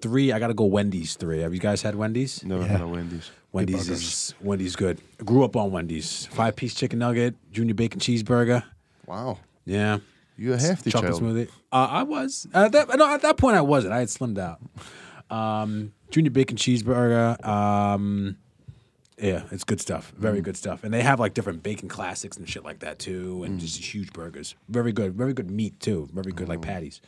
[SPEAKER 3] three. I gotta go Wendy's. Three. Have you guys had Wendy's?
[SPEAKER 2] Never had a Wendy's.
[SPEAKER 3] Wendy's is Wendy's good. Grew up on Wendy's. Five piece chicken nugget, junior bacon cheeseburger.
[SPEAKER 2] Wow,
[SPEAKER 3] Yeah.
[SPEAKER 2] you a hefty
[SPEAKER 3] chocolate
[SPEAKER 2] child.
[SPEAKER 3] smoothie. Uh, I was at that. No, at that point I wasn't. I had slimmed out. Um, junior bacon cheeseburger. Um, yeah, it's good stuff. Very
[SPEAKER 2] Mm.
[SPEAKER 3] good stuff. And they have like different bacon classics and shit like that too,
[SPEAKER 2] Mm.
[SPEAKER 3] and just huge burgers. Very good. Very good meat too. Very good like patties.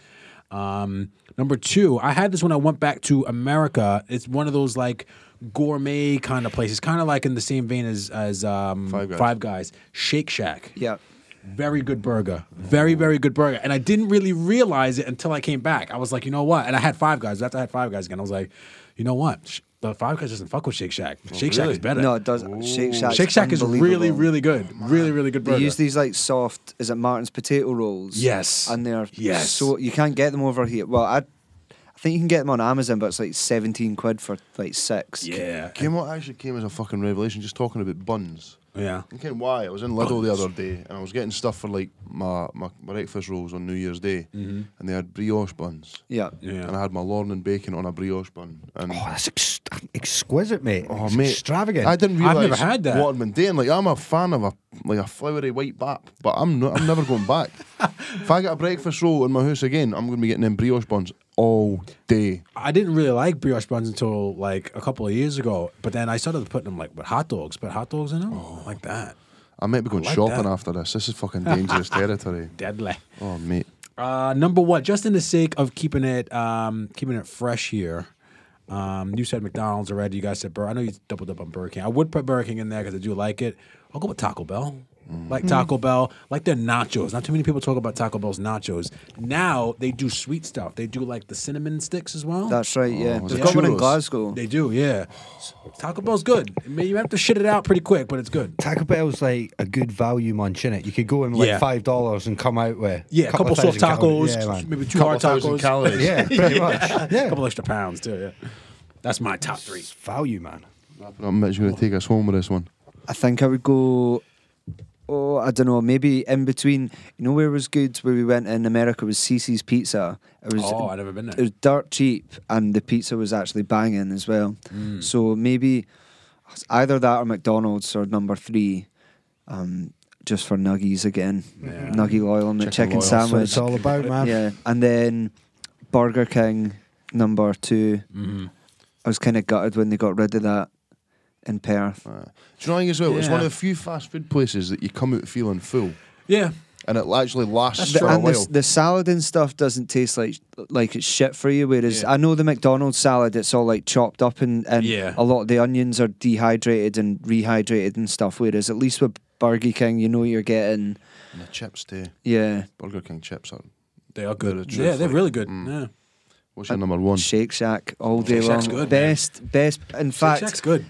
[SPEAKER 3] Um, number two, I had this when I went back to America. It's one of those like gourmet kind of places, kind of like in the same vein as as um,
[SPEAKER 2] Five Guys.
[SPEAKER 3] Five Guys, Shake Shack.
[SPEAKER 4] Yeah.
[SPEAKER 3] Very good burger. Very, very good burger. And I didn't really realize it until I came back. I was like, you know what? And I had Five Guys. After I had Five Guys again, I was like, you know what? Sh- The Five Guys doesn't fuck with Shake Shack. Shake Shack is better.
[SPEAKER 4] No, it does. Shake Shack.
[SPEAKER 3] Shake Shack is really, really good. Really, really good burger.
[SPEAKER 4] They use these like soft, is it Martin's potato rolls?
[SPEAKER 3] Yes.
[SPEAKER 4] And they're
[SPEAKER 3] Yes.
[SPEAKER 4] so you can't get them over here. Well, I, I think you can get them on Amazon, but it's like seventeen quid for like six.
[SPEAKER 3] yeah.
[SPEAKER 2] Came what actually came as a fucking revelation. Just talking about buns.
[SPEAKER 3] Yeah.
[SPEAKER 2] I'm kidding why. I was in Lidl the other day and I was getting stuff for like my, my breakfast rolls on New Year's Day and they had brioche buns.
[SPEAKER 4] Yeah.
[SPEAKER 3] Yeah.
[SPEAKER 2] And I had my lawn and bacon on a brioche bun. And
[SPEAKER 1] Oh, that's ex- exquisite, mate.
[SPEAKER 2] Oh,
[SPEAKER 1] It's
[SPEAKER 2] mate,
[SPEAKER 1] extravagant.
[SPEAKER 2] I didn't
[SPEAKER 3] I've
[SPEAKER 2] realize
[SPEAKER 3] never had that.
[SPEAKER 2] What I'd been doing. Like I'm a fan of a like a floury white bap, but I'm not. I'm never going back. if I get a breakfast roll in my house again, I'm going to be getting them brioche buns all day.
[SPEAKER 3] I didn't really like brioche buns until like a couple of years ago. But then I started putting them like with hot dogs, but hot dogs in them? Oh. Like that.
[SPEAKER 2] I might be going
[SPEAKER 3] Like
[SPEAKER 2] shopping
[SPEAKER 3] that.
[SPEAKER 2] after this. This is fucking dangerous territory.
[SPEAKER 3] Deadly.
[SPEAKER 2] Oh mate,
[SPEAKER 3] Uh, number one, just in the sake of keeping it um, keeping it fresh here. Um, you said McDonald's already. You guys said Burger. I know you doubled up on Burger King. I would put Burger King in there because I do like it. I'll go with Taco Bell.
[SPEAKER 4] Mm-hmm.
[SPEAKER 3] Like Taco Bell, like their nachos. Not too many people talk about Taco Bell's nachos. Now they do sweet stuff. They do like the cinnamon sticks as well.
[SPEAKER 4] That's right. Yeah.
[SPEAKER 2] was
[SPEAKER 4] They've
[SPEAKER 2] it
[SPEAKER 4] got one in
[SPEAKER 2] churros?
[SPEAKER 4] Glasgow.
[SPEAKER 3] Oh, they do, yeah. Taco Bell's good. I mean, you have to shit it out pretty quick, but it's good.
[SPEAKER 1] Taco Bell's like a good value munch, innit? You could go in with
[SPEAKER 3] Yeah.
[SPEAKER 1] like five dollars and come out with
[SPEAKER 3] Yeah, a couple, soft
[SPEAKER 1] thousand calories.
[SPEAKER 3] tacos,
[SPEAKER 1] Yeah, man.
[SPEAKER 3] maybe two
[SPEAKER 2] Couple
[SPEAKER 3] hard
[SPEAKER 2] thousand
[SPEAKER 1] <laughs>
[SPEAKER 3] tacos, <laughs>
[SPEAKER 2] calories.
[SPEAKER 1] yeah, pretty much.
[SPEAKER 3] a
[SPEAKER 1] Yeah,
[SPEAKER 3] couple extra pounds too. Yeah, that's my top three.
[SPEAKER 1] it's value, man.
[SPEAKER 2] I'm Mitch going to take us home with this one.
[SPEAKER 4] I think I would go. Oh, I don't know. Maybe in between. You know where was good where we went in America was CC's Pizza. It was.
[SPEAKER 3] Oh, I've never been
[SPEAKER 4] It
[SPEAKER 3] there.
[SPEAKER 4] was dirt cheap, and the pizza was actually banging as well.
[SPEAKER 3] Mm.
[SPEAKER 4] So maybe it's either that or McDonald's or number three, um, just for nuggies again.
[SPEAKER 3] Yeah.
[SPEAKER 4] Nuggie oil and the
[SPEAKER 2] Chicken
[SPEAKER 4] chicken
[SPEAKER 2] Loyal, so
[SPEAKER 1] That's what
[SPEAKER 4] sandwich.
[SPEAKER 1] it's all about, man.
[SPEAKER 4] yeah, and then Burger King number two.
[SPEAKER 3] Mhm.
[SPEAKER 4] I was kind of gutted when they got rid of that in Perth.
[SPEAKER 2] Uh, do you know what I think as well? It's one of
[SPEAKER 3] Yeah.
[SPEAKER 2] the few fast food places that you come out feeling full,
[SPEAKER 3] Yeah,
[SPEAKER 2] and it actually lasts
[SPEAKER 4] The-
[SPEAKER 2] for a
[SPEAKER 4] and
[SPEAKER 2] while.
[SPEAKER 4] the, the salad and stuff doesn't taste like like it's shit for you. Whereas
[SPEAKER 3] Yeah.
[SPEAKER 4] I know the McDonald's salad, it's all like chopped up and, and
[SPEAKER 3] Yeah.
[SPEAKER 4] a lot of the onions are dehydrated and rehydrated and stuff. Whereas at least with Burger King, you know you're getting
[SPEAKER 2] And the chips too.
[SPEAKER 4] yeah
[SPEAKER 2] Burger King chips are.
[SPEAKER 3] they
[SPEAKER 2] They're
[SPEAKER 3] are good.
[SPEAKER 2] the
[SPEAKER 3] yeah,
[SPEAKER 2] truth,
[SPEAKER 3] they're
[SPEAKER 2] like,
[SPEAKER 3] really good.
[SPEAKER 2] mm.
[SPEAKER 3] Yeah,
[SPEAKER 2] What's your number one?
[SPEAKER 4] Shake Shack all day
[SPEAKER 3] Shake
[SPEAKER 4] long.
[SPEAKER 3] Shack's good, man.
[SPEAKER 4] best best. In fact,
[SPEAKER 3] Shake Shack's good.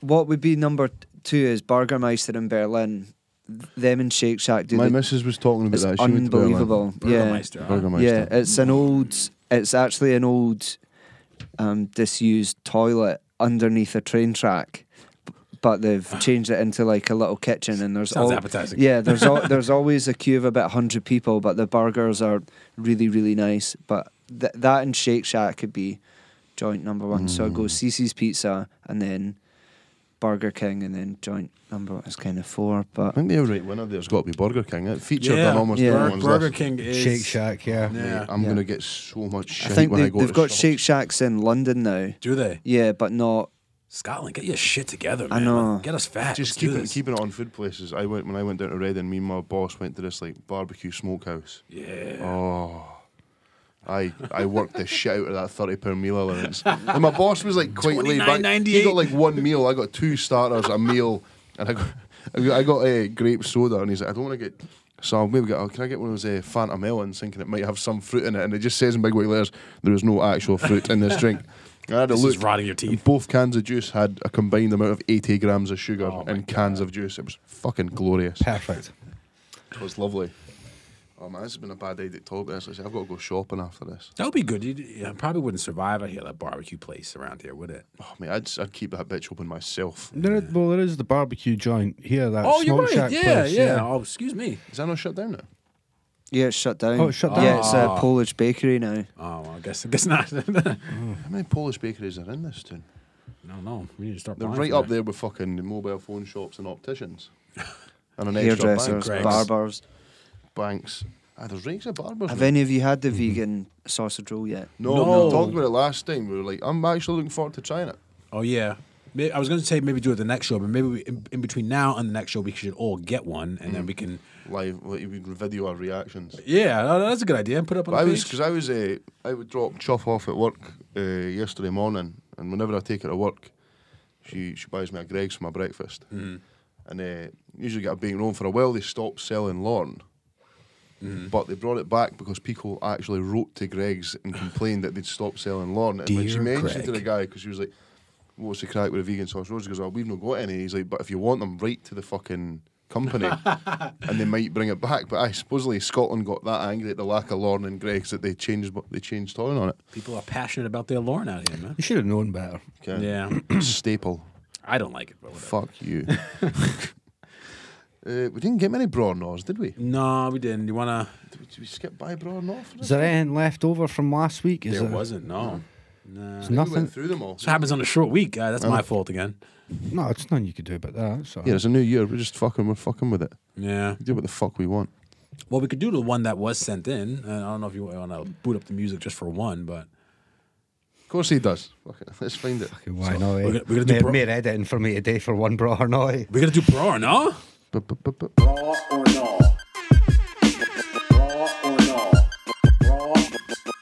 [SPEAKER 4] what would be number two is Burgermeister in Berlin. Them and Shake Shack do
[SPEAKER 2] My
[SPEAKER 4] the
[SPEAKER 2] missus was talking about
[SPEAKER 4] It's
[SPEAKER 2] that. She went to Berlin.
[SPEAKER 4] unbelievable. Yeah.
[SPEAKER 3] Burgermeister. huh?
[SPEAKER 2] Burgermeister.
[SPEAKER 4] Yeah, it's an old it's actually an old um disused toilet underneath a train track. but they've
[SPEAKER 2] Ah.
[SPEAKER 4] changed it into like a little kitchen, and there's
[SPEAKER 3] Sounds
[SPEAKER 4] all,
[SPEAKER 3] appetizing.
[SPEAKER 4] Yeah, there's all,
[SPEAKER 2] <laughs>
[SPEAKER 4] there's always a queue of about hundred people, but the burgers are really really nice. But th- that and Shake Shack could be joint number one. So I go
[SPEAKER 2] Mm.
[SPEAKER 4] CC's Pizza, and then Burger King, and then joint number one is kind of four.
[SPEAKER 2] I
[SPEAKER 4] But
[SPEAKER 2] think the outright winner there's got to be Burger King. It featured
[SPEAKER 3] Yeah.
[SPEAKER 2] on almost
[SPEAKER 4] Yeah.
[SPEAKER 2] everyone's
[SPEAKER 3] Burger
[SPEAKER 2] list.
[SPEAKER 3] King is
[SPEAKER 1] Shake Shack, yeah.
[SPEAKER 3] Yeah.
[SPEAKER 2] Mate, I'm
[SPEAKER 4] Yeah.
[SPEAKER 2] gonna get so much shit
[SPEAKER 4] I think
[SPEAKER 2] when
[SPEAKER 4] they,
[SPEAKER 2] I go.
[SPEAKER 4] they've
[SPEAKER 2] to
[SPEAKER 4] got
[SPEAKER 2] shops.
[SPEAKER 4] Shake Shacks in London now.
[SPEAKER 3] Do they?
[SPEAKER 4] Yeah, but not
[SPEAKER 3] Scotland, get your shit together, man.
[SPEAKER 4] I know.
[SPEAKER 3] Like, Get us fat.
[SPEAKER 2] Just
[SPEAKER 3] Let's do
[SPEAKER 2] keep it,
[SPEAKER 3] this.
[SPEAKER 2] keeping it on food places. I went when I went down to Reading. Me and my boss went to this like barbecue smokehouse.
[SPEAKER 3] Yeah.
[SPEAKER 2] Oh, I I worked the shit out of that thirty pound meal allowance. And my boss was like quite laid back. He got like one meal. I got two starters, a meal, and I got I got, I got a grape soda. And he's like, I don't want to get. So maybe get, oh, can I get one of those uh, Fanta melons, thinking it might have some fruit in it, and it just says in big white letters there is no actual fruit in this drink. And I had a
[SPEAKER 3] This
[SPEAKER 2] look.
[SPEAKER 3] is rotting your teeth.
[SPEAKER 2] and Both cans of juice had a combined amount of 80 grams of sugar
[SPEAKER 3] Oh my
[SPEAKER 2] and cans of juice. It was fucking glorious.
[SPEAKER 1] Perfect.
[SPEAKER 2] It was lovely. Oh man, this has been a bad day to talk this. I've got to go shopping after this.
[SPEAKER 3] That would be good. You'd, yeah, I probably wouldn't survive out here, that barbecue place around here, would it?
[SPEAKER 2] Oh man, I'd, I'd keep that bitch open myself.
[SPEAKER 1] There, is- well, there is the barbecue joint here. That
[SPEAKER 3] oh,
[SPEAKER 1] smoke
[SPEAKER 3] you're right.
[SPEAKER 1] shack
[SPEAKER 3] Yeah,
[SPEAKER 1] place,
[SPEAKER 3] yeah, Oh, excuse me.
[SPEAKER 2] Is that not shut down now?
[SPEAKER 4] yeah, it's shut down.
[SPEAKER 1] Oh, it's shut
[SPEAKER 4] Yeah,
[SPEAKER 1] down.
[SPEAKER 4] it's a
[SPEAKER 3] Ah.
[SPEAKER 4] Polish bakery now.
[SPEAKER 3] Oh, well, I guess I guess not. <laughs> I don't
[SPEAKER 2] How many Polish bakeries are in this town?
[SPEAKER 3] know. We need to start.
[SPEAKER 2] They're
[SPEAKER 3] buying
[SPEAKER 2] right
[SPEAKER 3] from
[SPEAKER 2] up there with fucking mobile phone shops and opticians. and an extra
[SPEAKER 4] Hairdressers,
[SPEAKER 2] bank.
[SPEAKER 3] Greg's.
[SPEAKER 4] barbers.
[SPEAKER 2] Banks. Ah, there's ranks of barbers.
[SPEAKER 4] Have
[SPEAKER 2] now.
[SPEAKER 4] any of you had the vegan sausage roll yet?
[SPEAKER 2] Mm-hmm. no,
[SPEAKER 3] No.
[SPEAKER 2] we talked about it last time. We were like, I'm actually looking forward to trying it.
[SPEAKER 3] Oh yeah. May- I was going to say maybe do it the next show, but maybe we, in, in between now and the next show, we should all get one, and then
[SPEAKER 2] Mm.
[SPEAKER 3] we can.
[SPEAKER 2] Live, like, we can video our reactions.
[SPEAKER 3] Yeah, no, no, that's a good idea. Put it up on
[SPEAKER 2] But I
[SPEAKER 3] the
[SPEAKER 2] was
[SPEAKER 3] page.
[SPEAKER 2] because I was uh, I would drop Chuff off at work uh, yesterday morning, and whenever I take her to work, she she buys me a Greg's for my breakfast, and uh, usually get a baked roll. For a while, they stopped selling Lorne,
[SPEAKER 3] Mm-hmm.
[SPEAKER 2] but they brought it back because people actually wrote to Greg's and complained that they'd stopped selling Lorne. And when she
[SPEAKER 3] Dear
[SPEAKER 2] mentioned to
[SPEAKER 3] Greg.
[SPEAKER 2] the guy, because she was like, "What's the crack with a vegan sausage rolls?" He goes, "Oh, we've not got any." He's like, "But if you want them, write to the fucking."
[SPEAKER 3] <laughs>
[SPEAKER 2] Company, and they might bring it back. But I supposedly Scotland got that angry at the lack of Lorne and Greg's that they changed they changed tone on it.
[SPEAKER 3] People are passionate about their Lauren out here, man.
[SPEAKER 1] You should have known better.
[SPEAKER 3] Yeah,
[SPEAKER 2] <clears throat> Staple.
[SPEAKER 3] I don't like it, but whatever.
[SPEAKER 2] Fuck you.
[SPEAKER 3] <laughs>
[SPEAKER 2] uh, we didn't get many broad gnaws, did we?
[SPEAKER 3] No, we didn't. You wanna?
[SPEAKER 2] Did we, did we skip by broad gnaw? For
[SPEAKER 1] Is
[SPEAKER 2] this?
[SPEAKER 1] there anything left over from last week? Is
[SPEAKER 3] there
[SPEAKER 1] it-
[SPEAKER 3] wasn't.
[SPEAKER 2] Oh.
[SPEAKER 3] No. Nah.
[SPEAKER 1] It's
[SPEAKER 3] That's
[SPEAKER 2] We went
[SPEAKER 1] nothing.
[SPEAKER 2] through them all.
[SPEAKER 3] what happens on a short week. Uh, that's
[SPEAKER 2] Oh.
[SPEAKER 3] my fault again.
[SPEAKER 1] No, it's nothing you could do about that. So.
[SPEAKER 2] Yeah, it's a new year. We're just fucking. We're fucking with it.
[SPEAKER 3] Yeah.
[SPEAKER 2] We do what the fuck we want.
[SPEAKER 3] Well, we could do the one that was sent in. And I don't know if you want to boot up the music just for one, but
[SPEAKER 2] Of course he does. Fuck it. Let's find it.
[SPEAKER 1] Okay, Why not? eh?
[SPEAKER 3] we're gonna- we're gonna do
[SPEAKER 1] Mere-
[SPEAKER 3] pro-
[SPEAKER 1] mere editing for me today for one bra or not. eh?
[SPEAKER 3] we're gonna do Bra or No.
[SPEAKER 2] Bu- bu- bu- bu-
[SPEAKER 5] Raw or no? Raw or no?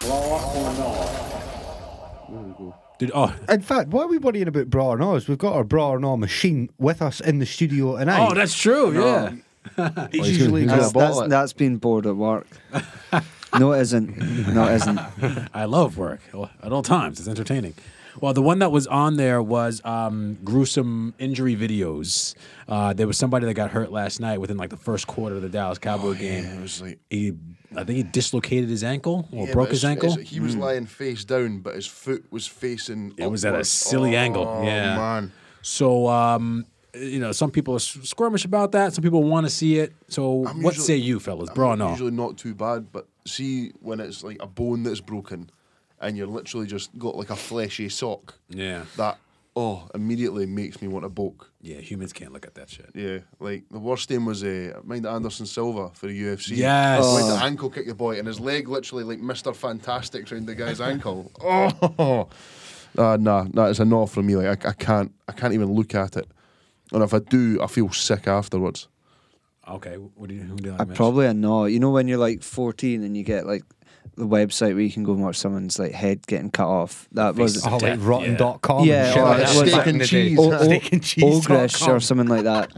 [SPEAKER 5] Raw, raw or no?
[SPEAKER 3] Dude, oh,
[SPEAKER 1] In fact, why are we worrying about bra or not? Is we've got our bra or not machine with us in the studio, and I
[SPEAKER 3] oh, that's true. Yeah.
[SPEAKER 1] it's usually
[SPEAKER 2] he's
[SPEAKER 1] got
[SPEAKER 2] gonna
[SPEAKER 4] That's,
[SPEAKER 2] bottle
[SPEAKER 4] that's,
[SPEAKER 2] it.
[SPEAKER 4] that's being bored
[SPEAKER 2] <laughs>
[SPEAKER 4] at work. no, it isn't. No, it isn't.
[SPEAKER 3] I love work at all times. It's entertaining. Well, the one that was on there was um, gruesome injury videos. Uh, there was somebody that got hurt last night within like the first quarter of the Dallas Cowboy game.
[SPEAKER 2] Oh, It was like.
[SPEAKER 3] He, I think he dislocated his ankle or
[SPEAKER 2] Yeah,
[SPEAKER 3] broke
[SPEAKER 2] but
[SPEAKER 3] his
[SPEAKER 2] it's-
[SPEAKER 3] ankle.
[SPEAKER 2] it's- he was lying face down, but his foot was facing.
[SPEAKER 3] It was at a
[SPEAKER 2] upwards.
[SPEAKER 3] silly angle,
[SPEAKER 2] Oh,
[SPEAKER 3] yeah.
[SPEAKER 2] man.
[SPEAKER 3] So, um, you know, some people are s- squirmish about that. Some people want to see it. So,
[SPEAKER 2] I'm
[SPEAKER 3] what
[SPEAKER 2] usually-
[SPEAKER 3] say you, fellas?
[SPEAKER 2] I'm
[SPEAKER 3] Bra or no?
[SPEAKER 2] Usually not too bad, but see when it's like a bone that's broken, and you're literally just got like a fleshy sock.
[SPEAKER 3] Yeah.
[SPEAKER 2] That oh, immediately makes me want to bulk.
[SPEAKER 3] Yeah, humans can't look at that shit.
[SPEAKER 2] Yeah, like the worst thing was uh, mind Anderson Silva for the UFC.
[SPEAKER 3] Yes.
[SPEAKER 2] when
[SPEAKER 4] Oh.
[SPEAKER 2] the ankle kick the boy, and his leg literally like Mister Fantastic's round the guy's ankle. Oh, uh, nah, nah, it's a no for me. Like I, I can't, I can't even look at it, and if I do, I feel sick afterwards.
[SPEAKER 3] Okay, what do you, who do you like?
[SPEAKER 4] I
[SPEAKER 3] Mitch?
[SPEAKER 4] probably a no. You know when you're like 14 and you get like the website where you can go and watch someone's like head getting cut off. That was
[SPEAKER 1] oh, like
[SPEAKER 3] death,
[SPEAKER 1] rotten.com
[SPEAKER 4] yeah.
[SPEAKER 1] and
[SPEAKER 4] Yeah,
[SPEAKER 1] shit
[SPEAKER 4] or
[SPEAKER 1] like that.
[SPEAKER 4] it's steak
[SPEAKER 1] back
[SPEAKER 2] and
[SPEAKER 1] in the day.
[SPEAKER 2] cheese.
[SPEAKER 4] O- O-
[SPEAKER 1] steak and cheese.
[SPEAKER 4] Ogrish or something like that.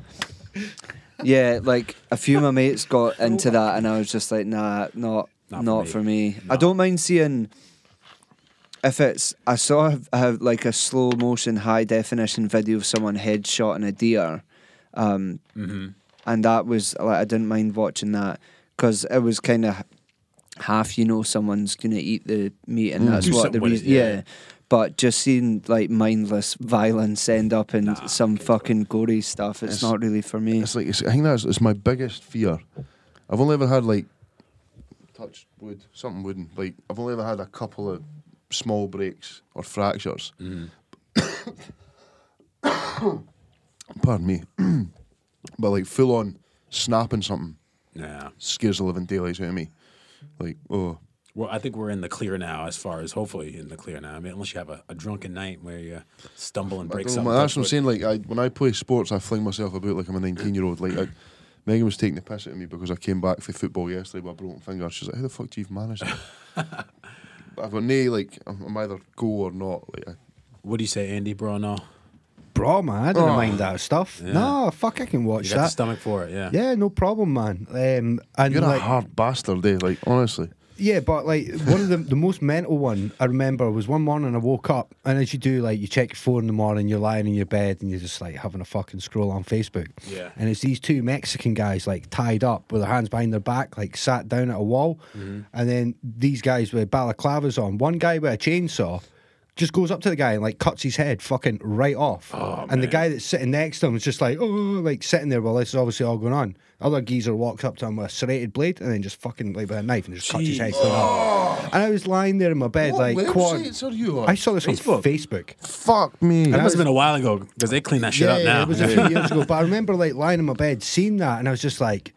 [SPEAKER 4] yeah, like a few of my mates got into that, and I was just like, nah, not
[SPEAKER 3] Not for
[SPEAKER 4] not,
[SPEAKER 3] me.
[SPEAKER 4] for me. I don't mind seeing if it's I saw a, a, like a slow motion high definition video of someone headshot in a deer, um,
[SPEAKER 3] Mm-hmm.
[SPEAKER 4] and that was like I didn't mind watching that because it was kind of half you know someone's gonna eat the meat and that's
[SPEAKER 3] Mm. Do
[SPEAKER 4] what
[SPEAKER 3] something
[SPEAKER 4] the
[SPEAKER 3] with it,
[SPEAKER 4] reason
[SPEAKER 3] yeah.
[SPEAKER 4] yeah. But just seeing like mindless violence end up in some fucking gory stuff, it's,
[SPEAKER 2] It's-
[SPEAKER 4] not really for me.
[SPEAKER 2] It's like it's, I think that's it's my biggest fear. I've only ever had like touch wood, something wooden. Like I've only ever had a couple of small breaks or fractures. <coughs> Pardon me, <coughs> but like full on snapping something
[SPEAKER 3] Yeah.
[SPEAKER 2] scares the living daylights out of me. Like oh,
[SPEAKER 3] Well, I think we're in the clear now, as far as hopefully in the clear now. I mean, unless you have a, a drunken night where you stumble and
[SPEAKER 2] I
[SPEAKER 3] break
[SPEAKER 2] don't know,
[SPEAKER 3] something.
[SPEAKER 2] man, that's what I'm
[SPEAKER 3] But-
[SPEAKER 2] saying. Like I, when I play sports, I fling myself about like I'm a 19 year old. Like I, Megan was taking the piss out of me because I came back for football yesterday with a broken finger. She's like, "How the fuck do you manage <laughs> that?" But I've got nay. Like I'm, I'm either go or not. Like I,
[SPEAKER 3] What do you say, Andy, bro? No,
[SPEAKER 1] Bro, man, I
[SPEAKER 4] Oh.
[SPEAKER 1] didn't mind that stuff. No, fuck, I can
[SPEAKER 3] you
[SPEAKER 1] watch
[SPEAKER 3] got the
[SPEAKER 1] that.
[SPEAKER 3] stomach for it. Yeah.
[SPEAKER 1] Yeah, no problem, man. Um, and
[SPEAKER 2] you're
[SPEAKER 1] like,
[SPEAKER 2] a hard bastard, eh? Like honestly,
[SPEAKER 1] Yeah, but like one of the the most mental one I remember was one morning I woke up and as you do, like you check your phone in the morning, you're lying in your bed and you're just like having a fucking scroll on Facebook.
[SPEAKER 3] Yeah.
[SPEAKER 1] And it's these two Mexican guys like tied up with their hands behind their back, like sat down at a wall, and then these guys with balaclavas on. One guy with a chainsaw just goes up to the guy and like cuts his head fucking right off. and the guy that's sitting next to him is just like, oh, like sitting there while this is obviously all going on. Other geezer walks up to him with a serrated blade and then just fucking like with a knife and just cuts his head. clean off. And I was lying there in my bed like, quad.
[SPEAKER 2] websites are you on?
[SPEAKER 1] I saw this on
[SPEAKER 3] Facebook?
[SPEAKER 1] Facebook.
[SPEAKER 2] fuck me.
[SPEAKER 3] That must have been a while ago because they clean that shit
[SPEAKER 1] yeah,
[SPEAKER 3] up
[SPEAKER 1] yeah,
[SPEAKER 3] now.
[SPEAKER 1] It was a
[SPEAKER 2] <laughs>
[SPEAKER 1] few years ago, but I remember like lying in my bed, seeing that, and I was just like,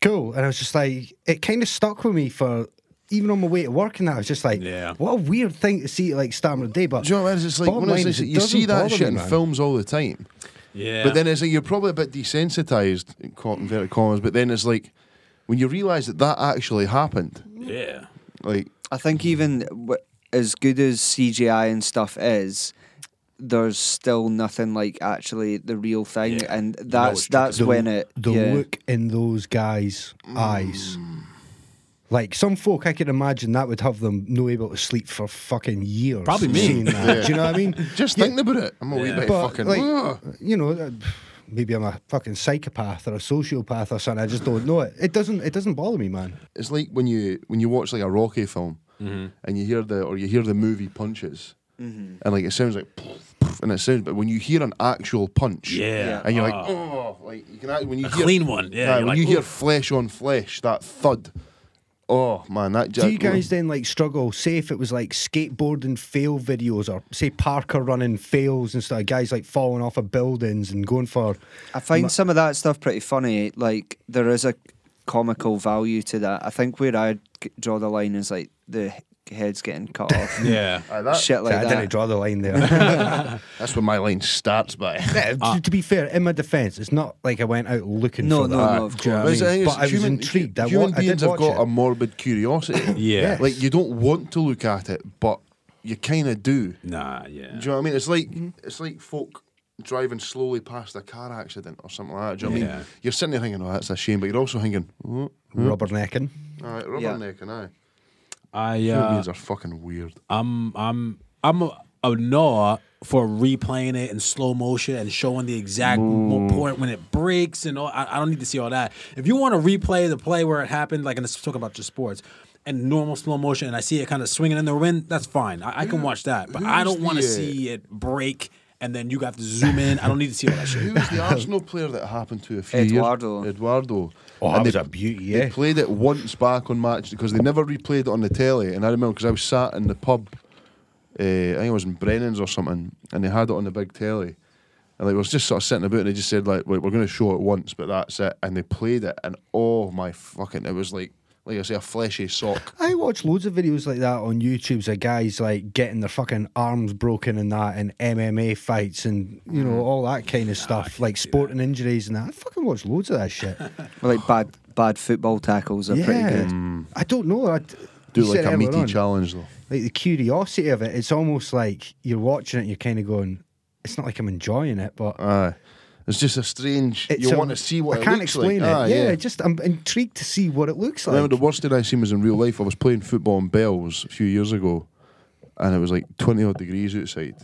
[SPEAKER 1] cool. And I was just like, it kind of stuck with me for even on my way to work, and that I was just like,
[SPEAKER 3] Yeah.
[SPEAKER 1] what a weird thing to see like starting the day. But
[SPEAKER 2] Do you know what it is? It's like,
[SPEAKER 1] bottom
[SPEAKER 2] when it's,
[SPEAKER 1] line
[SPEAKER 2] it's,
[SPEAKER 1] is it
[SPEAKER 2] you
[SPEAKER 1] doesn't
[SPEAKER 2] see that
[SPEAKER 1] bother
[SPEAKER 2] shit
[SPEAKER 1] me,
[SPEAKER 2] in
[SPEAKER 1] man.
[SPEAKER 2] films all the time.
[SPEAKER 3] <laughs> yeah.
[SPEAKER 2] But then it's like you're probably a bit desensitized, quote inverted commas. But then it's like when you realise that that actually happened.
[SPEAKER 3] yeah.
[SPEAKER 2] Like
[SPEAKER 4] I think even w- as good as CGI and stuff is, there's still nothing like actually the real thing,
[SPEAKER 3] Yeah.
[SPEAKER 4] and
[SPEAKER 3] it's
[SPEAKER 4] that's
[SPEAKER 3] true.
[SPEAKER 4] that's
[SPEAKER 1] the,
[SPEAKER 4] when it.
[SPEAKER 1] the
[SPEAKER 4] yeah.
[SPEAKER 1] look in those guys' eyes. Like some folk, I could imagine that would have them no able to sleep for fucking years.
[SPEAKER 3] Probably me.
[SPEAKER 1] seeing that.
[SPEAKER 2] Yeah.
[SPEAKER 1] Do you know what I mean?
[SPEAKER 2] just
[SPEAKER 1] Yeah.
[SPEAKER 2] thinking about it, I'm a wee
[SPEAKER 3] Yeah.
[SPEAKER 2] bit
[SPEAKER 1] but
[SPEAKER 2] fucking.
[SPEAKER 1] like,
[SPEAKER 2] "Ugh."
[SPEAKER 1] you know, uh, maybe I'm a fucking psychopath or a sociopath or something. I just don't know it. It doesn't. It doesn't bother me, man.
[SPEAKER 2] <laughs> It's like when you when you watch like a Rocky film
[SPEAKER 3] Mm-hmm.
[SPEAKER 2] and you hear the or you hear the movie punches
[SPEAKER 1] Mm-hmm.
[SPEAKER 2] and like it sounds like and it sounds, but when you hear an actual punch,
[SPEAKER 3] Yeah. Ah.
[SPEAKER 2] and you're like, oh, like you can act- when you
[SPEAKER 3] A
[SPEAKER 2] hear,
[SPEAKER 3] clean one, yeah,
[SPEAKER 2] aye, when
[SPEAKER 3] you're like,
[SPEAKER 2] you hear
[SPEAKER 3] "Oof."
[SPEAKER 2] flesh on flesh, that thud. Oh man, that.
[SPEAKER 1] Do you guys then like struggle? Say if it was like skateboarding fail videos or say parkour running fails and stuff. Guys like falling off of buildings and going for.
[SPEAKER 4] I find some of that stuff pretty funny. Like there is a comical value to that. I think where I g- draw the line is like the h- heads getting cut off,
[SPEAKER 3] Yeah.
[SPEAKER 2] Aye, that-
[SPEAKER 4] shit like
[SPEAKER 1] I
[SPEAKER 4] that.
[SPEAKER 1] didn't draw the line
[SPEAKER 4] <laughs>
[SPEAKER 1] there.
[SPEAKER 2] That's where my line starts
[SPEAKER 1] <laughs>
[SPEAKER 2] by.
[SPEAKER 1] to, to be fair, in my defence, it's not like I went out looking.
[SPEAKER 4] No,
[SPEAKER 1] for
[SPEAKER 4] no,
[SPEAKER 1] that.
[SPEAKER 4] no, of
[SPEAKER 1] Do you know
[SPEAKER 2] But
[SPEAKER 1] what I
[SPEAKER 2] it's the
[SPEAKER 1] mean?
[SPEAKER 2] thing is,
[SPEAKER 1] But I was
[SPEAKER 2] human-
[SPEAKER 1] intrigued. I wa-
[SPEAKER 2] Human
[SPEAKER 1] I did
[SPEAKER 2] beings have
[SPEAKER 1] watch
[SPEAKER 2] got
[SPEAKER 1] it.
[SPEAKER 2] a morbid curiosity.
[SPEAKER 3] <laughs> Yeah.
[SPEAKER 1] Yes.
[SPEAKER 2] Like you don't want to look at it, but you kind of do.
[SPEAKER 3] Nah. Yeah.
[SPEAKER 2] Do you know what I mean? It's like
[SPEAKER 1] Mm-hmm.
[SPEAKER 2] it's like folk driving slowly past a car accident or something like that. Do you know what I
[SPEAKER 3] Yeah.
[SPEAKER 2] mean? You're sitting there thinking, "Oh, that's a shame," but you're also thinking, "Oh,
[SPEAKER 1] rubbernecking.
[SPEAKER 2] all right, rubbernecking, yeah. aye."
[SPEAKER 3] I.
[SPEAKER 2] Human
[SPEAKER 3] Uh,
[SPEAKER 2] beings are fucking weird.
[SPEAKER 3] I'm. I'm. I'm a, a Noah for replaying it in slow motion and showing the exact
[SPEAKER 2] Mm.
[SPEAKER 3] mo- point when it breaks and all. I, I don't need to see all that. If you want to replay the play where it happened, like and it's talking about just sports. And normal slow motion, and I see it kind of swinging in the wind. That's fine. I, I can watch that, but I
[SPEAKER 2] who's
[SPEAKER 3] don't want to
[SPEAKER 2] the, uh,
[SPEAKER 3] see it break, and then you have to zoom in. I don't need to see all that
[SPEAKER 2] Who
[SPEAKER 3] shit.
[SPEAKER 2] was the Arsenal player that it happened to a few years-
[SPEAKER 4] Eduardo.
[SPEAKER 2] Eduardo.
[SPEAKER 1] Oh, that
[SPEAKER 2] And
[SPEAKER 1] was
[SPEAKER 2] they-
[SPEAKER 1] a beauty.
[SPEAKER 2] They
[SPEAKER 1] Yeah.
[SPEAKER 2] played it once back on match because they never replayed it on the telly. And I remember because I was sat in the pub, uh, I think it was in Brennan's or something, and they had it on the big telly. And like, we was just sort of sitting about, and they just said like, "Wait, we're going to show it once, but that's it." And they played it, and oh my fucking, it was like, like I say, a fleshy sock.
[SPEAKER 1] I watch loads of videos like that on YouTube's of guys like getting their fucking arms broken and that, and MMA fights and you know all that kind of stuff, like sporting injuries and that. I fucking watch loads of that shit. <laughs>
[SPEAKER 4] Like bad bad football tackles are pretty
[SPEAKER 1] yeah,
[SPEAKER 4] good.
[SPEAKER 1] I don't know. I
[SPEAKER 2] Mm. Do
[SPEAKER 1] you
[SPEAKER 2] like
[SPEAKER 1] said
[SPEAKER 2] a
[SPEAKER 1] earlier
[SPEAKER 2] meaty
[SPEAKER 1] on,
[SPEAKER 2] challenge though.
[SPEAKER 1] Like the curiosity of it, it's almost like you're watching it and you're kind of going, "It's not like I'm enjoying it," but
[SPEAKER 2] Aye, it's just a strange.
[SPEAKER 1] it's
[SPEAKER 2] you
[SPEAKER 1] um,
[SPEAKER 2] want to see what
[SPEAKER 1] I
[SPEAKER 2] it
[SPEAKER 1] can't
[SPEAKER 2] looks
[SPEAKER 1] explain
[SPEAKER 2] like.
[SPEAKER 1] it.
[SPEAKER 2] Aye,
[SPEAKER 1] yeah, just I'm intrigued to see what it looks
[SPEAKER 2] I
[SPEAKER 1] like.
[SPEAKER 2] remember the worst thing I seen was in real life. I was playing football in Bells a few years ago, and it was like twenty odd degrees outside,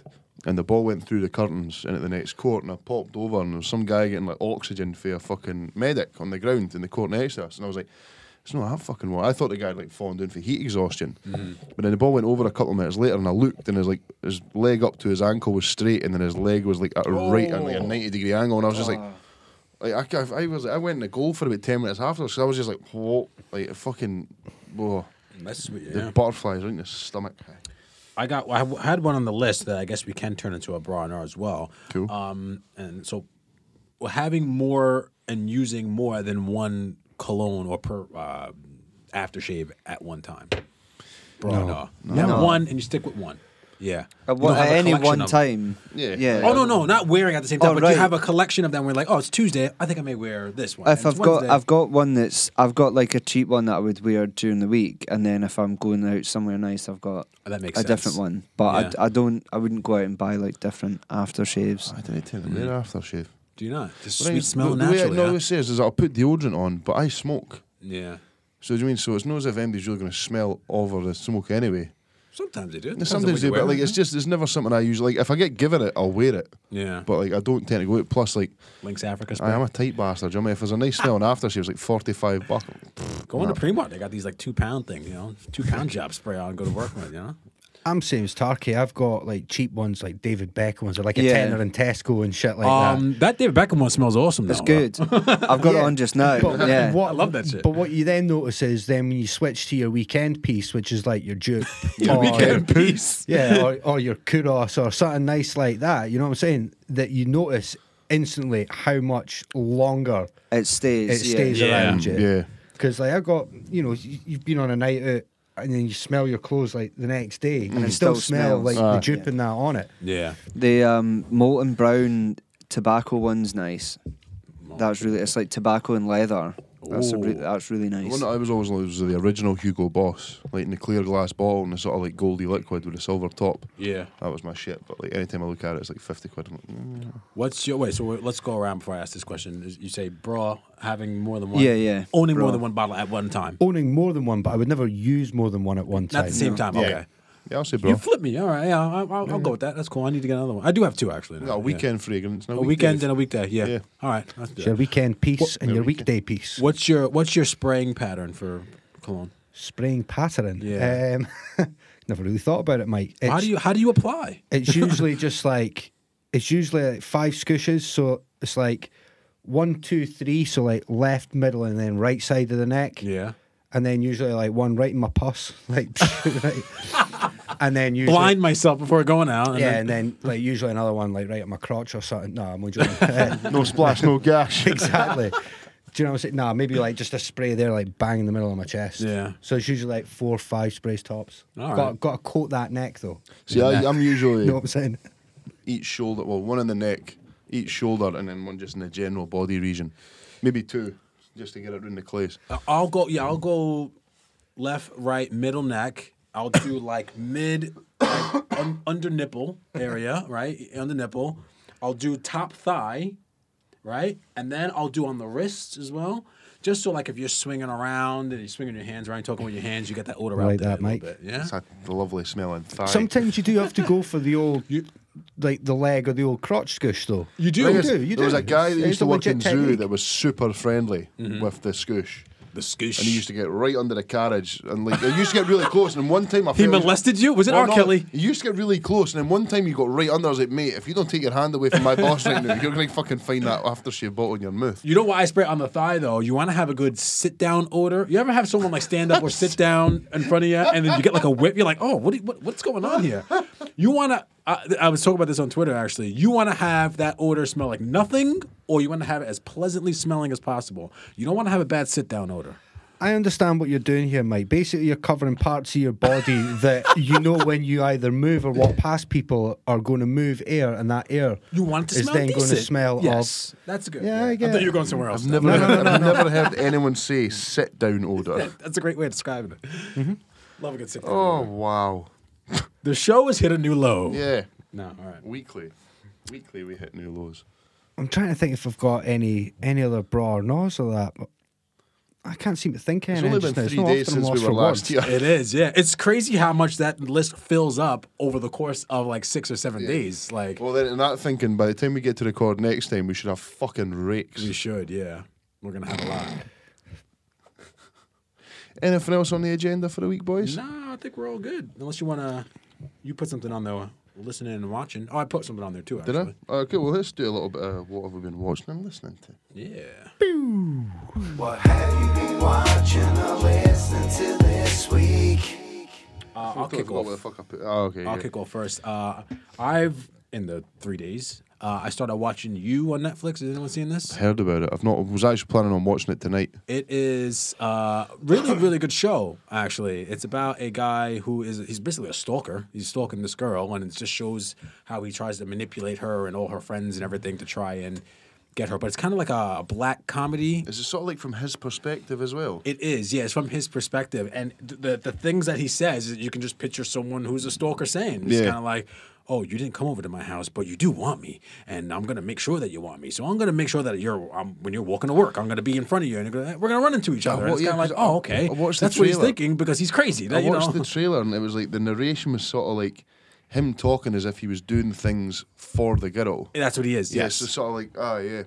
[SPEAKER 2] and the ball went through the curtains and at the next court, and I popped over, and there was some guy getting like oxygen for a fucking medic on the ground in the court next to us, and I was like. It's not that fucking water. I thought the guy had like fallen down for heat exhaustion. But then the ball went over a couple of minutes later and I looked and his like his leg up to his ankle was straight and then his leg was like at a right and like a 90 degree angle and I was just like like I, ca- I was I went in the goal for about 10 minutes after because I was just like what like it fucking whoa.
[SPEAKER 3] That's sweet,
[SPEAKER 2] The
[SPEAKER 3] yeah.
[SPEAKER 2] butterflies right in the stomach.
[SPEAKER 3] I got. I had one on the list that I guess we can turn into a bra and R as well.
[SPEAKER 2] Cool.
[SPEAKER 3] Um, and so well, having more and using more than one cologne or per uh, aftershave at one time. Bra and R. You have one and you stick with one. Yeah. You
[SPEAKER 4] At, one-
[SPEAKER 3] don't have
[SPEAKER 4] Uh, at
[SPEAKER 3] a
[SPEAKER 4] any
[SPEAKER 3] collection
[SPEAKER 4] one
[SPEAKER 3] of-
[SPEAKER 4] time.
[SPEAKER 2] Yeah.
[SPEAKER 4] Yeah.
[SPEAKER 3] Oh no, no, not wearing at the same time.
[SPEAKER 4] Oh,
[SPEAKER 3] but
[SPEAKER 4] right.
[SPEAKER 3] you have a collection of them. Where you're like, oh, it's Tuesday. I think I may wear this one.
[SPEAKER 4] If
[SPEAKER 3] And
[SPEAKER 4] I've
[SPEAKER 3] it's
[SPEAKER 4] got,
[SPEAKER 3] Wednesday.
[SPEAKER 4] I've got one that's, I've got like a cheap one that I would wear during the week, and then if I'm going out somewhere nice, I've got
[SPEAKER 3] Oh, that makes
[SPEAKER 4] a
[SPEAKER 3] sense.
[SPEAKER 4] different one. But
[SPEAKER 3] Yeah.
[SPEAKER 4] I, I don't, I wouldn't go out and buy like different aftershaves.
[SPEAKER 3] Oh,
[SPEAKER 2] I didn't tell them they're aftershave.
[SPEAKER 3] Do you not? Just
[SPEAKER 2] Right,
[SPEAKER 3] sweet smell
[SPEAKER 2] the,
[SPEAKER 3] naturally.
[SPEAKER 2] The way I
[SPEAKER 3] huh?
[SPEAKER 2] know says is I'll put deodorant on, but I smoke.
[SPEAKER 3] yeah.
[SPEAKER 2] So do you mean so it's not as if MD's really going to smell over the smoke anyway.
[SPEAKER 3] Sometimes they do. Depends on
[SPEAKER 2] Sometimes
[SPEAKER 3] what
[SPEAKER 2] do,
[SPEAKER 3] you're
[SPEAKER 2] but like
[SPEAKER 3] wearing.
[SPEAKER 2] it's just it's never something I use. Like if I get given it, I'll wear it.
[SPEAKER 3] Yeah.
[SPEAKER 2] But like I don't tend to go out. Plus, like
[SPEAKER 3] Links Africa.
[SPEAKER 2] I am a tight bastard. do You know, what I mean? if there's a
[SPEAKER 3] Ah.
[SPEAKER 2] nice smell and after she was like forty five bucks.
[SPEAKER 3] Go into Primark. They got these like two pound things, you know, two pound job spray on and go to work with, you know?
[SPEAKER 1] I'm same as Tarky. I've got like cheap ones, like David Beckham ones, or like a
[SPEAKER 4] Yeah.
[SPEAKER 1] tenner in Tesco and shit like that.
[SPEAKER 3] um, that. David Beckham one smells awesome,
[SPEAKER 4] It's
[SPEAKER 3] though. <laughs>
[SPEAKER 4] good. I've got
[SPEAKER 1] Yeah.
[SPEAKER 4] it on just now.
[SPEAKER 1] But
[SPEAKER 4] yeah.
[SPEAKER 1] what,
[SPEAKER 3] I love that shit.
[SPEAKER 1] But what you then notice is then when you switch to your weekend piece, which is like your Duke,
[SPEAKER 3] Your
[SPEAKER 1] or,
[SPEAKER 3] weekend piece.
[SPEAKER 1] Oh, yeah, or, or your Kudos or something nice like that. You know what I'm saying? That you notice instantly how much longer
[SPEAKER 4] It stays.
[SPEAKER 1] it
[SPEAKER 4] yeah.
[SPEAKER 1] stays
[SPEAKER 3] Yeah.
[SPEAKER 1] around you.
[SPEAKER 2] Yeah.
[SPEAKER 1] Because like I got, you know, you- you've been on a night out and then you smell your clothes like the next
[SPEAKER 3] Mm.
[SPEAKER 1] day and it, still,
[SPEAKER 4] still
[SPEAKER 1] smell
[SPEAKER 4] smells.
[SPEAKER 1] like
[SPEAKER 2] Ah.
[SPEAKER 1] the Duke and that on it.
[SPEAKER 3] Yeah.
[SPEAKER 4] The um, molten brown tobacco one's nice. That's really. It's like tobacco and leather. That's a re-
[SPEAKER 3] Ooh.
[SPEAKER 4] that's really
[SPEAKER 2] The
[SPEAKER 4] nice.
[SPEAKER 2] one that I was always like was the original Hugo Boss, like in the clear glass bottle and the sort of like goldy liquid with a silver top.
[SPEAKER 3] Yeah.
[SPEAKER 2] That was my shit. But like anytime I look at it, it's like fifty quid. I'm like, mm.
[SPEAKER 3] What's your, wait, so we're- let's go around before I ask this question. Is- You say bra, having more than one.
[SPEAKER 4] Yeah, yeah,
[SPEAKER 3] Owning more
[SPEAKER 4] bra.
[SPEAKER 3] than one bottle at one time.
[SPEAKER 1] Owning more than one, but I would never use more than one at one time.
[SPEAKER 3] Not the same time. Okay.
[SPEAKER 2] Yeah, I'll say bro.
[SPEAKER 3] You flip me. All right. Yeah, I'll, I'll, I'll go with that. That's cool. I need to get another one. I do have two, actually. now,
[SPEAKER 2] Got a
[SPEAKER 3] yeah.
[SPEAKER 2] weekend fragrance. now
[SPEAKER 3] A
[SPEAKER 2] weekday.
[SPEAKER 3] weekend and a weekday. Yeah.
[SPEAKER 2] Yeah.
[SPEAKER 3] All right. That's good.
[SPEAKER 1] It's your weekend piece and
[SPEAKER 2] Yeah,
[SPEAKER 1] your
[SPEAKER 2] weekend.
[SPEAKER 1] weekday piece.
[SPEAKER 3] What's your what's your spraying pattern for cologne?
[SPEAKER 1] Spraying pattern.
[SPEAKER 3] Yeah.
[SPEAKER 1] Um, <laughs> never really thought about it, Mike. It's,
[SPEAKER 3] How do you how do you apply?
[SPEAKER 1] <laughs> it's usually just like it's usually like five scooshes, so it's like one, two, three, so like left, middle, and then right side of the neck.
[SPEAKER 3] Yeah.
[SPEAKER 1] And then usually like one right in my pus, <laughs> like right. and then usually
[SPEAKER 3] Blind eh? myself before going out. And
[SPEAKER 1] yeah,
[SPEAKER 3] then-
[SPEAKER 1] and then like usually another one like right at my crotch or something. No, I'm only joking. <laughs>
[SPEAKER 2] <laughs> No splash, no gash.
[SPEAKER 1] exactly. Do you know what I'm saying? Nah, maybe like just a spray there, like bang in the middle of my chest.
[SPEAKER 3] Yeah.
[SPEAKER 1] So it's usually like four or five sprays tops.
[SPEAKER 3] All
[SPEAKER 1] got
[SPEAKER 3] right.
[SPEAKER 1] got to coat that neck though.
[SPEAKER 2] See, I, I'm usually
[SPEAKER 1] You know what I'm
[SPEAKER 2] <laughs>
[SPEAKER 1] saying?
[SPEAKER 2] each shoulder, well, one in the neck, each shoulder, and then one just in the general body region. Maybe two, just to get it in the place.
[SPEAKER 3] I'll go. Yeah, I'll go left, right, middle neck. I'll do like mid, like, un- under nipple area, right under nipple. I'll do top thigh, right, and then I'll do on the wrists as well. Just so like if you're swinging around and you're swinging your hands around, talking with your hands, you get that odor
[SPEAKER 1] Like
[SPEAKER 3] out there
[SPEAKER 1] that,
[SPEAKER 3] a little
[SPEAKER 1] Mike.
[SPEAKER 3] bit. Yeah.
[SPEAKER 2] It's a lovely smelling thigh.
[SPEAKER 1] Sometimes you do have to go for the old,
[SPEAKER 3] You-
[SPEAKER 1] like the leg or the old crotch scoosh though.
[SPEAKER 3] You do.
[SPEAKER 2] Thing
[SPEAKER 1] You
[SPEAKER 2] is,
[SPEAKER 1] do, you
[SPEAKER 2] there was
[SPEAKER 1] do.
[SPEAKER 2] a guy that
[SPEAKER 1] It's
[SPEAKER 2] used to
[SPEAKER 1] a
[SPEAKER 2] work in
[SPEAKER 1] legit
[SPEAKER 2] zoo
[SPEAKER 1] technique.
[SPEAKER 2] that was super friendly with the scoosh.
[SPEAKER 3] the scoosh.
[SPEAKER 2] And he used to get right under the carriage, and like they used to get really close. And one time I
[SPEAKER 3] He
[SPEAKER 2] felt-
[SPEAKER 3] molested you? Was it
[SPEAKER 2] Well,
[SPEAKER 3] R.
[SPEAKER 2] no,
[SPEAKER 3] Kelly?
[SPEAKER 2] He used to get really close, and then one time you got right under. I was like, mate, if you don't take your hand away from my boss right now, you're gonna fucking find that aftershave bottle in your mouth.
[SPEAKER 3] You know why I spray it on the thigh though? You want to have a good sit down odor. You ever have someone like stand up or sit down in front of you, and then you get like a whip? You're like, oh, what, do you- what what's going on here? You want to. I, I was talking about this on Twitter actually. You want to have that odor smell like nothing, or you want to have it as pleasantly smelling as possible. You don't want to have a bad sit down odor.
[SPEAKER 1] I understand what you're doing here, Mike. Basically, you're covering parts of your
[SPEAKER 3] <laughs>
[SPEAKER 1] body that you know when you either move or walk past people are going to move air, and that air
[SPEAKER 3] You want it to
[SPEAKER 1] is
[SPEAKER 3] smell
[SPEAKER 1] then
[SPEAKER 3] decent.
[SPEAKER 1] going to smell
[SPEAKER 3] yes, that's good.
[SPEAKER 1] Yeah, I get
[SPEAKER 3] thought
[SPEAKER 1] it.
[SPEAKER 3] you were going somewhere else.
[SPEAKER 2] I've never, I've never heard anyone say sit down order.
[SPEAKER 3] That's a great way of describing it.
[SPEAKER 1] Mm-hmm.
[SPEAKER 3] Love a good sit down.
[SPEAKER 2] Oh wow!
[SPEAKER 3] The show has hit a new low.
[SPEAKER 2] Yeah,
[SPEAKER 3] No, all right.
[SPEAKER 2] weekly, weekly we hit new lows.
[SPEAKER 1] I'm trying to think if I've got any any other bra or nose or that, but I can't seem to think of
[SPEAKER 2] It's
[SPEAKER 1] any.
[SPEAKER 2] only
[SPEAKER 1] just
[SPEAKER 2] been
[SPEAKER 1] now. It's
[SPEAKER 2] three
[SPEAKER 1] not
[SPEAKER 2] days
[SPEAKER 1] often I'm lost
[SPEAKER 2] since we
[SPEAKER 1] for
[SPEAKER 2] were last
[SPEAKER 1] words.
[SPEAKER 2] here.
[SPEAKER 3] It is, yeah. It's crazy how much that list fills up over the course of like six or seven days.
[SPEAKER 2] <laughs>
[SPEAKER 3] Like
[SPEAKER 2] Well, then, in that thinking, by the time we get to record next time, we should have fucking rakes.
[SPEAKER 3] we should, yeah. We're gonna have a lot.
[SPEAKER 2] Anything else on the agenda for the week, boys?
[SPEAKER 3] Nah, I think we're all good. Unless you wanna, you put something on there, listening and watching. Oh, I put something on there too. Actually.
[SPEAKER 2] Did I? Oh, Okay, well, let's do a little bit of what have we been watching and listening to.
[SPEAKER 3] Yeah.
[SPEAKER 6] What have you been watching or listening to this week?
[SPEAKER 3] Uh, I'll
[SPEAKER 2] Don't
[SPEAKER 3] kick
[SPEAKER 2] know where
[SPEAKER 3] off.
[SPEAKER 2] the fuck I put- Oh, okay.
[SPEAKER 3] I'll
[SPEAKER 2] yeah.
[SPEAKER 3] kick off first. Uh, I've in the three days. Uh, I started watching you on Netflix. Has anyone seen this?
[SPEAKER 2] Heard about it. I've not. Was actually planning on watching it tonight.
[SPEAKER 3] It is uh, really, really good show. Actually, it's about a guy who is he's basically a stalker. He's stalking this girl, and it just shows how he tries to manipulate her and all her friends and everything to try and get her. But it's kind of like a black comedy.
[SPEAKER 2] Is it sort of like from his perspective as well?
[SPEAKER 3] It is, yeah. It's from his perspective, and th- the the things that he says, you can just picture someone who's a stalker saying. It's
[SPEAKER 2] Yeah.
[SPEAKER 3] kind of like, "Oh, you didn't come over to my house, but you do want me, and I'm gonna make sure that you want me. So I'm gonna make sure that you're um, when you're walking to work, I'm gonna be in front of you, and you're gonna, we're gonna run into each other." And
[SPEAKER 2] wa-
[SPEAKER 3] it's
[SPEAKER 2] Uh, yeah,
[SPEAKER 3] kind of like,
[SPEAKER 2] 'cause I-
[SPEAKER 3] "Oh, okay,
[SPEAKER 2] I watched the
[SPEAKER 3] that's what he's
[SPEAKER 2] trailer.
[SPEAKER 3] thinking because he's crazy."
[SPEAKER 2] I
[SPEAKER 3] That, you
[SPEAKER 2] watched
[SPEAKER 3] know,
[SPEAKER 2] the trailer and it was like the narration was sort of like him talking as if he was doing things for the girl.
[SPEAKER 3] <laughs> that's what he is.
[SPEAKER 2] Yeah,
[SPEAKER 3] yes.
[SPEAKER 2] so sort of like, ah, yeah.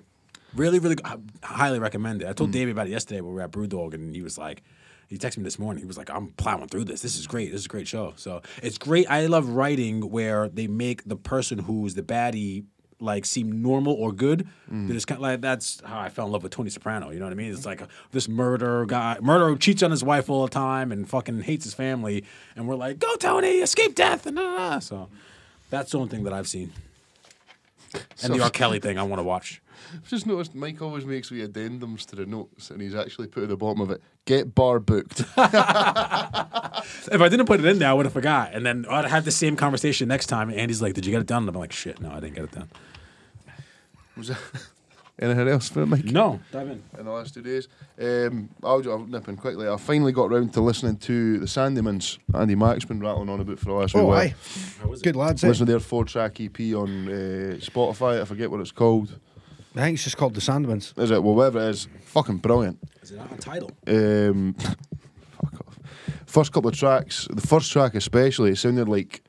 [SPEAKER 3] Really, really, g- I highly recommend it. I told David about it yesterday when we were at Brewdog, and he was like, he texted me this morning. He was like, I'm plowing through this. This is great. This is a great show. So it's great. I love writing where they make the person who's the baddie like seem normal or good. They're just kind of like that's how I fell in love with Tony Soprano. You know what I mean? It's like uh, this murderer guy, murderer who cheats on his wife all the time and fucking hates his family. And we're like, go Tony, escape death, and da, da, da. so that's the only thing that I've seen. And the R. Kelly thing I want to watch.
[SPEAKER 2] I've just noticed Mike always makes wee addendums to the notes and he's actually put at the bottom of it, get bar booked. <laughs>
[SPEAKER 3] If I didn't put it in there, I would have forgot. And then I'd have the same conversation next time. And Andy's like, "Did you get it done?" And I'm like, "Shit, no, I didn't get it done."
[SPEAKER 2] was that <laughs> anything else for Mike?
[SPEAKER 3] No, dive in.
[SPEAKER 2] in the last two days. Um, I'll, ju- I'll nip in quickly. I finally got round to listening to the Sandymans. Andy Mack's been rattling on about for the last wee
[SPEAKER 1] Oh,
[SPEAKER 2] while.
[SPEAKER 1] aye. Good lads. eh?
[SPEAKER 2] Listen to their four track EP on uh, Spotify. I forget what it's called.
[SPEAKER 1] I think it's just called the Sandmans.
[SPEAKER 2] Is it? Well, whatever it is, fucking brilliant.
[SPEAKER 3] Is it not a title?
[SPEAKER 2] Um, <laughs> fuck off. First couple of tracks, the first track especially, it sounded like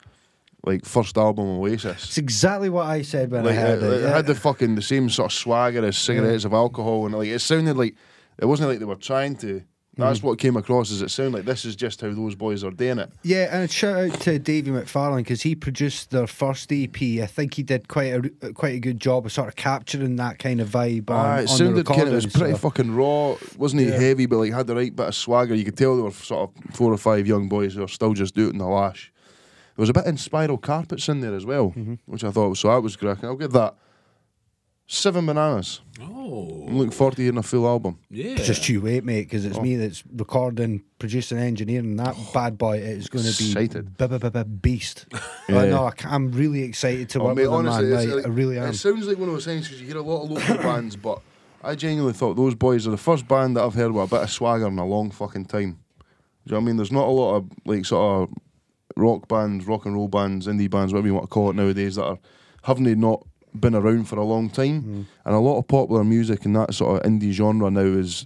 [SPEAKER 2] like first album Oasis.
[SPEAKER 1] It's exactly what I said when I
[SPEAKER 2] Like, uh,
[SPEAKER 1] heard
[SPEAKER 2] like,
[SPEAKER 1] it.
[SPEAKER 2] it
[SPEAKER 1] yeah.
[SPEAKER 2] had the fucking the same sort of swagger as cigarettes of alcohol, and like it sounded like it wasn't like they were trying to.
[SPEAKER 1] Mm.
[SPEAKER 2] That's what came across as it sounded like this is just how those boys are doing it.
[SPEAKER 1] Yeah, and a shout out to Davey McFarlane because he produced their first EP. I think he did quite a re- quite a good job of sort of capturing that kind of vibe. on,
[SPEAKER 2] Ah,
[SPEAKER 1] on
[SPEAKER 2] it
[SPEAKER 1] the
[SPEAKER 2] sounded kind of it was
[SPEAKER 1] recording,
[SPEAKER 2] pretty
[SPEAKER 1] so-
[SPEAKER 2] fucking raw. Wasn't it heavy, but like had the right bit of swagger. You could tell there were sort of four or five young boys who are still just doing the lash. There was a bit in spiral carpets in there as well,
[SPEAKER 1] Mm-hmm.
[SPEAKER 2] which I thought so. That was cracking. I'll give that seven bananas.
[SPEAKER 3] Oh,
[SPEAKER 2] I'm looking forward to hearing a full album.
[SPEAKER 3] yeah.
[SPEAKER 1] Just you wait, mate, because
[SPEAKER 2] Oh.
[SPEAKER 1] it's me that's recording, producing, engineering that bad boy. It's going to be
[SPEAKER 2] Excited.
[SPEAKER 1] b- b- b- b-
[SPEAKER 2] <laughs>
[SPEAKER 1] beast.
[SPEAKER 2] Yeah.
[SPEAKER 1] I know. I ca- I'm really excited to
[SPEAKER 2] Oh,
[SPEAKER 1] work
[SPEAKER 2] mate,
[SPEAKER 1] with
[SPEAKER 2] honestly,
[SPEAKER 1] him, man.
[SPEAKER 2] it's
[SPEAKER 1] Like,
[SPEAKER 2] like-
[SPEAKER 1] I really am.
[SPEAKER 2] It sounds like one of those things because you hear a lot of local <coughs> bands, but I genuinely thought those boys are the first band that I've heard with a bit of swagger in a long fucking time. Do you know what I mean? There's not a lot of like sort of rock bands, rock and roll bands, indie bands, whatever you want to call it nowadays that are haven't they not been around for a long time.
[SPEAKER 1] Mm.
[SPEAKER 2] And a lot of popular music and that sort of indie genre now is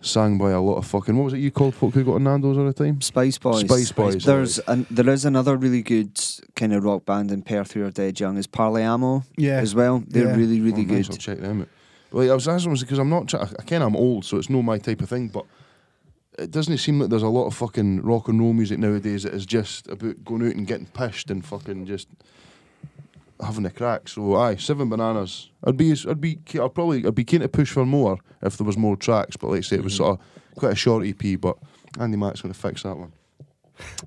[SPEAKER 2] sang by a lot of fucking what was it you called folk who got on Nando's all the time?
[SPEAKER 4] Spice Boys.
[SPEAKER 2] Spice Boys.
[SPEAKER 4] There's an, there is another really good kind of rock band in Perth who are dead young is Parliamo.
[SPEAKER 1] Yeah.
[SPEAKER 4] as well. They're
[SPEAKER 1] Yeah.
[SPEAKER 4] really
[SPEAKER 2] Oh,
[SPEAKER 4] really
[SPEAKER 2] nice,
[SPEAKER 4] good.
[SPEAKER 2] I'll check them out. But like, I was asking because I'm not. Try- I can. I'm old, so it's not my type of thing. But it doesn't seem like there's a lot of fucking rock and roll music nowadays that is just about going out and getting pissed and fucking just having a crack. So aye, seven bananas. I'd be. I'd be. ke- I'd probably. I'd be keen to push for more if there was more tracks. But like I say, it was
[SPEAKER 4] Mm-hmm.
[SPEAKER 2] sort of quite a short EP. But Andy Mack's going to fix that one. <laughs>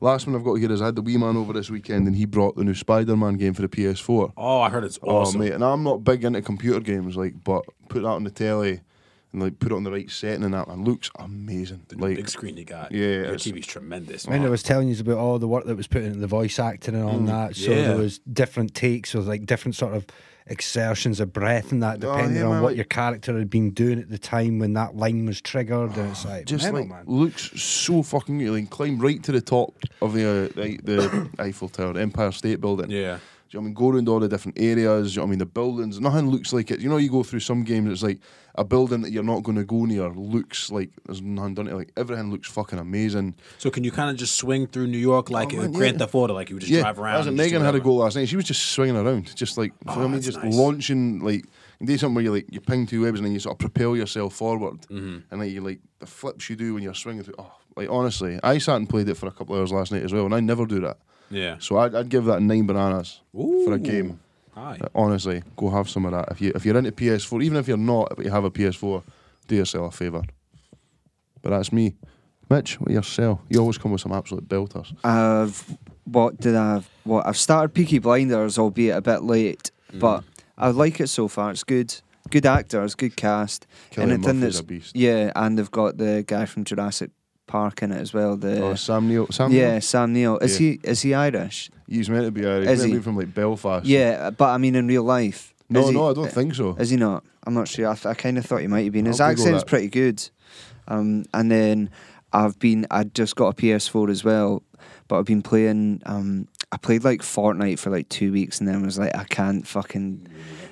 [SPEAKER 2] Last one I've got here is I had the wee man over this weekend and he brought the new Spider-Man game for the PS4.
[SPEAKER 3] Oh, I heard it's awesome.
[SPEAKER 2] Oh mate, and I'm not big into computer games, like, but put that on the telly and like put it on the right setting and that and looks amazing.
[SPEAKER 3] The
[SPEAKER 2] Like
[SPEAKER 3] big screen you got.
[SPEAKER 2] Yeah,
[SPEAKER 3] your
[SPEAKER 2] it's-
[SPEAKER 3] TV's tremendous.
[SPEAKER 1] And I was telling you about all the work that was put into the voice acting and all
[SPEAKER 2] Mm,
[SPEAKER 1] that. So
[SPEAKER 3] yeah.
[SPEAKER 1] there was different takes with like different sort of exertions of breath and that,
[SPEAKER 2] Oh, yeah,
[SPEAKER 1] depending on
[SPEAKER 2] man,
[SPEAKER 1] what
[SPEAKER 2] like-
[SPEAKER 1] your character had been doing at the time when that line was triggered. And it's like,
[SPEAKER 2] Oh, just
[SPEAKER 1] mental,
[SPEAKER 2] like
[SPEAKER 1] man.
[SPEAKER 2] looks so fucking good. Like climb right to the top of the uh, the,
[SPEAKER 3] <coughs>
[SPEAKER 2] the Eiffel Tower, the Empire State Building.
[SPEAKER 3] Yeah.
[SPEAKER 2] Do you know what I mean? Go around all the different areas. Do you know what I mean? The buildings. Nothing looks like it. You know, you go through some games. It's like a building that you're not going to go near looks like there's nothing done to it. Like everything looks fucking amazing.
[SPEAKER 3] So can you kind of just swing through New York like
[SPEAKER 2] Oh,
[SPEAKER 3] uh,
[SPEAKER 2] man,
[SPEAKER 3] Grand
[SPEAKER 2] yeah.
[SPEAKER 3] Theft Auto, like you would just drive around?
[SPEAKER 2] As
[SPEAKER 3] and just do
[SPEAKER 2] Megan had a
[SPEAKER 3] whatever?
[SPEAKER 2] goal last night, she was just swinging around, just like
[SPEAKER 3] Oh,
[SPEAKER 2] for me,
[SPEAKER 3] that's
[SPEAKER 2] just
[SPEAKER 3] nice.
[SPEAKER 2] launching like You do something where you like you ping two webs and then you sort of propel yourself forward,
[SPEAKER 3] Mm-hmm.
[SPEAKER 2] and then you like the flips you do when you're swinging through. Oh, like honestly, I sat and played it for a couple of hours last night as well, and I never do that.
[SPEAKER 3] Yeah.
[SPEAKER 2] So I'd, I'd give that nine bananas for
[SPEAKER 3] Ooh.
[SPEAKER 2] a game.
[SPEAKER 3] Hi.
[SPEAKER 2] Uh, honestly, go have some of that. If you if you're into PS4, even if you're not, but you have a PS4, do yourself a favour. But that's me, Mitch. What yourself? You always come with some absolute belters.
[SPEAKER 4] I've what did I have? What I've started Peaky Blinders, albeit a bit late,
[SPEAKER 2] Mm.
[SPEAKER 4] but I like it so far. It's good, good actors, good cast,
[SPEAKER 2] Cillian
[SPEAKER 4] it didn't-
[SPEAKER 2] Murphy's a beast.
[SPEAKER 4] yeah, and they've got the guy from Jurassic Park in it as well. The
[SPEAKER 2] Oh, Sam Neill. Sam
[SPEAKER 4] yeah,
[SPEAKER 2] Neill?
[SPEAKER 4] Sam Neill. Is
[SPEAKER 2] Yeah.
[SPEAKER 4] he is he Irish?
[SPEAKER 2] He's meant to be Irish.
[SPEAKER 4] Is
[SPEAKER 2] He's meant to
[SPEAKER 4] he?
[SPEAKER 2] be from like Belfast.
[SPEAKER 4] Yeah, but I mean in real life.
[SPEAKER 2] No,
[SPEAKER 4] is he-
[SPEAKER 2] no, I don't think so.
[SPEAKER 4] Is he not? I'm not sure. I, th- I kind of thought he might have been. His
[SPEAKER 2] I'll Google
[SPEAKER 4] accent's
[SPEAKER 2] that.
[SPEAKER 4] pretty good. Um, and then I've been. I just got a PS4 as well, but I've been playing. Um, I played like Fortnite for like two weeks, and then was like, I can't fucking.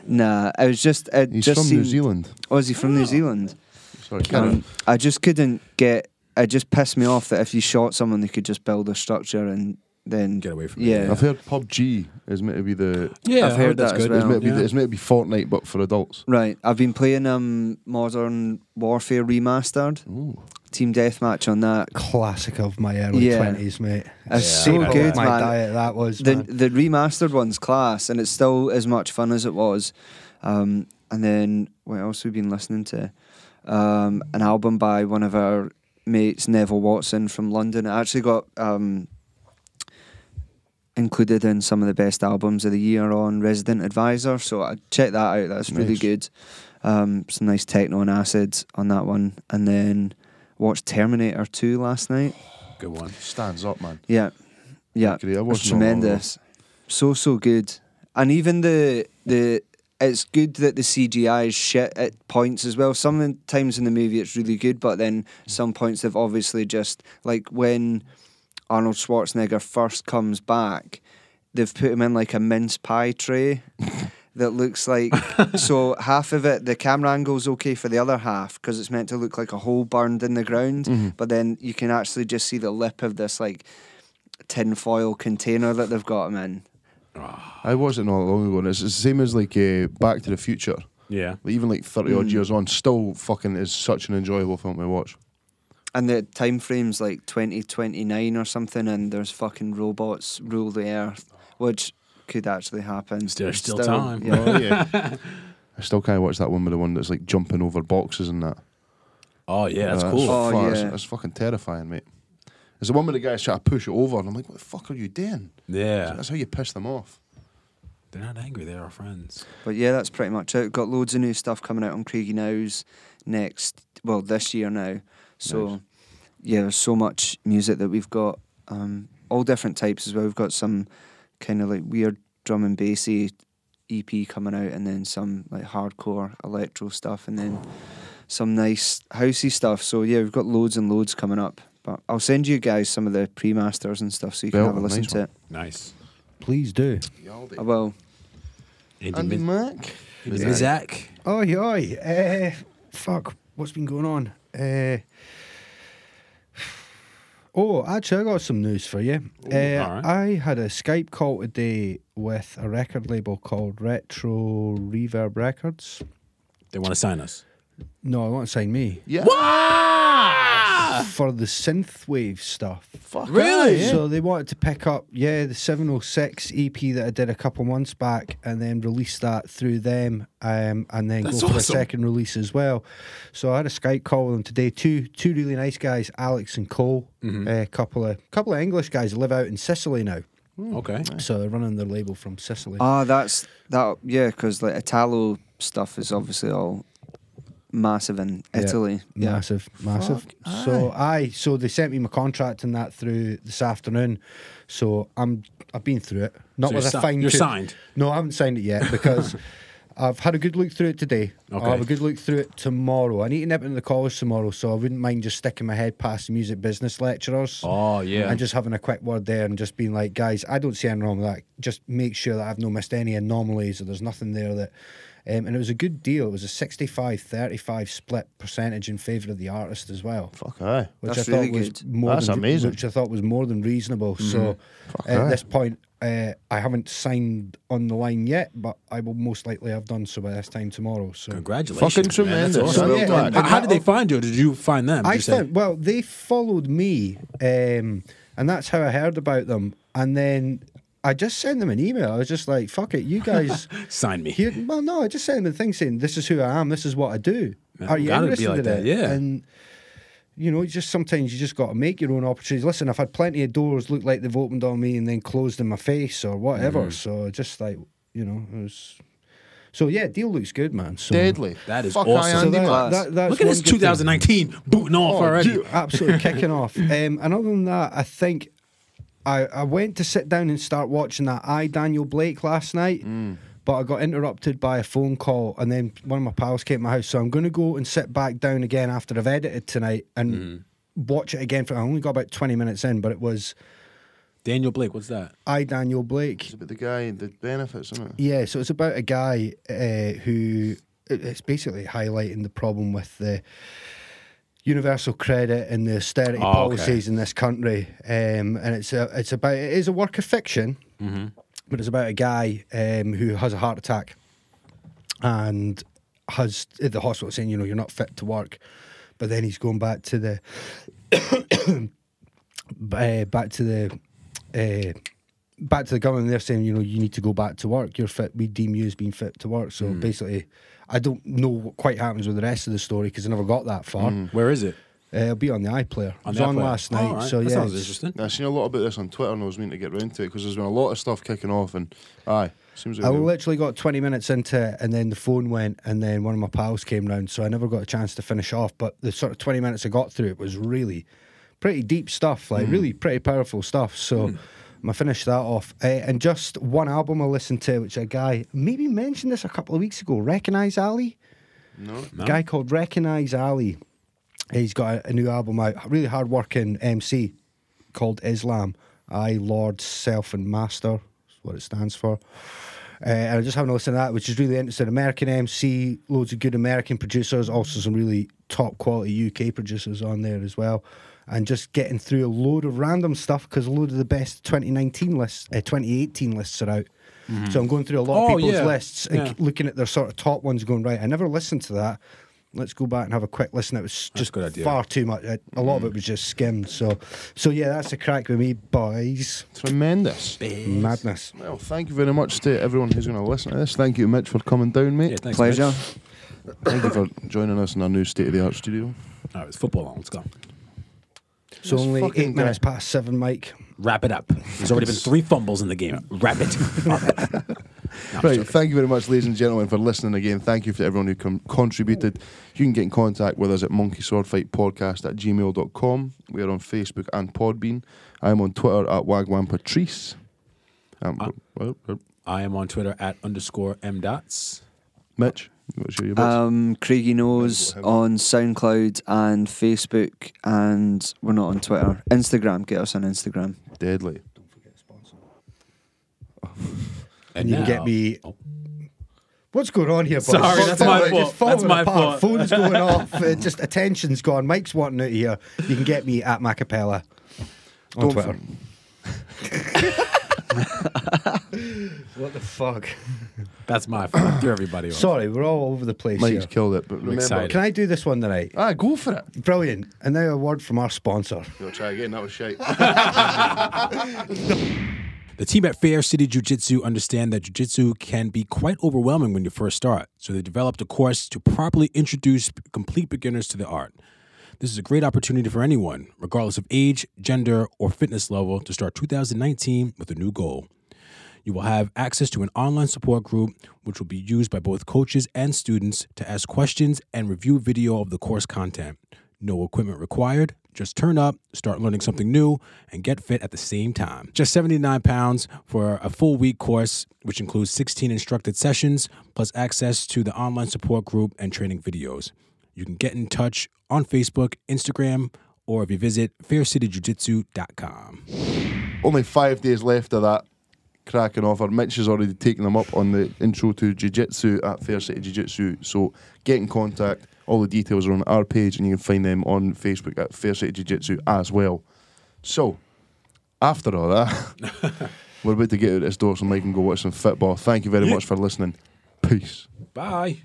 [SPEAKER 4] Nah, I was just. It
[SPEAKER 2] He's
[SPEAKER 4] just
[SPEAKER 2] from New
[SPEAKER 4] seemed-
[SPEAKER 2] Zealand.
[SPEAKER 4] Oh, is he from New Zealand?
[SPEAKER 2] Sorry, carry on.
[SPEAKER 4] Um, I just couldn't get. It just pissed me off that if you shot someone, they could just build a structure and then
[SPEAKER 3] Get away from it,
[SPEAKER 4] yeah.
[SPEAKER 3] yeah.
[SPEAKER 2] I've heard PUBG is meant to be the.
[SPEAKER 3] Yeah,
[SPEAKER 4] I've
[SPEAKER 3] I
[SPEAKER 4] heard
[SPEAKER 3] that's
[SPEAKER 4] that as
[SPEAKER 3] good.
[SPEAKER 2] It's
[SPEAKER 4] well.
[SPEAKER 2] meant, to be
[SPEAKER 3] Yeah.
[SPEAKER 2] the, it's meant to be Fortnite, but for adults.
[SPEAKER 4] Right, I've been playing um Modern Warfare Remastered,
[SPEAKER 2] Ooh.
[SPEAKER 4] Team Deathmatch on that.
[SPEAKER 1] Classic of my early
[SPEAKER 4] Yeah.
[SPEAKER 1] 20s, mate.
[SPEAKER 4] It's
[SPEAKER 3] so
[SPEAKER 1] Staple of
[SPEAKER 3] good,
[SPEAKER 1] my
[SPEAKER 4] man.
[SPEAKER 1] diet, that was.
[SPEAKER 4] The
[SPEAKER 1] man.
[SPEAKER 4] the remastered one's class, and it's still as much fun as it was. Um, and then what else we've been listening to? Um, an album by one of our mates, Neville Watson from London. It actually got um, included in some of the best albums of the year on Resident Advisor. So I check that out. That's really
[SPEAKER 2] Nice.
[SPEAKER 4] good. Um, some nice techno and acid on that one. And then watched Terminator Two last night.
[SPEAKER 3] Good one.
[SPEAKER 2] Stands up, man.
[SPEAKER 4] Yeah, yeah,
[SPEAKER 2] Agree, I
[SPEAKER 4] it was
[SPEAKER 2] watched it on my own.
[SPEAKER 4] tremendous. So so good, and even the the it's good that the CGI is shit at points as well. Sometimes in the movie it's really good, but then some points they've obviously just like when Arnold Schwarzenegger first comes back, they've put him in like a mince
[SPEAKER 2] <laughs>
[SPEAKER 4] pie tray. That looks like so half of it the camera angle's okay for the other half because it's meant to look like a hole burned in the ground,
[SPEAKER 2] Mm-hmm.
[SPEAKER 4] but then you can actually just see the lip of this like tin foil container that they've got him in.
[SPEAKER 2] I watched it not that long ago, and it's it's the same as like uh, Back to the Future.
[SPEAKER 3] Yeah.
[SPEAKER 2] Like, even like thirty
[SPEAKER 4] Hmm.
[SPEAKER 2] odd years on, still fucking is such an enjoyable film to watch.
[SPEAKER 4] And the time frame's like 2029 or something, and there's fucking robots rule the earth, which could actually happen.
[SPEAKER 3] There's still time.
[SPEAKER 4] Yeah.
[SPEAKER 2] <laughs> I still can't watch that one with the one that's like jumping over boxes and that.
[SPEAKER 3] Oh yeah, that's
[SPEAKER 2] Uh,
[SPEAKER 3] cool.
[SPEAKER 4] Oh,
[SPEAKER 2] fu-
[SPEAKER 4] yeah.
[SPEAKER 2] that's, that's fucking terrifying, mate. There's the one where the guy's trying to push it over, and I'm like, what the fuck are you doing?
[SPEAKER 3] Yeah.
[SPEAKER 2] That's how you piss them off.
[SPEAKER 3] They're not angry. They're our friends.
[SPEAKER 4] But yeah, that's pretty much it. Got loads of new stuff coming out on Craigie Now's next, well, this year now. So yeah, there's so much music that we've got, um, all different types as well. We've got some kind of like weird drum and bassy EP coming out, and then some like hardcore electro stuff, and then some nice housey stuff. So yeah, we've got loads and loads coming up. But I'll send you guys some of the pre masters and stuff so you can
[SPEAKER 2] Belt,
[SPEAKER 4] have a listen
[SPEAKER 2] nice
[SPEAKER 4] to
[SPEAKER 2] one.
[SPEAKER 4] it.
[SPEAKER 3] Nice.
[SPEAKER 1] Please do.
[SPEAKER 4] I will.
[SPEAKER 2] Andy
[SPEAKER 3] Andy
[SPEAKER 2] Mack.
[SPEAKER 3] Mizak.
[SPEAKER 1] Oi, oi. Uh, fuck, what's been going on? Uh, <sighs> oh, actually, I got some news for you. uh,
[SPEAKER 3] alright.
[SPEAKER 1] I had a Skype call today with a record label called Retro Reverb Records.
[SPEAKER 3] They want to sign us.
[SPEAKER 1] No, I won't sign me.
[SPEAKER 2] Yeah.
[SPEAKER 1] For the synthwave stuff.
[SPEAKER 2] Fuck
[SPEAKER 3] Really?
[SPEAKER 2] yeah.
[SPEAKER 1] So they wanted to pick up, yeah, the 706 EP E that I did a couple months back and then release that through them um, and then
[SPEAKER 3] That's
[SPEAKER 1] go for
[SPEAKER 3] awesome.
[SPEAKER 1] a second release as well. So I had a Skype call with them today. Two two really nice guys, Alex and Cole,
[SPEAKER 3] Mm-hmm.
[SPEAKER 1] a couple of couple of English guys that live out in Sicily now.
[SPEAKER 3] Okay.
[SPEAKER 1] So they're running their label from Sicily.
[SPEAKER 4] Ah, that's that. Yeah, because like Italo stuff is obviously all massive in
[SPEAKER 1] Yeah.
[SPEAKER 4] Italy. Yeah,
[SPEAKER 1] Massive, massive. so I so they sent me my contract and that through this afternoon. So I'm I've been through it. Not
[SPEAKER 3] So
[SPEAKER 1] with
[SPEAKER 3] you're
[SPEAKER 1] a
[SPEAKER 3] si-
[SPEAKER 1] fine.
[SPEAKER 3] you're
[SPEAKER 1] tooth-
[SPEAKER 3] signed?
[SPEAKER 1] No, I haven't signed it yet
[SPEAKER 3] <laughs>
[SPEAKER 1] because I've had a good look through it today.
[SPEAKER 3] Okay.
[SPEAKER 1] I'll have a good look through it tomorrow. I need to nip into the college tomorrow, so I wouldn't mind just sticking my head past the music business lecturers.
[SPEAKER 3] Oh yeah.
[SPEAKER 1] And just having a quick word there and just being like, guys, I don't see anything wrong with that. Just make sure that I've not missed any anomalies or there's nothing there that. Um, and it was a good deal. It was a 65 35 split percentage in favour of the artist as well.
[SPEAKER 2] Fuck aye.
[SPEAKER 1] Which
[SPEAKER 4] That's
[SPEAKER 1] I thought
[SPEAKER 4] really
[SPEAKER 1] was
[SPEAKER 4] good.
[SPEAKER 1] more
[SPEAKER 2] That's
[SPEAKER 1] than,
[SPEAKER 2] amazing.
[SPEAKER 1] Which I thought was more than reasonable. So at
[SPEAKER 2] aye.
[SPEAKER 1] this point, Uh, I haven't signed on the line yet, but I will most likely have done so by this time tomorrow. So
[SPEAKER 3] Congratulations.
[SPEAKER 2] Fucking
[SPEAKER 3] man. That's
[SPEAKER 2] tremendous.
[SPEAKER 3] awesome.
[SPEAKER 1] Yeah, Well and- done.
[SPEAKER 3] How, how did they find you? Or did you find them?
[SPEAKER 1] I
[SPEAKER 3] You said-
[SPEAKER 1] found, well, they followed me, um, and that's how I heard about them. And then I just sent them an email. I was just like, "Fuck it, you
[SPEAKER 3] <laughs>
[SPEAKER 1] guys."
[SPEAKER 3] Sign me.
[SPEAKER 1] Here, well, no, I just sent them a thing saying, "This is who I am. This is what I do.
[SPEAKER 3] Yeah,
[SPEAKER 1] Are you
[SPEAKER 3] gotta be
[SPEAKER 1] interested
[SPEAKER 3] like
[SPEAKER 1] in
[SPEAKER 3] that,
[SPEAKER 1] it?"
[SPEAKER 3] yeah.
[SPEAKER 1] And you know, it's just sometimes you just got to make your own opportunities. Listen, I've had plenty of doors look like they've opened on me and then closed in my face or whatever.
[SPEAKER 3] Mm.
[SPEAKER 1] So just like you know, it was. So yeah, deal looks good, man. So
[SPEAKER 2] Deadly.
[SPEAKER 3] That is
[SPEAKER 2] Fuck
[SPEAKER 3] awesome.
[SPEAKER 2] I,
[SPEAKER 1] So
[SPEAKER 2] Andy,
[SPEAKER 1] that-
[SPEAKER 2] man.
[SPEAKER 1] that- that's
[SPEAKER 3] Look at
[SPEAKER 1] one
[SPEAKER 3] this
[SPEAKER 1] good thing.
[SPEAKER 3] 2019 booting off
[SPEAKER 1] Oh,
[SPEAKER 3] already.
[SPEAKER 1] Absolutely kicking off. Um, and other than that, I think I, I went to sit down and start watching that I Daniel Blake last night, but I got interrupted by a phone call, and then one of my pals came to my house. So I'm going to go and sit back down again after I've edited tonight and watch it again. For I only got about 20 minutes in, but it was
[SPEAKER 3] Daniel Blake, what's that?
[SPEAKER 1] I Daniel Blake.
[SPEAKER 2] It's about the guy, the benefits, isn't it?
[SPEAKER 1] Yeah, so it's about a guy uh, who it- it's basically highlighting the problem with the universal credit and the austerity
[SPEAKER 3] Oh, okay.
[SPEAKER 1] policies in this country, um, and it's a, it's about it is a work of fiction, but it's about a guy um, who has a heart attack and has at the hospital saying you know you're not fit to work, but then he's going back to the <coughs> b- uh, back to the uh, back to the government. They're saying, you know, you need to go back to work. You're fit. We deem you as being fit to work.
[SPEAKER 3] Hmm.
[SPEAKER 1] So basically, I don't know what quite happens with the rest of the story because I never got that far.
[SPEAKER 3] Where is it?
[SPEAKER 1] Uh, it'll be on the iPlayer. I was
[SPEAKER 3] Hmm. the
[SPEAKER 1] on
[SPEAKER 3] iPlayer.
[SPEAKER 1] last night,
[SPEAKER 3] All right,
[SPEAKER 1] so
[SPEAKER 3] that
[SPEAKER 1] yeah,
[SPEAKER 3] sounds
[SPEAKER 1] it's-
[SPEAKER 3] interesting.
[SPEAKER 2] I've seen a lot about this on Twitter and I was meaning to get round to it because there's been a lot of stuff kicking off and aye, seems like
[SPEAKER 1] I
[SPEAKER 2] a good-
[SPEAKER 1] literally got 20 minutes into it and then the phone went and then one of my pals came round so I never got a chance to finish off but the sort of 20 minutes I got through it was really pretty deep stuff like
[SPEAKER 3] Hmm.
[SPEAKER 1] really pretty powerful stuff so I finished that off uh, and just one album I listened to which a guy maybe mentioned this a couple of weeks ago Recognize Alley
[SPEAKER 3] No?
[SPEAKER 1] a guy called Recognize Alley. He's got a, a new album out, a really hard working MC called Islam. I Lord Self and Master is what it stands for. Uh, and I just haven't listened to that, which is really interesting. American MC, loads of good American producers, also some really top quality UK producers on there as well. And just getting through a load of random stuff because a load of the best 2019 lists, uh, 2018 lists are out. So I'm going through a lot
[SPEAKER 3] Oh,
[SPEAKER 1] of people's
[SPEAKER 3] yeah.
[SPEAKER 1] lists and
[SPEAKER 3] Yeah.
[SPEAKER 1] k- looking at their sort of top ones, going right. I never listened to that. Let's go back and have a quick listen. It was just
[SPEAKER 3] good idea. Mm-hmm.
[SPEAKER 1] far too much. A a lot of it was just skimmed. So, so yeah, that's a crack with me, boys.
[SPEAKER 2] Tremendous.
[SPEAKER 1] Madness.
[SPEAKER 2] Well, thank you very much to everyone who's going to listen to this. Thank you, Mitch, for coming down, mate.
[SPEAKER 3] Yeah, thanks,
[SPEAKER 4] Pleasure.
[SPEAKER 3] Mitch.
[SPEAKER 2] Thank you for joining us in our new state of the art studio.
[SPEAKER 3] All right, it's football on. Let's go.
[SPEAKER 1] So
[SPEAKER 2] This
[SPEAKER 1] only
[SPEAKER 2] fucking
[SPEAKER 1] eight minutes
[SPEAKER 2] guy.
[SPEAKER 1] past seven, Mike.
[SPEAKER 3] Wrap it <laughs> up. There's already been three fumbles in the game. Wrap it. <laughs> up. No, I'm
[SPEAKER 2] Right,
[SPEAKER 3] joking.
[SPEAKER 2] thank you very much, ladies and gentlemen, for listening again. Thank you to everyone who com- contributed. You can get in contact with us at monkeyswordfightpodcast at gmail.com. We are on Facebook and Podbean. I'm on Twitter at wagwanpatrice. Um, well, well,
[SPEAKER 3] I am on Twitter at underscore m dots.
[SPEAKER 2] Mitch, you want to share your bits?
[SPEAKER 4] Um, Craigie Knows on SoundCloud and Facebook, and we're not on Twitter. Instagram, get us on Instagram.
[SPEAKER 2] Deadly.
[SPEAKER 1] And you can
[SPEAKER 3] now-
[SPEAKER 1] get me.
[SPEAKER 3] Oh.
[SPEAKER 1] What's going on here, boys?
[SPEAKER 3] Sorry, that's my
[SPEAKER 1] Just
[SPEAKER 3] fault.
[SPEAKER 1] falling
[SPEAKER 3] That's my
[SPEAKER 1] apart.
[SPEAKER 3] fault. <laughs>
[SPEAKER 1] Phone's going off. uh, just attention's gone. Mike's wanting out of here. You can get me at Macapella on
[SPEAKER 2] Don't
[SPEAKER 1] Twitter. what the fuck?
[SPEAKER 3] That's my fault. Throw everybody off.
[SPEAKER 1] Sorry, we're all over the place
[SPEAKER 2] Mike's
[SPEAKER 1] here.
[SPEAKER 2] killed it, but remember.
[SPEAKER 3] excited.
[SPEAKER 1] Can I do this one tonight?
[SPEAKER 2] Ah, go for it.
[SPEAKER 1] Brilliant. And now a word from our sponsor.
[SPEAKER 2] You'll try again. That was shite.
[SPEAKER 3] The team at Fair City Jiu Jitsu understand that Jiu Jitsu can be quite overwhelming when you first start, so they developed a course to properly introduce complete beginners to the art. This is a great opportunity for anyone, regardless of age, gender, or fitness level, to start 2019 with a new goal. You will have access to an online support group, which will be used by both coaches and students to ask questions and review video of the course content. No equipment required. Just turn up, start learning something new, and get fit at the same time. Just £79 for a full week course, which includes 16 instructed sessions, plus access to the online support group and training videos. You can get in touch on Facebook, Instagram, or if you visit faircityjujitsu.com.
[SPEAKER 2] Only five days left of that cracking offer. Mitch has already taken them up on the intro to Jiu Jitsu at Fair City Jiu Jitsu. So get in contact. All the details are on our page and you can find them on Facebook at Fair City Jiu Jitsu as well. So, after all that, <laughs> We're about to get out of this door so Mike can go watch some football. Thank you very much for listening. Peace.
[SPEAKER 7] Bye.